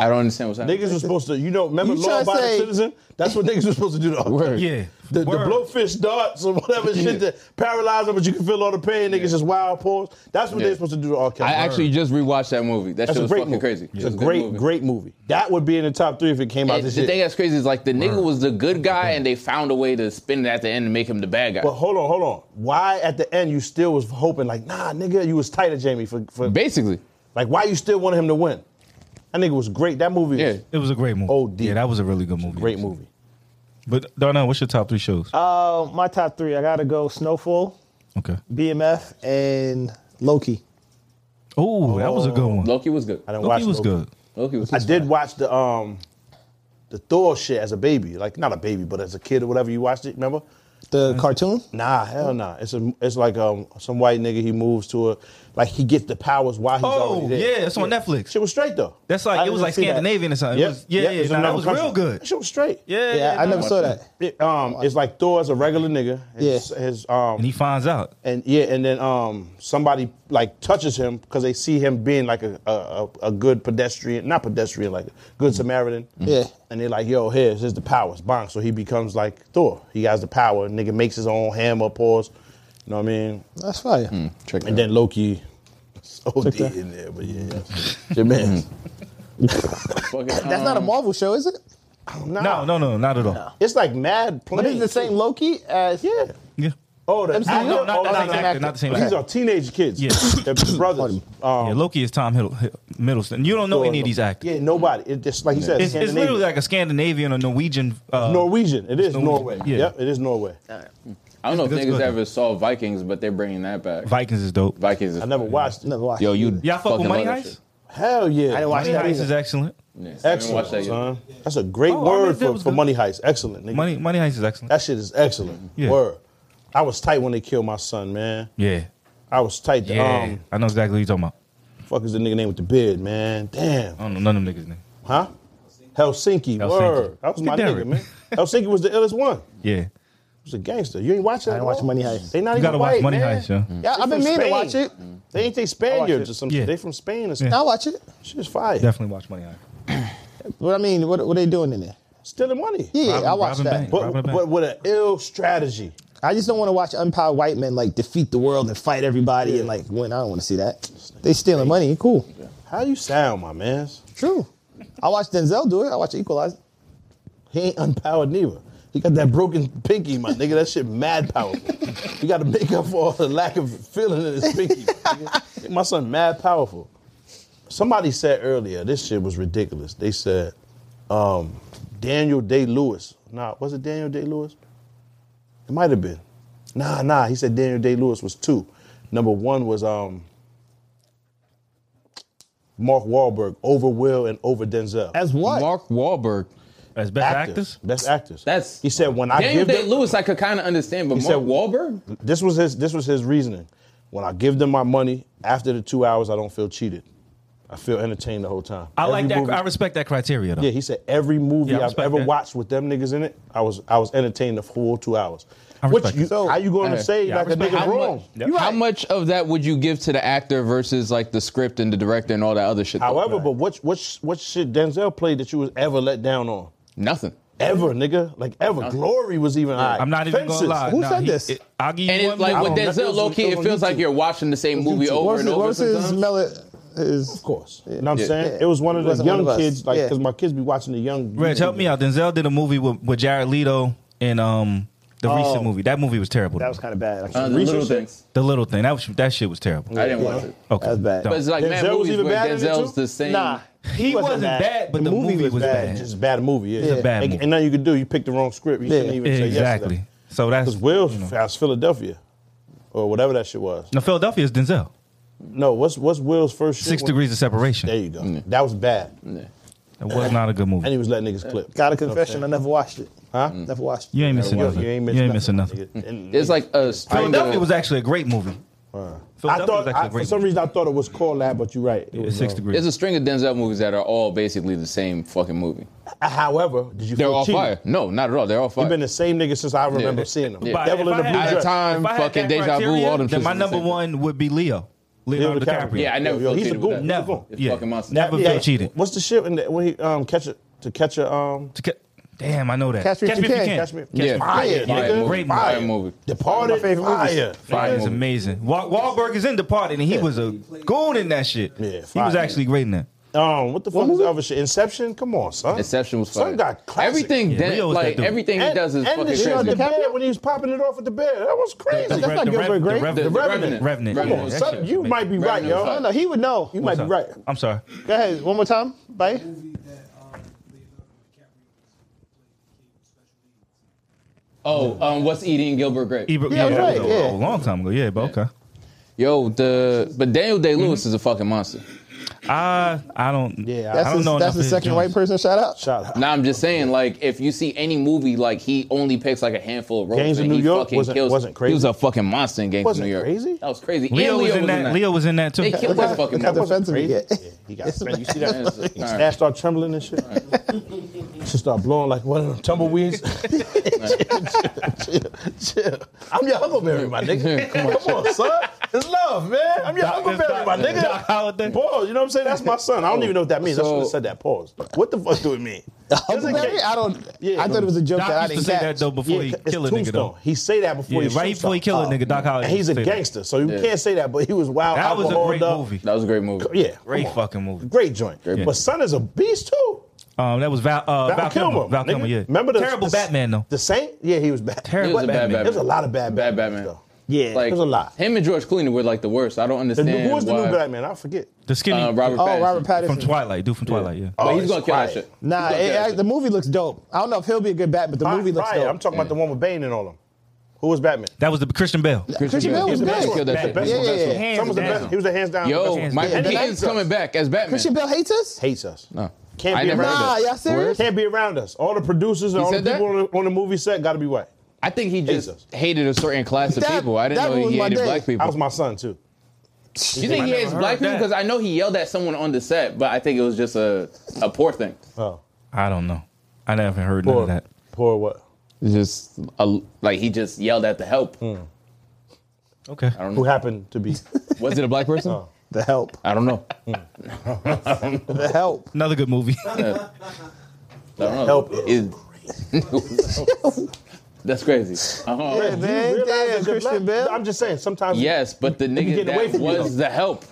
S2: I don't understand what's happening.
S5: Niggas was supposed to, you know, remember
S4: You
S5: law
S4: tryna
S5: abiding
S4: say-
S5: citizen? That's what niggas was supposed to do to R. Kelly.
S6: Yeah.
S5: The, the
S6: Word.
S5: blowfish darts or whatever shit that paralyze them, but you can feel all the pain. Niggas just wild pause. That's what
S2: Yeah.
S5: they're supposed to do to R. Kelly.
S2: I actually just rewatched that movie. That
S5: That's
S2: shit
S5: a
S2: was
S5: great
S2: fucking
S5: movie.
S2: crazy. It
S5: It's
S2: was
S5: a
S2: good
S5: great,
S2: movie.
S5: great movie. That would be in the top three if it came out
S2: And
S5: this
S2: the
S5: year.
S2: thing that's crazy is like the nigga was the good guy, and they found a way to spin it at the end and make him the bad guy.
S5: But hold on, hold on. Why at the end you still was hoping like, nah, nigga, you was tight to Jamie for, for
S2: Basically,
S5: like why you still wanted him to win? That nigga was great. That movie
S2: yeah.
S5: was
S6: It was a great movie.
S5: OD.
S6: Yeah, that was a really good movie.
S5: great movie.
S6: But Darnell, what's your top three shows?
S4: Uh, my top three, I gotta go Snowfall,
S6: okay.
S4: BMF, and Loki.
S6: Oh, that was a good one.
S2: Loki was good.
S5: I didn't watch
S6: Loki was
S5: Loki.
S6: good.
S2: Loki was.
S5: I did watch the um the Thor shit as a baby. Like not a baby, but as a kid or whatever. You watched it, remember?
S4: The cartoon?
S5: Nah, hell nah. It's a, it's like um some white nigga he moves to a like he gets the powers while he's
S6: Oh,
S5: already there.
S6: yeah, it's on Netflix.
S5: Shit was straight though.
S6: That's like-
S5: I
S6: it was
S5: didn't
S6: like
S5: see that.
S6: Scandinavian or something. It
S5: Yep,
S6: was- yeah,
S5: yep,
S6: yeah,
S5: it's
S6: nah, that
S5: another
S6: was real
S5: country.
S6: good.
S5: That shit was straight.
S6: Yeah,
S4: Yeah, I
S6: no.
S4: never saw that.
S5: It, um, it's like Thor's a regular nigga. His,
S4: Yeah.
S5: His um
S6: And he finds out.
S5: and yeah, and then um somebody like touches him because they see him being like a, a a- a good pedestrian, not pedestrian, like a good Samaritan.
S4: Yeah.
S5: And they're like, yo, here, here's the powers, bonk. So he becomes like Thor. He has the power. Nigga makes his own hammer, paws. You know what I mean?
S4: That's fire.
S2: Check
S5: And
S2: it out.
S5: then Loki. it's OD
S4: that.
S5: in there, but yeah, that's your man. [laughs]
S2: Fucking,
S4: That's not a
S5: Hmm.
S2: um,
S4: Marvel show, is it?
S6: No, no, no, not at all.
S5: It's like mad
S4: But it's
S5: playing.
S4: the same Loki as
S5: Yeah.
S6: Yeah.
S5: Oh, the
S4: MCU?
S5: actor?
S4: No,
S6: not
S5: Oh,
S6: the same actor, not the same
S5: These
S6: actor.
S5: are teenage kids.
S6: Yeah.
S5: They're brothers. Um,
S6: yeah, Loki is Tom Hiddle- Hiddle- Middleston. You don't know any of these actors.
S5: Yeah, nobody. It just like you said,
S6: It's, it's
S5: Scandinavian.
S6: literally like a Scandinavian or Norwegian. Uh,
S5: Norwegian. It is
S6: Norwegian.
S5: Norway.
S6: Yeah.
S5: Yep, it is Norway.
S2: I don't know if
S6: That's
S2: niggas
S6: good.
S2: ever saw Vikings, but they're bringing that back.
S6: Vikings is dope.
S2: Vikings. Is
S5: I never watched it.
S4: never watched.
S2: Yo,
S4: it
S2: you.
S4: either.
S6: Y'all fuck
S2: fucking
S6: with Money
S2: love that shit.
S6: Heist?
S5: Hell yeah.
S4: I didn't watch
S6: Money
S4: that
S6: Heist
S4: either.
S6: is excellent.
S2: Yeah, I haven't
S5: Excellent,
S2: watched that yet.
S5: son. That's a great
S6: Oh, I
S5: word
S6: mean, that
S5: for,
S6: was
S5: for
S6: good.
S5: money heist. Excellent, nigga.
S6: Money Money Heist is excellent.
S5: That shit is excellent.
S6: Yeah.
S5: Word. I was tight when they killed my son, man.
S6: yeah.
S5: I was tight. to,
S6: Yeah.
S5: Um,
S6: I know exactly what you're talking about.
S5: fuck is the nigga name with the beard, man? Damn.
S6: I don't know none of them niggas' name.
S5: Huh? Helsinki.
S6: Helsinki.
S5: Word. That was my
S6: Damn
S5: nigga,
S6: it.
S5: man. Helsinki was the illest one. He
S6: Yeah.
S5: was a gangster. You ain't watching that?
S4: I didn't
S5: at
S4: watch
S5: all?
S4: Money Heist.
S5: They not
S6: You
S5: even
S6: gotta watch
S5: white,
S6: Money
S5: man.
S6: Heist, yo. Mm.
S4: Yeah,
S5: They
S4: I've been
S5: from
S4: meaning to
S5: Spain.
S4: watch it.
S5: They ain't they Spaniards or something.
S6: Yeah.
S5: They from Spain or something.
S4: I'll watch it.
S5: Shit is fire.
S6: Definitely watch Money Heist.
S4: What I mean, what, what are they doing in there?
S5: Stealing money.
S4: Yeah,
S6: Robin-
S4: I watched
S6: Robin
S4: that.
S6: Banks.
S5: But,
S6: Robin the Bank.
S5: but with an ill strategy.
S4: I just don't want to watch unpowered white men like defeat the world and fight everybody and like win. I don't want to see that. They stealing money. Cool.
S5: How you sound, my man?
S4: True. I watched Denzel do it. I watched Equalizer.
S5: He ain't unpowered neither. He got that broken pinky, my nigga. That shit mad powerful. you got to make up for all the lack of feeling in his pinky. my nigga. my son, mad powerful. Somebody said earlier, this shit was ridiculous. They said um, Daniel Day Lewis. Nah, was it Daniel Day Lewis? It might have been. Nah, nah. He said Daniel Day Lewis was two. Number one was um, Mark Wahlberg over Will and over Denzel.
S4: As what?
S2: Mark Wahlberg.
S6: As best actors?
S5: Best actors.
S2: That's-
S5: he said when I
S2: Daniel
S5: give
S2: Day
S5: them,
S2: Lewis, I could kind of understand, but Mark
S5: said-
S2: Wahlberg.
S5: this was his this was his reasoning. When I give them my money after the two hours, I don't feel cheated. I feel entertained the whole time.
S6: I like
S5: Every
S6: that.
S5: movie-
S6: I respect that criteria, though.
S5: yeah, he said every movie
S6: Yeah, I
S5: I've
S6: respect
S5: ever
S6: that.
S5: watched with them niggas in it, I was I was entertained the whole two hours.
S6: I
S5: Which
S6: respect
S5: you,
S6: that.
S5: how you going
S2: Yeah,
S5: to say
S6: I
S5: like a
S6: respect
S5: nigga
S6: that.
S5: wrong?
S6: Yep.
S2: How much of that would you give to the actor versus like the script and the director and all that other shit? though?
S5: However, but what what what shit Denzel played that you was ever let down on?
S2: nothing.
S5: Ever, nigga, like ever. Glory was even high.
S6: I'm not even
S5: Fences.
S6: gonna lie.
S4: Who
S6: Nah,
S4: said
S6: he-
S4: this?
S6: it- I'll give you
S2: And it's
S6: one
S2: like
S6: more.
S2: with
S5: that
S2: Denzel,
S5: was-
S2: low key,
S5: it
S2: it
S5: was
S2: feels
S5: on
S2: like
S5: YouTube.
S2: you're watching the same movie
S4: What
S2: over
S4: was
S2: and
S4: his, what
S2: over.
S4: was his
S2: sometimes.
S4: melon? His
S5: Of course. You know what I'm
S2: Yeah.
S5: saying? It was one
S4: It
S5: of the
S4: wasn't one
S5: young
S4: of us.
S5: kids, like,
S4: Yeah.
S5: because my kids be watching the young.
S6: Reg, help me out. Denzel did a movie with, with Jared Leto and um The
S4: Oh.
S6: recent movie. That movie was terrible.
S4: That was kind of bad.
S2: Uh,
S6: The Little Things. The little thing. That was that shit was terrible.
S2: I didn't watch it.
S6: Okay,
S4: That's bad.
S6: Don't.
S2: But it's like
S5: Denzel
S2: man,
S5: was
S2: movies
S5: even
S2: where
S5: bad in it
S2: Denzel's
S5: too?
S2: the same.
S4: Nah,
S6: he wasn't, bad, but the, movie, was bad.
S5: It's just a bad movie. Yeah.
S6: It's a bad
S5: and,
S6: movie.
S5: and nothing you could do. You picked the wrong script. You shouldn't even say yes.
S6: exactly. So that's
S5: Because Will was Philadelphia, or whatever that shit was.
S6: no Philadelphia is Denzel.
S5: No, what's what's Will's first? Shit
S6: Six
S5: when-
S6: Degrees of Separation.
S5: There you go. That was bad,
S6: It was not a good
S5: and
S6: movie.
S5: he was letting niggas clip.
S4: Got a confession. I never watched it.
S5: Huh?
S4: Never watched it.
S6: You ain't missing
S5: You
S6: nothing. You
S5: ain't
S6: ain't,
S5: missing
S6: missing nothing.
S5: Nigga, and-
S2: It's like a string
S6: Philadelphia
S2: of-
S6: was actually a great movie.
S5: I
S6: Philadelphia was
S5: thought
S6: actually
S5: I,
S6: a great
S5: for some reason I thought it was called that, but you're right. It
S6: movie.
S5: was
S6: Six
S5: wrong.
S6: Degrees.
S2: There's a string of Denzel movies that are all basically the same fucking movie.
S5: Uh, However, did you
S2: They're
S5: feel
S2: all
S5: cheated?
S2: fire. No, not at all. They're all
S5: You've
S2: fire.
S5: been the same nigga since I remember
S2: Yeah.
S5: seeing him.
S2: Yeah.
S5: Devil in the
S6: If I
S5: blue
S6: had-
S5: dress.
S2: At a time,
S6: If I had
S2: fucking
S6: that
S2: deja vu,
S6: criteria,
S2: all them
S6: Then
S2: shits
S6: my
S2: was the
S6: number
S2: same.
S6: one would be Leo. Leonardo DiCaprio.
S2: Yeah, I never
S5: Yo,
S2: felt
S5: he's a
S2: cheated with
S5: goon.
S2: that.
S5: He's a
S6: Never.
S5: goon.
S2: It's
S6: Yeah.
S2: fucking monster.
S6: Never
S5: Yeah.
S6: felt cheated.
S5: What's the shit in the, when he um catch a to catch a um
S6: To ca- Damn, I know that.
S4: Catch me if you can.
S5: catch me?
S2: Yeah. Fire,
S5: Fire, nigga.
S6: Great movie.
S5: fire.
S2: Fire movie.
S5: Departed.
S4: My favorite movies.
S5: fire.
S2: Fire
S6: It's
S2: movie.
S6: amazing. Wa- Wahlberg is in Departed, and he was a goon in that shit.
S5: Yeah,
S6: he was
S5: fire.
S6: actually great in that.
S5: Um, what the fuck is the other shit? Inception. Come on, son.
S2: Inception was fire.
S5: Son got classic.
S2: Everything,
S6: Yeah,
S2: Den-
S6: Leo was that
S2: like
S6: dude.
S2: everything he
S5: And,
S2: does is
S5: and
S2: fucking
S5: the shit on the
S2: crazy.
S5: bed when he was popping it off at the bed. That was crazy.
S6: The
S5: That's
S6: Rev-
S5: not
S6: the
S5: good
S6: Rev-
S5: for a
S6: the
S5: great.
S6: Rev-
S5: The
S6: the
S5: Revenant.
S2: Revenant.
S6: Revenant.
S5: Come on,
S6: Yeah, that shit
S5: son.
S6: was
S5: You
S6: amazing.
S5: might be right,
S2: Revenant
S5: yo.
S2: was
S5: No,
S2: hot.
S5: no, he would know. You might
S6: What's
S5: be
S6: up?
S5: right.
S6: I'm sorry.
S4: Go ahead, one more time, bye.
S9: movie that um, Leonardo DiCaprio was played the kid with special
S2: Oh,
S9: needs.
S2: um, what's eating Gilbert Grape?
S6: Ebert,
S4: Yeah,
S6: that was
S4: right,
S6: a,
S4: yeah.
S6: a long time ago. Yeah, but okay.
S2: Yo, the but Daniel Day Lewis is a fucking monster.
S6: I I don't. Yeah,
S4: That's
S6: I don't
S4: his, that's
S6: know.
S4: the
S6: enough of his
S4: second white
S6: joints.
S4: person shout out.
S5: Shout out.
S2: Now I'm just saying, like, if you see any movie, like he only picks like a handful of roles.
S5: Gangs of
S2: and
S5: New
S2: he
S5: York
S2: fucking
S5: wasn't-
S2: kills.
S5: wasn't crazy.
S2: He was a fucking monster in Gangs
S5: Wasn't
S2: of New York.
S5: crazy?
S2: That was crazy.
S6: Leo,
S2: and
S6: was in that. Leo was in that too.
S2: They killed that fucking
S4: Got
S2: monster.
S4: defensive
S5: Crazy.
S4: again.
S5: Yeah, he got spent. [laughs] You see that?
S2: That's just- all
S5: Snatch
S2: right.
S5: start trembling and shit. [laughs] She start blowing like one of them tumbleweeds. [laughs] chill, chill, chill. I'm your huckleberry, my nigga. Come on, son. It's love, man. I'm your huckleberry, my nigga.
S6: Doc Oh, Holliday.
S5: Pause. You know what I'm saying? That's my son. I don't even know what that means. I
S2: So-
S5: should have said that. Pause. What the fuck do it mean?
S4: Huckleberry? I don't.
S5: Yeah.
S4: I thought it was a joke that I
S6: Doc used
S4: didn't
S6: to say
S4: catch.
S6: that though before he
S5: it's
S6: kill a nigga
S5: Tombstone.
S6: though.
S5: He say that before
S6: Yeah,
S5: he
S6: right
S5: shoots
S6: before he
S5: something.
S6: kill a nigga, Doc Holliday.
S5: And he's a
S6: used to say that.
S5: gangster, so you
S2: Yeah.
S5: can't say that. But he was wild.
S6: That was a
S5: alcohol,
S6: great
S5: dog.
S6: movie.
S2: That was a great movie.
S5: Yeah, come
S6: Great
S5: on.
S6: fucking movie.
S5: Great joint.
S2: Great
S5: But
S2: movie.
S5: son is a beast too.
S6: Um, that was Val, uh,
S5: Val, Kilmer.
S6: Val
S5: nigga.
S6: Kilmer. Yeah.
S5: Remember the
S6: terrible
S5: the-
S6: Batman though.
S5: The Saint? Yeah, he was bad.
S6: Terrible He was a bad Batman. Batman.
S5: There's a lot of bad
S2: Bad
S5: Batman.
S2: Batman.
S5: Though.
S4: Yeah.
S2: Like
S5: There's a lot.
S2: Him and George Clooney were like the worst. I don't
S5: The
S2: understand
S5: new, who was the
S2: why.
S5: new Batman? I forget.
S6: The skinny
S2: Uh, Robert
S4: oh,
S2: Pattinson.
S4: Robert Pattinson.
S6: from Twilight, dude from Twilight. Yeah.
S2: But
S5: Oh,
S2: he's gonna
S5: it's
S2: kill that
S5: quiet.
S2: shit. He's
S4: Nah,
S2: gonna kill
S4: it-
S2: that
S4: I-
S2: shit.
S4: the movie looks dope. I don't know if he'll be a good bat, but the movie looks
S5: Right,
S4: dope.
S5: I'm talking about the one with Bane and all them. Who was Batman?
S6: That was the Christian Bale.
S4: Christian Bale was
S2: He's the
S4: great.
S2: best one.
S5: The best
S4: Yeah,
S5: one,
S4: yeah,
S5: best
S4: yeah.
S5: one.
S6: Hands
S5: Some was the
S6: down.
S5: best. He was the hands down. best
S2: Yo,
S5: one.
S2: Michael
S5: And he
S2: Keaton's
S5: hates us.
S2: coming back as Batman.
S4: Christian Bale hates us.
S5: Hates us.
S2: No.
S5: Can't
S2: I
S5: be
S2: never
S5: around
S2: heard
S4: Nah,
S2: that.
S4: y'all serious?
S5: Can't be around us. All the producers and all the
S2: said that?
S5: people on the, on the movie set got to be white.
S2: I think he just
S5: Jesus.
S2: hated a certain class of
S4: That-
S2: people. I
S4: that
S2: didn't know
S4: ruined
S2: he
S4: my
S2: hated
S4: day.
S2: black
S5: I
S2: people.
S5: was my son too.
S2: Do you think he
S6: I
S2: hates
S6: never
S2: black
S6: heard
S2: people?
S6: that.
S2: Because I know he yelled at someone on the set, but I think it was just a, a poor thing.
S5: Oh,
S6: I don't know. I never heard none
S5: poor,
S6: of that.
S5: poor what?
S2: Just a, like he just yelled at the help.
S5: Hmm.
S6: Okay.
S2: I don't
S5: Who
S2: know.
S5: happened to be?
S2: Was it a black person?
S5: Oh.
S4: The help.
S2: I don't know. I
S4: The help.
S6: Another good movie.
S2: don't know.
S5: Help
S2: It- [laughs] That's crazy. Uh-huh.
S4: Yeah,
S5: Do you
S4: man. Damn,
S5: realize that you're
S4: Christian
S5: black?
S4: Bale.
S5: I'm just saying. Sometimes
S2: Yes, but the
S5: you
S2: nigga
S5: get away
S2: that
S5: from it,
S2: was the help.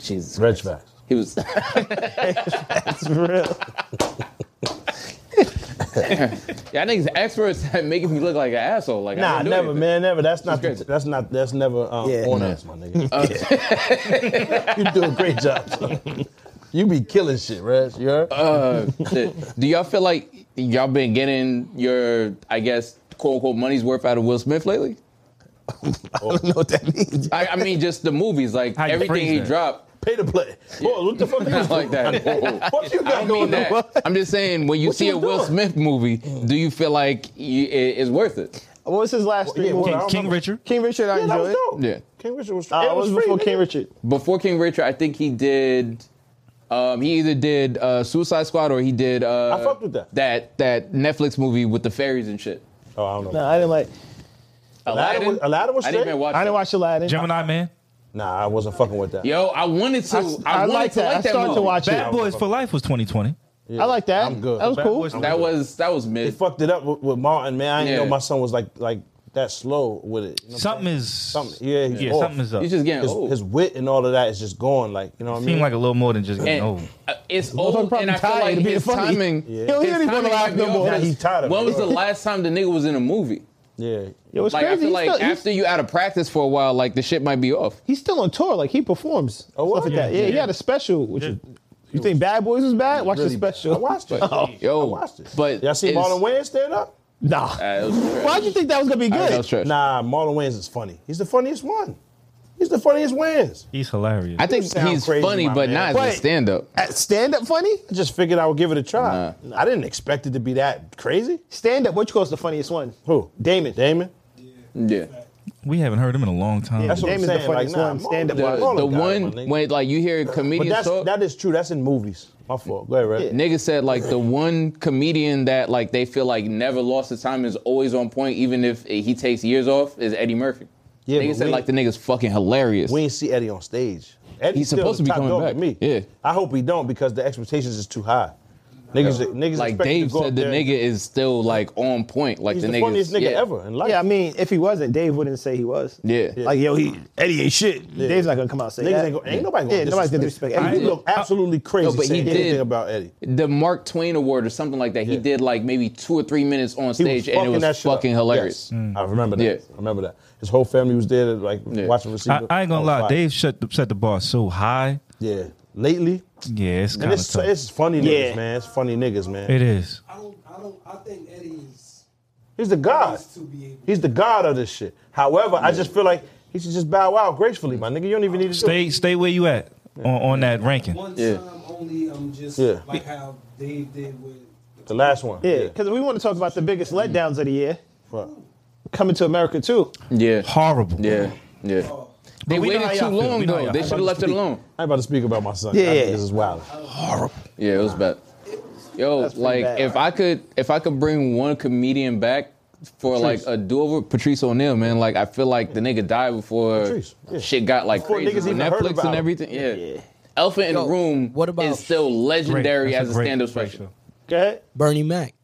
S2: Jesus.
S4: [laughs]
S5: Reg facts.
S2: He was.
S4: It's real.
S2: Y'all niggas experts at making me look like an asshole. Like I
S5: Nah,
S2: didn't do
S5: never,
S2: anything.
S5: man, never. That's not.
S2: crazy. Uh,
S5: That's not. That's never um,
S4: Yeah.
S5: on us, my nigga. [laughs] you do a great
S2: [laughs]
S5: job. son. you be killing shit, Reg. You heard?
S2: Uh, shit. do y'all feel like y'all been getting your, I guess, quote unquote, money's worth out of Will Smith lately?
S4: I don't know what that means.
S2: I, I mean, just the movies, like
S6: How you
S2: everything
S6: phrase
S2: he
S6: that?
S5: [laughs]
S2: dropped.
S5: Pay to play. Boy, what the fuck
S2: [laughs]
S5: you
S2: Not like that.
S5: What you
S2: I
S5: got
S2: don't mean
S5: going on?
S2: that. I'm just saying, when you
S5: What
S2: see
S5: you
S2: a Will
S5: doing?
S2: Smith movie, do you feel like you, it, it's worth it?
S4: What was his last three
S5: Yeah, well, I
S4: movies?
S5: don't
S6: King
S5: remember.
S6: Richard.
S4: King Richard, I
S5: Yeah, that
S4: enjoyed.
S5: was dope.
S2: Yeah.
S5: King Richard was.
S4: Uh,
S5: it
S4: I was
S5: was free.
S4: before
S5: nigga.
S4: King Richard.
S2: Before King Richard, I think he did. Um, he either did uh, Suicide Squad or he did uh,
S5: I fucked with that.
S2: that that Netflix movie with the fairies and shit.
S5: Oh, I don't know.
S4: No, I didn't like.
S5: Aladdin was- Aladdin was
S2: I didn't
S5: straight?
S2: even watch
S4: I
S2: that.
S4: didn't watch Aladdin.
S6: Gemini Man.
S5: Nah, I wasn't fucking with that.
S2: Yo, I wanted to. I, wanted to
S4: like that.
S2: like
S4: I
S2: that
S4: started
S2: movie.
S4: to watch
S6: Bad
S4: it.
S6: Boys for Life was 2020.
S4: I like that.
S5: I'm good.
S4: That was
S6: Bad
S4: cool.
S6: Boys for
S2: That was that was
S5: They
S2: mid.
S5: fucked it up with, with Martin, man. I didn't
S2: Yeah.
S5: know my son was like like that slow with it. You know what I'm
S6: Something
S5: saying?
S6: is-
S5: something. Yeah, he's
S6: yeah,
S5: off.
S6: something is up. He's
S2: just getting
S5: his,
S2: old.
S5: His wit and all of that is just gone. Like you know what I
S6: Seem
S5: mean?
S6: like a little more than just getting
S2: And-
S6: old.
S2: Uh, It's
S5: Motherfucker
S2: old, and I feel
S5: probably tired
S2: like
S5: of being
S2: his
S5: funny.
S2: timing.
S5: Yeah. He don't
S2: his
S5: even wanna
S2: timing
S5: laugh
S2: might be
S5: no more.
S2: off.
S5: Nah, he's tired of
S2: When
S5: it,
S2: was the
S5: bro.
S2: last time the nigga was in a movie?
S5: Yeah.
S10: Yo, it's
S2: like I
S10: crazy.
S2: feel
S10: He's
S2: like
S10: still- he's-
S2: after you out of practice for a while, like the shit might be off.
S10: He's still on tour. Like he performs. Oh,
S5: what?
S10: Stuff like that. Yeah, he
S6: Yeah.
S10: had a special. Which is, you think Bad Boys was bad? Watch
S5: Really
S10: the
S5: bad.
S10: special.
S5: I watched [laughs] it.
S10: Oh.
S2: Yo,
S5: I watched it.
S2: but
S5: Y'all see
S2: it's-
S5: Marlon Wayans stand up?
S10: Nah.
S2: Uh, it was trash.
S10: Why'd you think that was gonna be
S2: I- that
S10: good?
S2: was trash.
S5: Nah, Marlon Wayans is funny. He's the funniest one. He's the funniest Wayans.
S6: He's hilarious.
S2: I think
S5: You sound
S2: he's
S5: crazy,
S2: funny,
S5: my
S2: but
S5: man.
S2: not as
S10: But-
S2: a stand up.
S10: Stand up funny?
S5: I just figured I would give it a try. I didn't expect it to be that crazy.
S10: Stand up. Which goes the funniest one?
S5: Who?
S10: Damon.
S5: Damon?
S2: Yeah.
S6: we haven't heard him in a long time.
S5: That's what
S10: Damon's
S5: I'm
S10: the
S5: saying.
S10: funniest
S5: like,
S10: one,
S5: Nah,
S10: stand-up
S2: The,
S5: Marlon- Marlon
S2: the
S5: got it,
S2: one
S5: my nigga.
S2: when like you hear
S5: But
S2: comedians
S5: that's,
S2: talk.
S5: that is true. That's in movies. My fault. Go ahead, Red.
S2: Niggas said like the one comedian that like they feel like never lost his time is always on point, even if he takes years off, is Eddie Murphy.
S5: Yeah,
S2: niggas
S5: but
S2: said
S5: we-
S2: like the nigga's fucking hilarious.
S5: We ain't see Eddie on stage. Eddie's
S2: He's
S5: still
S2: supposed to
S5: the
S2: be
S5: top
S2: coming
S5: dog
S2: back.
S5: to Me.
S2: Yeah.
S5: I hope he don't because the expectations is too high. Niggas, niggas
S2: like
S5: expect you
S2: Dave
S5: to go up
S2: said, the
S5: there
S2: nigga is still like on point. Like
S5: He's
S2: the,
S5: the,
S2: nigga
S5: funniest nigga
S2: yeah.
S5: ever in life.
S4: Yeah, I mean, if he wasn't, Dave wouldn't say he was.
S2: Yeah.
S4: Like, yo, he Eddie ain't shit. Dave's not gonna come out and say
S5: Niggas
S4: that.
S5: ain't, go, ain't nobody gonna
S4: Yeah, nobody's gonna disrespect
S5: Eddie.
S4: Eddie.
S5: You look absolutely crazy
S2: No, but he
S5: saying
S2: did.
S5: anything about Eddie.
S2: The Mark Twain Award or something like that. He
S5: Yeah.
S2: did like maybe two or three minutes on
S5: He was
S2: stage, and it
S5: fucking that
S2: was
S5: shit up.
S2: fucking hilarious.
S5: Yes.
S6: Mm.
S5: I remember that.
S2: Yeah.
S5: I remember that. His whole family was there, like
S2: Yeah.
S5: watching receiver.
S6: I, I ain't
S5: That was
S6: gonna lie.
S5: fire.
S6: Dave shut the, set the bar so high.
S5: Yeah, lately,
S6: Yeah, it's
S5: and
S6: kind of
S5: it's,
S6: tough.
S5: it's funny niggas,
S4: Yeah.
S5: man. It's funny niggas, man.
S6: It is.
S9: I don't, I don't, I think Eddie's
S5: He's the
S6: Ah.
S5: god.
S9: to be able.
S5: He's the god of this shit. However, I just feel like he should just bow out gracefully, my nigga. You don't even need to do it.
S6: Stay, stay where you at on, on that ranking.
S9: One
S2: Yeah.
S9: time only, I'm just
S5: Yeah.
S9: like how Dave did with.
S5: the last one.
S4: Yeah, because we want to talk about the biggest letdowns of the year.
S5: Fuck.
S4: Coming to America too.
S2: Yeah,
S6: Horrible.
S2: yeah, yeah.
S9: oh,
S2: They
S6: we know how
S2: waited too
S6: y'all feel. We
S2: long
S6: know how
S2: though.
S6: y'all
S2: They
S6: feel.
S2: should have left it alone.
S5: I ain't about to speak about my son.
S4: Yeah,
S5: I think
S4: yeah.
S5: this is wild.
S2: Yeah, it was bad. Yo,
S4: That's pretty
S2: like
S4: bad.
S2: if I could, if I could bring one comedian back for
S5: Patrice.
S2: like a do over, Patrice O'Neal, man. Like I feel like the nigga died before
S5: Patrice, yeah.
S2: shit got like
S5: Before
S2: crazy
S5: niggas
S2: with
S5: even heard
S2: Netflix
S5: about
S2: and
S5: him.
S2: everything. Yeah. Elephant in
S11: Yo,
S2: the Room
S11: what about-
S2: is still
S6: Great.
S2: legendary
S6: That's
S2: as a
S6: great-
S2: stand up
S6: great
S2: special.
S6: show.
S4: Go ahead.
S11: Bernie Mac.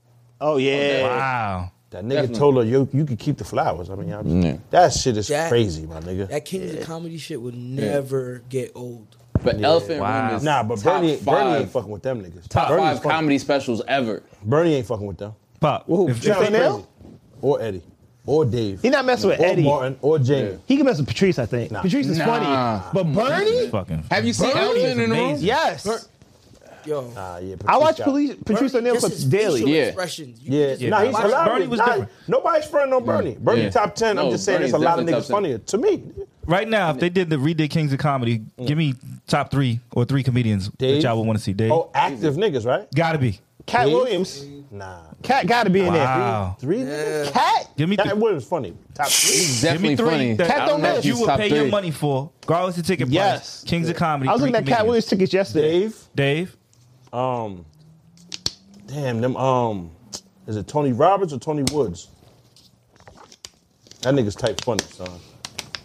S4: Oh yeah.
S6: Wow.
S5: That nigga
S2: Definitely.
S5: told her you you could keep the flowers. I mean, y'all just- that shit is
S11: That-
S5: crazy, my nigga.
S11: That Kings of Comedy shit would never get old.
S2: But Elephant in the
S6: Wow.
S2: Room is
S5: nah, but
S2: top
S5: Bernie,
S2: five,
S5: Bernie ain't fucking with them niggas.
S2: top
S5: Bernie's
S2: five
S5: fucking-
S2: comedy specials ever.
S5: Bernie ain't fucking with them.
S6: Pop. if,
S4: Patrice
S5: Sounds
S4: O'Neal?
S5: crazy. Or Eddie. Or Dave.
S4: He not messing with
S5: or
S4: Eddie.
S5: Martin. Or Jamie.
S4: He can mess with Patrice, I think. Patrice is
S2: Nah.
S4: funny, but Bernie.
S6: fucking.
S2: Have you seen Elephant in the Room?
S6: amazing.
S4: Yes.
S11: Yo.
S5: Nah, yeah,
S4: I watch
S5: got-
S4: Patrice, Patrice O'Neal
S11: This
S4: clips
S11: is
S4: daily.
S11: facial
S2: Yeah.
S11: Expressions. You
S5: Yeah,
S11: just-
S5: nah, he's
S11: Watch-
S5: hilarious.
S6: Bernie was
S5: Nah,
S6: different.
S5: nobody's fronting on Bernie. Bernie
S2: Yeah.
S5: top ten. I'm
S2: No,
S5: just saying,
S2: Bernie's
S5: there's a lot of
S2: definitely
S5: niggas
S2: top
S5: funnier to me.
S6: Right now, if they did the redid Kings of Comedy, give me top three or three comedians
S5: Dave?
S6: that y'all would want to see. Dave.
S5: Oh, active niggas, right?
S6: Gotta be.
S4: Cat
S5: Yeah.
S4: Williams.
S5: Nah,
S4: Cat got to be in
S6: Wow.
S5: three niggas.
S4: there. Cat.
S6: Give me,
S5: That
S6: th-
S5: was funny. Top three.
S2: He's
S6: give me
S2: Definitely
S6: three
S2: funny.
S6: that
S4: Cat
S2: I don't
S4: don't
S2: know if
S4: miss.
S6: you
S2: he's
S6: would
S2: top
S6: pay your
S2: three.
S6: money for, regardless of ticket price.
S4: Yes.
S6: Kings of Comedy.
S4: I was
S6: three
S4: looking at Cat Williams
S6: comedians.
S4: tickets yesterday.
S5: Dave.
S6: Dave.
S5: Um, damn them. Um, is it Tony Roberts or Tony Woods? That nigga's type funny, son.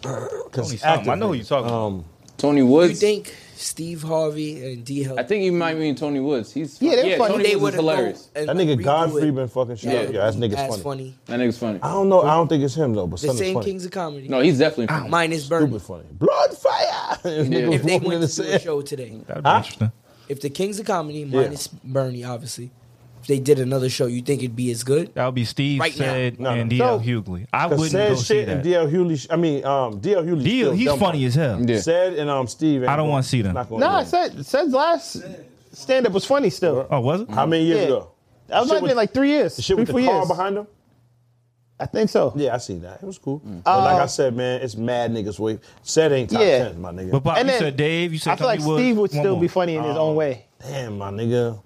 S5: 'Cause
S6: Tony something. I know who
S5: active
S6: you're talking about.
S5: Um,
S2: Tony
S11: You
S2: Woods.
S11: think Steve Harvey and D. Hill?
S2: I think he might mean Tony Woods. He's
S4: Yeah, they're funny.
S2: Tony Woods
S4: They
S2: is
S11: would've
S2: hilarious.
S11: go and
S5: That nigga
S11: redo
S5: Godfrey
S11: it.
S5: been fucking shit up. Yeah, that nigga's
S11: that's
S5: funny.
S2: That nigga's funny.
S5: I don't know. I don't think it's him though, but
S11: The
S5: something's
S11: same
S5: funny.
S11: Kings of Comedy.
S2: No, he's definitely funny.
S11: minus Bernie.
S5: Stupid funny. Blood fire. [laughs] Nigga was
S11: If
S5: walking
S11: they
S5: in
S11: went
S5: the
S11: to do a
S5: sand.
S11: show today,
S6: That'd be
S5: Huh?
S6: interesting.
S11: if the Kings of Comedy minus Bernie, obviously, if they did another show, you think it'd be as good?
S6: That would be Steve
S11: Right now.
S6: said
S5: No, no.
S6: and DL
S5: So,
S6: Hughley. I
S5: Cause
S6: wouldn't
S5: said
S6: go
S5: shit
S6: see
S5: and
S6: that.
S5: DL Hughley. I mean, um, DL Hughley. still
S6: DL, he's
S5: dumb.
S6: funny as hell.
S2: Yeah.
S5: Said and um Steve. ain't
S6: I don't
S5: going-
S6: wanna see them.
S5: not going
S4: Nah,
S5: in.
S4: said said's last stand up was funny still.
S6: Oh, was it?
S5: How many years
S4: Yeah.
S5: ago?
S4: That was
S5: Shit
S4: might have
S5: with-
S4: been like three years,
S5: The shit
S4: three
S5: with the
S4: four
S5: car
S4: years.
S5: behind him.
S4: I think so.
S5: Yeah, I seen that. It was cool. But like I said, man, it's mad niggas. Wave said ain't top
S4: Yeah.
S5: ten, my nigga.
S6: But Bob,
S4: And
S6: you
S4: then-
S6: said Dave. You said
S4: I feel
S6: Tony
S4: like
S6: Woods.
S4: Steve would
S6: One
S4: still
S6: more.
S4: be funny in his own way.
S5: Damn, my nigga,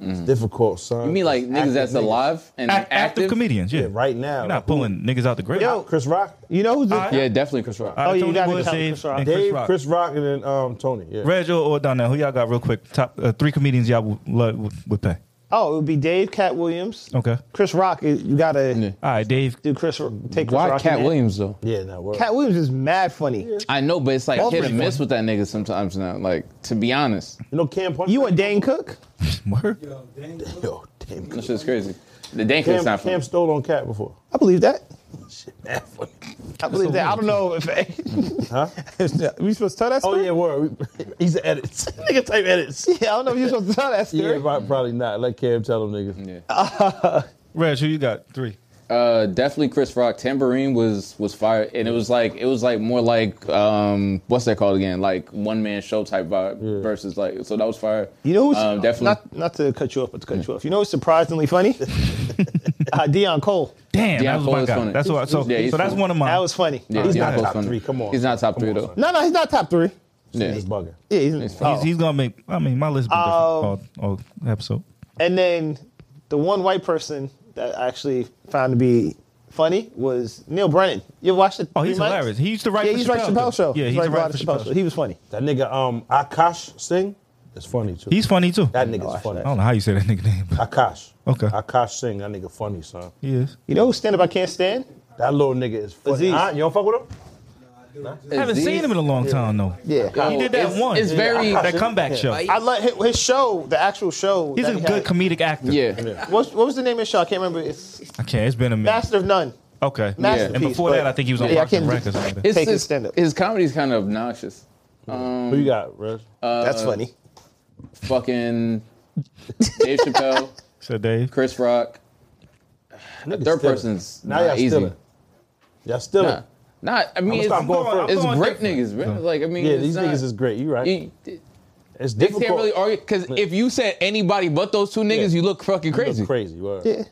S5: it's difficult, son.
S2: You mean like
S5: It's
S2: niggas
S5: active
S2: that's
S5: niggas.
S2: alive and
S6: A-
S2: active?
S6: active, comedians. Yeah.
S5: Yeah, right now.
S6: You're
S5: Like,
S6: not pulling niggas out the grave.
S5: who- Chris Rock,
S4: You know who's the,
S6: Alright.
S2: Yeah, definitely Chris Rock.
S6: Out of
S4: Oh, you
S6: Tony
S4: gotta
S6: Woods,
S4: count
S6: Dave,
S4: Chris Rock.
S6: and
S5: Dave,
S6: Rock.
S5: Chris Rock, and then um Tony. Yeah.
S6: Reg or, or Donnell, who y'all got real quick? Top uh, three comedians y'all would, lo- would, would pay.
S4: Oh, it would be Dave, Cat Williams,
S6: Okay.
S4: Chris Rock. You you gotta
S6: All right, Dave.
S4: do Chris. Take Chris
S2: Why
S4: Rock in
S2: Cat
S4: there.
S2: Williams though?
S5: Yeah, that works.
S4: Cat Williams is mad funny.
S2: I know, but it's like
S6: Ball's
S2: hit or
S6: pretty
S2: miss
S6: funny.
S2: with that nigga sometimes now. Like to be honest,
S5: you know Cam Punch.
S4: You and Dane Cook?
S6: Word.
S9: Yo, Daniel,
S5: Yo, damn.
S2: that shit's crazy. The Dank is
S5: Cam,
S2: not funny.
S5: Cam stole on Cat before. [laughs]
S4: I believe that. I believe that. I don't know if [laughs]
S5: Huh?
S4: we supposed to tell that story.
S5: Oh yeah, word. We- [laughs] He's edits. Nigga type edits.
S4: Yeah, I don't know if you're supposed to tell that story.
S5: Yeah, prob- probably not. Let Cam tell them niggas. Yeah.
S6: Reg, who you got? Three.
S2: Uh, definitely Chris Rock. Tambourine was was fire, and it was like it was like more like um, what's that called again? Like one man show type vibe versus like so that was fire.
S4: You know who's
S2: um, definitely
S4: not not to cut you off, but to cut you off. You know who's surprisingly funny? uh, Dion Cole.
S6: Damn,
S2: Deion
S6: that was
S2: Cole
S6: my
S2: is
S6: guy.
S2: funny.
S6: That's what. So,
S2: Yeah, he's
S6: so that's
S2: funny.
S6: one of mine.
S4: That was funny.
S2: yeah,
S5: He's
S2: Deion
S5: not
S2: Cole's
S5: top three, come on.
S2: he's not top
S5: Come
S2: three
S5: on,
S2: though.
S5: son.
S4: No, no, he's not top three.
S2: Yeah.
S5: He's bugging.
S4: Yeah, he's,
S6: He's, he's gonna make. I mean, my list is different
S4: Um,
S6: all, all episode.
S4: And then the one white person that I actually found to be funny was Neil Brennan. You ever watched it?
S6: Oh, he's hilarious. He used to write
S4: Yeah,
S6: for
S4: he's right
S6: Chappelle,
S4: Chappelle
S6: too.
S4: show.
S6: Yeah,
S4: He's
S6: he's
S4: right
S6: a
S4: for
S6: writer
S4: lot of
S6: for
S4: Chappelle
S6: Chappelle.
S4: show. He was funny.
S5: That nigga um Akash Singh is funny too.
S6: He's funny too.
S5: that
S6: I
S5: nigga's funny.
S6: don't know how you say that nigga name. but
S5: Akash.
S6: Okay.
S5: Akash Singh, that nigga funny, son.
S6: He is.
S4: You know who stand up I can't stand?
S5: That little nigga is funny.
S4: Aziz.
S5: Huh? You don't fuck with him?
S2: I
S6: I haven't seen him in a long time though.
S4: Yeah.
S6: He did that
S2: it's,
S6: one.
S2: It's very
S6: that comeback show.
S11: Like-
S4: I let his, his show, the actual show.
S6: He's
S4: that
S6: a
S4: he
S6: good
S4: had.
S6: comedic actor.
S2: yeah.
S4: What's, what was the name of the show? I can't remember. It's
S6: I can't. It's been a minute.
S4: Master of None.
S6: okay.
S4: Masterpiece,
S6: And before
S4: but-
S6: that, I think he was on
S4: Yeah, I
S6: Parks and
S4: can't-
S6: Rec or
S5: [laughs]
S6: something.
S2: It's,
S4: Take his
S2: it's-
S4: stand-up.
S2: His comedy's kind of obnoxious. Um,
S5: Who you got, Reg?
S2: Uh,
S4: That's funny.
S2: fucking Dave
S5: [laughs]
S2: Chappelle,
S6: So Dave.
S2: Chris Rock.
S5: Nigga
S2: Third
S5: stealing.
S2: person's
S5: Now y'all
S2: not easy.
S5: stealing. Y'all stealing.
S2: Nah, not. I mean,
S5: I'ma stop
S2: it's,
S5: going for it.
S2: it's
S6: I'm going
S2: great
S6: different.
S2: niggas, man. Like I mean,
S5: Yeah,
S2: it's
S5: these
S2: not-
S5: niggas is great. You right.
S2: you- They
S5: it's difficult.
S2: can't really argue because if you said anybody but those two niggas,
S5: Yeah.
S2: you look fucking
S5: You look
S2: crazy.
S5: Crazy, word.
S4: Yeah.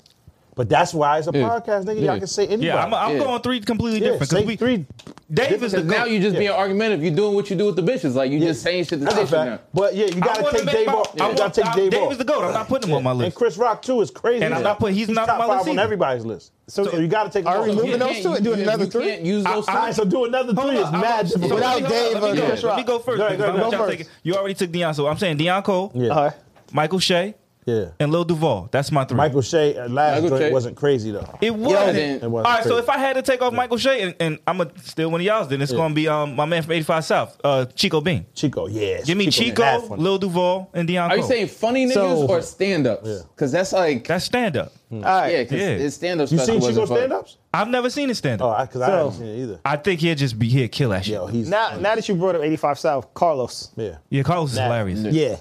S5: But that's why it's a
S2: Yeah.
S5: podcast, nigga.
S2: Yeah.
S5: Y'all can say anybody.
S6: Yeah, I'm, I'm
S2: Yeah.
S6: going three completely
S5: Yeah,
S6: different.
S5: say
S6: we,
S5: three.
S6: Dave is the
S2: Because now
S6: goat.
S2: you just
S5: Yeah.
S2: being argumentative. You doing what you do with the bitches. Like you
S5: Yeah.
S2: just saying shit to
S5: That's a
S2: say shit now.
S5: fact. But yeah, you
S6: I
S5: gotta
S6: wanna
S5: take
S6: make
S5: Dave
S6: my-
S5: off.
S6: I
S5: You
S6: want-
S5: gotta take
S6: I-
S5: Dave off.
S6: is the goat. I'm not putting him on my
S5: And
S6: list.
S5: Chris Rock too is crazy.
S6: And I'm not putting- he's not
S5: top
S6: on my
S5: five
S6: list
S5: on
S6: either.
S5: everybody's list. So,
S6: So-
S5: you got to take.
S4: Are we
S5: off.
S4: moving
S2: You
S4: those
S2: can't-
S4: two and doing
S2: you-
S4: another
S2: you
S4: three?
S2: can't use
S6: I-
S2: those.
S5: All
S2: two.
S5: right, so do another three. It's
S6: I- I-
S5: mad difficult.
S4: Without
S6: let me go-
S4: Dave
S6: let me,
S4: or
S6: go,
S4: Chris
S6: let me
S4: Rock.
S6: go first.
S5: Go ahead,
S6: because
S5: go ahead,
S6: I'm
S5: go
S6: y'all
S4: first.
S6: taking- you already took Deion, so I'm saying Deion Cole,
S5: Yeah.
S4: Uh, All right.
S6: Michael Shea,
S5: Yeah.
S6: and Lil Duval. That's my three.
S5: Michael Shea at last
S2: Michael
S5: joint
S2: Shea.
S5: wasn't crazy though.
S6: It wasn't.
S2: then- It
S5: wasn't
S6: All right, so
S5: crazy.
S6: if I had to take off Michael Shea, and, and I'm a, still one of y'all's, then it's
S5: Yeah.
S6: going to be um, my man from 85 South, uh, Chico Bean.
S5: Chico, yeah.
S6: Give me
S5: mad
S6: Chico,
S5: funny.
S6: Lil Duval, and Deion
S2: Are
S6: Cole.
S2: you saying funny niggas
S4: So-
S2: or stand ups?
S5: Yeah.
S2: Because that's like
S6: That's stand up.
S5: Hmm.
S4: All right.
S2: yeah, because
S6: Yeah.
S2: his stand up
S5: You
S2: special
S5: seen
S2: wasn't
S5: Chico
S2: funny.
S5: stand ups?
S6: I've never seen his stand
S5: Oh,
S6: up.
S5: because I
S4: So-
S5: haven't seen it either.
S6: I think he'll just be here, kill that shit.
S5: Yo, he's
S4: Now, now that you brought up 85 South, Carlos.
S5: yeah.
S6: Yeah, Carlos is hilarious.
S4: Yeah.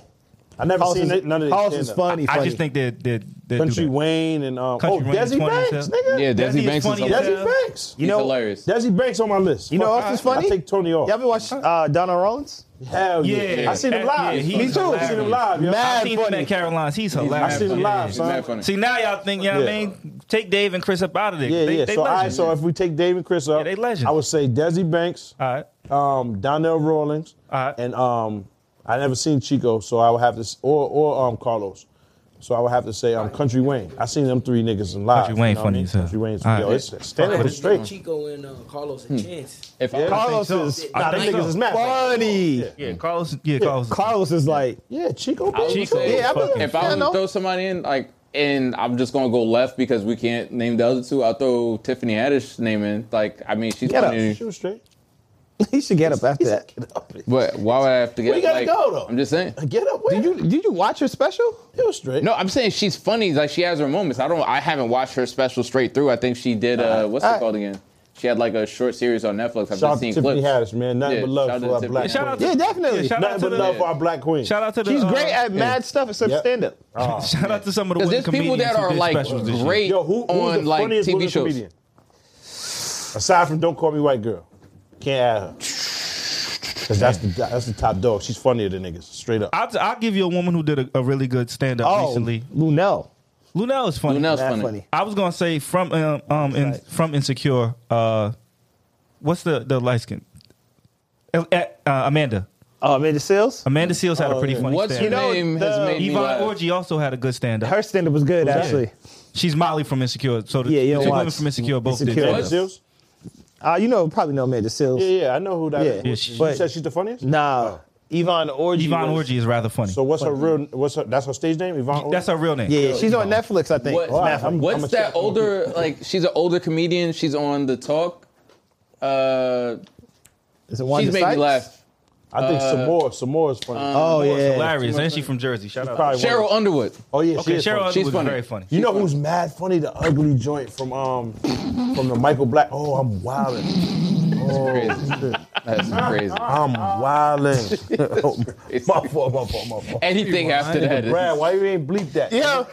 S5: I never
S4: Carlos
S5: seen
S4: is,
S5: it, none of
S4: Carlos
S5: these.
S4: is funny, funny.
S6: I just think that that that
S5: Country Wayne and um,
S6: Country
S5: oh
S6: Wayne is
S5: Desi
S6: funny as
S5: Banks,
S6: hell.
S5: nigga.
S2: Yeah, Desi,
S6: Desi is
S2: Banks is
S6: funny as
S2: hilarious.
S6: hell.
S5: Desi Banks.
S4: You know-
S2: hilarious.
S5: Desi Banks on my list.
S4: You know
S5: Fuck,
S4: what else is
S5: I- I
S4: funny?
S5: take Tony off.
S4: Y'all ever watched uh, Donna Rollins?
S5: Hell yeah.
S6: Yeah.
S5: I seen him
S6: Yeah,
S5: live.
S6: he's
S5: Me too. I seen him
S6: hilarious.
S5: live. yo.
S4: Mad
S6: I've seen him
S4: funny.
S6: at Caroline's. He's
S5: I
S6: hilarious.
S5: seen him
S6: Yeah,
S5: live,
S6: yeah,
S2: It's
S5: son.
S2: mad funny.
S6: See now y'all think you know what I
S5: Yeah.
S6: mean? Take Dave and Chris up out of there.
S5: Yeah,
S6: they,
S5: yeah.
S6: They
S5: so, all right,
S6: legends.
S5: so if we take Dave and Chris up,
S6: they legends.
S5: I would say Desi Banks,
S6: All right.
S5: um, Donnell Rawlings,
S6: All right.
S5: and um, I never seen Chico, so I would have to, s- or or um, Carlos. So I would have to say um, Country Wayne. I seen them three niggas in live.
S6: Country Wayne
S5: you know what I
S6: funny
S5: mean?
S6: as hell.
S5: Country Wayne's
S6: All right.
S5: yo, it's Hmm. standing up
S11: Give
S5: is straight.
S11: Chico and uh, Carlos a chance.
S2: If
S5: Yeah.
S2: I,
S4: Carlos
S6: so.
S4: is
S5: Nah,
S6: I
S5: them
S6: think
S5: niggas
S6: so.
S5: is mad
S4: funny.
S6: Yeah, Carlos. Yeah, Carlos.
S4: Carlos is like, [laughs]
S5: Yeah, Chico.
S2: I would
S5: baby.
S2: say,
S4: Yeah, I believe
S2: if
S4: it.
S2: I
S4: Yeah,
S2: was to
S4: no.
S2: throw somebody in, like, and I'm just gonna go left because we can't name the other two. I'll throw Tiffany Haddish's name in. Like, I mean, she's
S4: Get up.
S2: funny.
S5: She was straight.
S4: he should get up after that.
S5: Get up.
S2: But why would I have to get?
S5: Where you gotta
S2: like,
S5: go, though?
S2: I'm just saying.
S5: Get up. Where?
S4: Did you did you watch her special?
S5: It was straight.
S2: No, I'm saying she's funny. Like she has her moments. I don't. I haven't watched her special straight through. I think she did. Uh, what's it
S4: Alright.
S2: called again? She had like a short series on Netflix. I've
S5: Shout out
S2: just
S5: to
S2: seen
S5: Tiffany
S2: clips.
S5: Haddish, man. Nothing
S2: Yeah,
S5: but love
S2: shout out
S5: for our
S2: to
S5: black
S2: Tiffany.
S6: Shout out
S5: queen.
S6: to
S4: Yeah, definitely.
S6: Yeah, shout out
S5: Nothing
S6: to
S5: but
S6: the,
S5: love for our black queen.
S6: Shout out to the.
S4: She's
S6: uh,
S4: great at mad stuff except
S5: Yep.
S4: stand up.
S5: Oh.
S6: Shout out to some of the
S2: Because
S6: women
S2: there's people
S6: comedians
S2: that
S6: who
S2: are
S6: did
S2: like
S6: specials this year.
S2: great
S5: Yo, who, who's
S2: on
S5: the
S2: like
S5: funniest
S2: TV
S5: woman
S2: shows.
S5: comedian? Aside from Don't Call Me White Girl. Can't add her. Because that's the, that's the top dog. She's funnier than niggas, straight up.
S6: I'll, I'll give you a woman who did a, a really good stand up
S4: Oh,
S6: recently.
S4: Lunel.
S6: Lunel is funny.
S2: Lunel's
S4: Mad
S2: funny.
S4: funny.
S6: I was gonna say from um, um in, from Insecure. Uh, what's the the light skin? Uh, uh, Amanda.
S4: Oh, Amanda Seals.
S6: Amanda Seals had a pretty funny
S2: What's her
S6: stand.
S4: know,
S2: name has
S4: the-
S2: made me
S6: Yvonne
S2: laugh.
S6: Orgy also had a good stand up.
S4: Her stand up was good
S6: that?
S4: actually.
S6: She's Molly from Insecure. So the,
S4: Yeah, you
S6: the
S4: don't
S6: two
S4: watch
S6: women from Insecure both
S4: Insecure.
S6: did.
S5: Amanda
S6: stand-up.
S5: Seals?
S4: Uh, you know probably know Amanda Seals.
S5: Yeah, yeah, I know who that is.
S4: Yeah,
S5: You
S4: but-
S5: said she's the funniest?
S4: Nah, Yvonne Orgy.
S6: Yvonne
S4: was-
S6: Orgy is rather funny.
S5: So what's her real, what's her, that's her stage name? Yvonne
S6: That's her real name.
S4: Yeah, she's on Netflix, I think.
S2: What,
S5: All right, I'm-
S2: what's
S5: I'ma check
S2: that
S5: on
S2: older? Like she's an older comedian. She's on the talk. Uh,
S4: Is it one
S2: she's made me laugh.
S5: I think
S6: Uh,
S5: some more, some more is funny.
S6: um, Oh, Samora is yeah. hilarious. And she from Jersey. Shout out.
S5: Probably
S6: Cheryl
S5: one of-
S6: Underwood.
S5: Oh yeah,
S6: Okay,
S5: she is
S6: Cheryl
S5: funny.
S6: Underwood's She's funny. very funny.
S5: You know who's mad funny? The ugly joint from um from the Michael Black. Oh, I'm wilding. Oh, shit.
S2: That's
S5: [laughs]
S2: crazy.
S5: I'm
S6: [laughs]
S5: wilding. [laughs] my fault, my fault, my fault.
S2: Anything after
S5: Nigga,
S2: that is-
S5: Brad, why you ain't bleep that?
S10: Yo,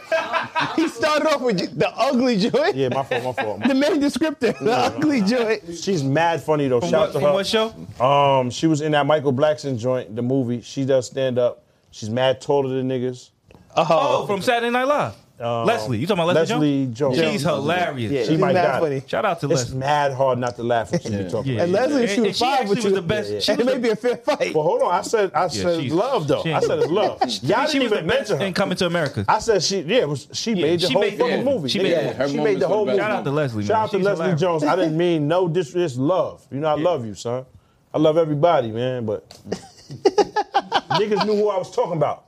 S10: [laughs] he started off with the ugly joint.
S5: Yeah, my fault, my fault.
S10: The main descriptor, the ugly joint.
S5: She's mad funny though.
S10: From
S5: Shout
S10: what-
S5: out to
S10: from
S5: her.
S10: what
S5: show? Um, she was in that Michael Blackson joint, the movie. She does stand up. She's mad taller than niggas.
S6: Oh, from Saturday Night Live.
S5: Um,
S6: Leslie. You talking about Leslie,
S5: Jones?
S6: She's hilarious.
S5: Yeah, she might
S6: mad
S5: die.
S6: funny. Shout out to
S5: it's
S6: Leslie.
S5: mad hard not to laugh when she be talking.
S6: Yeah,
S5: about
S6: yeah,
S5: it.
S6: yeah. And- and she actually was the best.
S5: Yeah, yeah.
S6: she was
S5: And
S6: the-
S10: may
S5: it
S10: be a fair fight.
S5: Well, hold on. I said I said
S6: she's-
S5: love though.
S6: she
S5: I
S6: ain't-
S5: said it's love.
S6: [laughs] She-
S5: Y'all didn't
S6: she was
S5: even
S6: the best
S5: mention her.
S6: in Coming to America.
S5: I said she yeah it was, she
S6: Yeah,
S5: made the
S6: she
S5: whole
S6: made-
S5: fucking
S6: yeah,
S5: movie.
S6: she
S5: nigga.
S6: made- her
S5: she made
S6: moments
S5: the
S6: were
S5: whole
S6: the
S5: movie.
S6: best. Shout out to Leslie,
S5: Shout
S6: man.
S5: out to
S6: She's
S5: Leslie
S6: hilarious.
S5: Jones. I didn't mean no dis. It's love. You know I love you, son. I love everybody, man.
S6: [laughs]
S5: But niggas knew who I was talking about.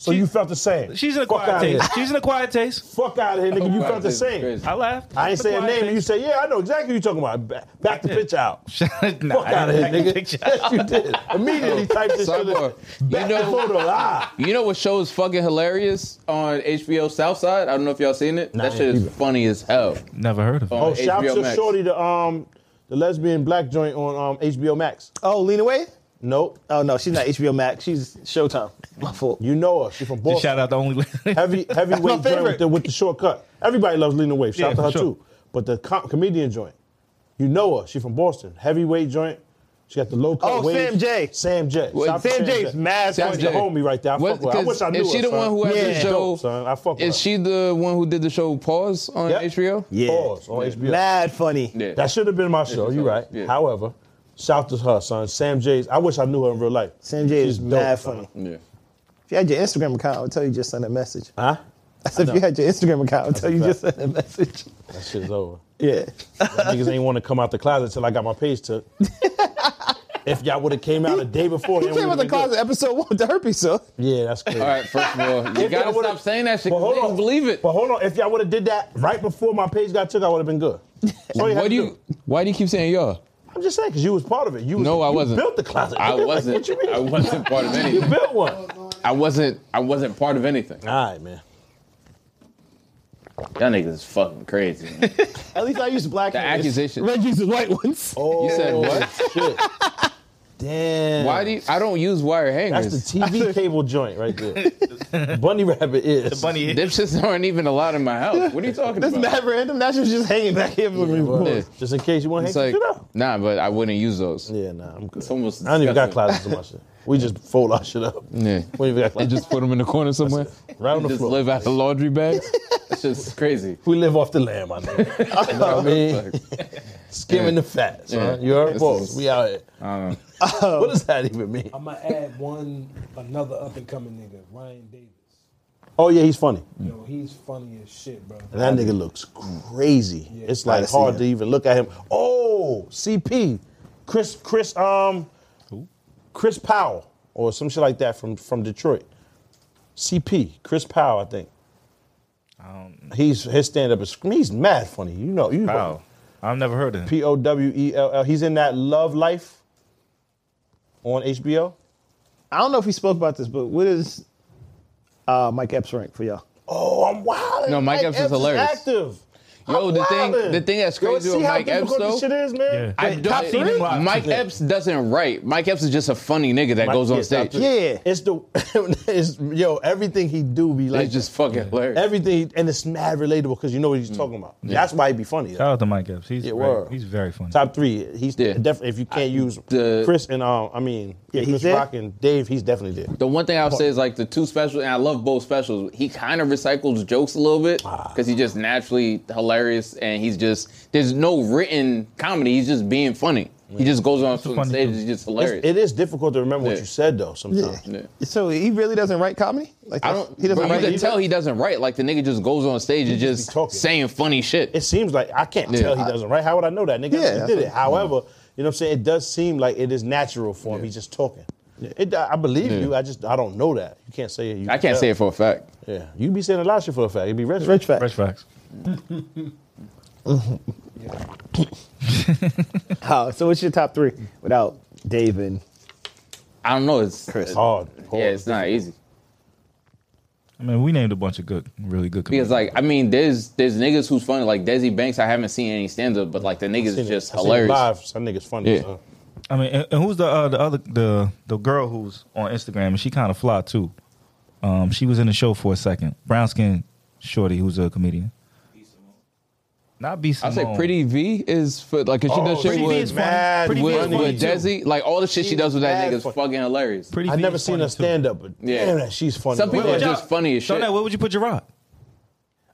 S5: So you felt the same.
S6: She's in a
S5: Fuck
S6: quiet
S5: outta here.
S6: taste. She's in a quiet taste.
S5: Fuck out of here, nigga. You
S6: Quiet
S5: felt the
S6: Taste is
S5: same.
S6: crazy. I laughed.
S5: I ain't
S6: It's a
S5: say a
S6: Quiet
S5: name, and you say, yeah, I know exactly who you're talking about. Ba- Back the picture
S6: [laughs]
S5: out.
S6: Nah,
S5: Fuck
S6: I
S5: out of here,
S6: didn't like the
S5: nigga.
S6: picture.
S5: Yes, you did. Immediately
S2: [laughs]
S5: typed this shit in. Back the photo.
S6: [laughs]
S5: Ah.
S2: You know what show is fucking hilarious on HBO Southside? I don't know if y'all seen it. that shit is funny as hell.
S6: Never heard of.
S2: On
S5: Oh, shout out
S2: HBO
S5: to
S2: Max.
S5: Shorty, the um, the lesbian black joint on um HBO Max.
S10: Oh, Lena Way?
S5: Nope.
S10: Oh no, she's not HBO Max. She's Showtime. My fault.
S5: You know her. She from
S6: Just
S5: Boston.
S6: shout out the only.
S5: Heavy heavyweight joint with
S10: favorite.
S5: the, with the shortcut. Everybody loves Lena Wave. Shout
S6: Yeah,
S5: out to her
S6: for sure.
S5: too. But the com- comedian joint, you know her. She from Boston. Heavyweight joint. She got the low cut.
S10: Oh,
S5: waves.
S10: Sam J.
S5: Sam J.
S2: Well,
S5: Shout out to
S10: Sam J's mad
S5: That's
S10: funny.
S5: the homie right there. I
S2: What-
S5: fuck with her. I wish I knew
S2: is she
S5: her,
S2: the
S5: son.
S2: one who has
S10: Yeah.
S2: the show?
S5: Dope, son. I fuck with
S2: Is she the one who did the show Pause on
S5: Yep.
S2: HBO?
S10: Yeah.
S5: Pause on HBO.
S10: Mad funny.
S2: Yeah.
S5: That should have been my show. You right.
S2: Yeah.
S5: However, shout to her, son. Sam J's. I wish I knew her in real life.
S10: Sam J is
S5: She's dope,
S10: mad
S5: son.
S10: funny.
S2: yeah.
S10: If you had your Instagram account, I would tell you just send a message. [laughs]
S5: Huh?
S10: I said if you had your Instagram account, I would tell you just send a message.
S5: That shit is over.
S10: Yeah.
S5: Niggas ain't want to come out the closet till I got my page
S10: [laughs]
S5: took. if y'all would have came out a day before,
S10: He
S5: then
S10: came
S5: Oh, we
S10: out the
S5: would've been
S10: closet episode one with the herpes, so
S5: good. Yeah, that's crazy.
S2: All right, first of all, you
S5: If y'all
S2: gotta
S5: would've-
S2: stop saying that shit.
S5: But
S2: Cause
S5: hold
S2: niggas
S5: on,
S2: believe it.
S5: But hold on, if y'all would have did that right before my page got took, I would have
S10: [laughs]
S5: been good. So you had
S2: Why
S5: to
S2: do you? Why do you keep saying y'all?
S5: I'm just saying, because you was part of it. You was,
S2: No, I
S5: you
S2: wasn't.
S5: Built the closet.
S2: I
S5: Like, [laughs]
S2: wasn't.
S5: What you mean?
S2: I wasn't part of
S5: You
S2: anything.
S5: built one. All
S2: I wasn't. I wasn't part of anything.
S5: right, man.
S2: Y'all niggas is fucking crazy. man.
S10: at least I used black.
S2: The accusation.
S10: Reggie's is white ones.
S5: Oh,
S2: You said
S10: [laughs]
S2: what?
S5: Shit. Damn.
S2: Why do you, I don't use wire hangers?
S5: That's
S10: [laughs]
S5: the TV cable joint right there. bunny rabbit is. The
S6: Bunny.
S2: Them shits aren't even allowed in my house. What are you talking
S10: That's
S2: about?
S10: mad random. That shit's just hanging back here.
S2: Yeah.
S5: Just in case you want to
S2: It's
S5: hang
S2: like
S5: some shit up.
S2: nah, but I wouldn't use those.
S5: Yeah, nah, I'm good.
S2: It's almost.
S5: I don't even got
S2: disgusting.
S5: closets in my shit. We
S2: [laughs]
S5: just fold our shit up.
S2: Yeah.
S5: We don't even got
S2: And
S5: closets.
S2: just put them in the corner somewhere.
S5: Right on the
S2: just
S5: floor.
S2: live out the laundry [laughs] bags. That's just crazy.
S5: We live off the land,
S2: [laughs]
S5: my nigga. you know what I [laughs] mean? Skimming the fat, son.
S2: Yeah.
S5: You heard
S2: This
S5: folks.
S2: is-
S5: We out here.
S2: I don't
S5: [laughs] what does that even mean?
S9: I'm gonna add one another up and coming nigga, Ryan Davis.
S5: Oh yeah, he's funny.
S9: Yo, he's funny as shit, bro.
S5: And that nigga looks crazy. It's like
S10: Gotta see
S5: hard
S10: him.
S5: to even look at him. Oh, CP, Chris, Chris, um, Chris Powell or some shit like that from from Detroit. CP, Chris Powell, I think. He's his stand up is he's mad funny. You know you
S6: Wow, I've never heard of him.
S5: P O W E L L. He's in that Love Life on HBO.
S10: I don't know if we spoke about this, but what is uh, Mike Epps rank for y'all?
S5: Oh, I'm wild.
S2: No, Mike Epps is hilarious.
S5: active.
S2: Yo,
S5: I'm
S2: the thing-
S5: wildin'.
S2: the thing that's
S5: Yo,
S2: crazy
S5: see
S2: with
S5: how
S2: Mike Epps,
S5: difficult this
S2: though?
S5: shit is, man.
S6: Yeah.
S2: I don't,
S6: I've seen him live.
S2: Mike Epps doesn't write. Mike Epps is just a funny nigga that
S5: Mike-
S2: goes on
S5: yeah,
S2: stage.
S5: Dr.
S10: Yeah.
S5: It's the [laughs] it's, yo, everything he do be like
S2: It's just Mm. fucking hilarious.
S5: everything and it's mad relatable because you know what he's talking about. That's why he be funny.
S6: Shout out to Mike Epps. He's
S5: Yeah,
S6: very,
S5: word.
S6: he's very funny.
S5: Top three. He's
S2: Yeah.
S5: definitely if you can't use
S2: the-
S5: Chris and um I mean
S10: Yeah, he's
S5: Chris
S10: there?
S5: Rock and Dave, he's definitely there.
S2: The one thing I'll say is like the two specials, and I love both specials. He kind of recycles jokes a little bit
S5: Ah.
S2: because he's just naturally hilarious, and he's just there's no written comedy. He's just being funny. He just goes on some
S6: funny
S2: stage.
S6: dude.
S2: He's just
S5: It's,
S2: hilarious.
S5: it is difficult to remember what
S2: Yeah.
S5: you said though sometimes.
S2: Yeah.
S10: So he really doesn't write comedy? Like
S2: I
S10: that's-
S2: don't.
S10: He doesn't
S2: but you
S10: write.
S2: can
S5: either.
S2: tell he doesn't write. Like the nigga just goes on stage and
S5: He just
S2: just
S5: be talking.
S2: saying funny shit.
S5: It seems like I can't
S2: Yeah.
S5: tell he doesn't, right? How would I know that? Nigga
S10: Yeah,
S5: he
S10: that's
S5: did
S10: what-
S5: it. However, you know what I'm saying? It does seem like it is natural for him. He's just talking. It, I I believe you. I just I don't know that. You can't say it. You
S2: I can't say
S5: tell.
S2: it for a fact.
S5: Yeah, you be saying a lot of shit for a fact. You be rich.
S10: Rich fact.
S6: Fresh facts.
S4: Uh,
S10: Oh, so what's your top three without Dave and
S2: I don't know. It's
S5: Chris hard.
S2: Yeah, it's not easy.
S6: I mean, we named a bunch of good, really good.
S2: Because like I mean, there's there's niggas who's funny like Desi Banks. I haven't seen any stand up, but like the niggas is just
S5: I seen it
S2: hilarious.
S5: Live, some niggas funny.
S2: Yeah.
S5: so.
S6: I mean, and, and who's the uh, the other the the girl who's on Instagram and she kind of fly too. Um, she was in the show for a second. Brown skin shorty, who's a comedian. Not be
S2: I
S6: Simone.
S2: say Pretty V is for like cause she
S5: Oh,
S2: does shit
S6: Pretty V is
S2: with,
S6: funny. Pretty V is
S2: with,
S6: funny
S2: with
S6: too.
S2: Desi. Like all the shit she,
S5: She's
S2: does with that
S5: mad
S2: nigga is
S5: funny.
S2: fucking hilarious.
S6: Pretty
S5: I
S6: V
S5: never
S6: is
S5: seen
S6: funny,
S5: her stand up, but
S2: Yeah.
S5: damn, that she's funny.
S2: Some people
S5: Yeah.
S2: are just funny as shit.
S6: Donut, where would you put Gerard?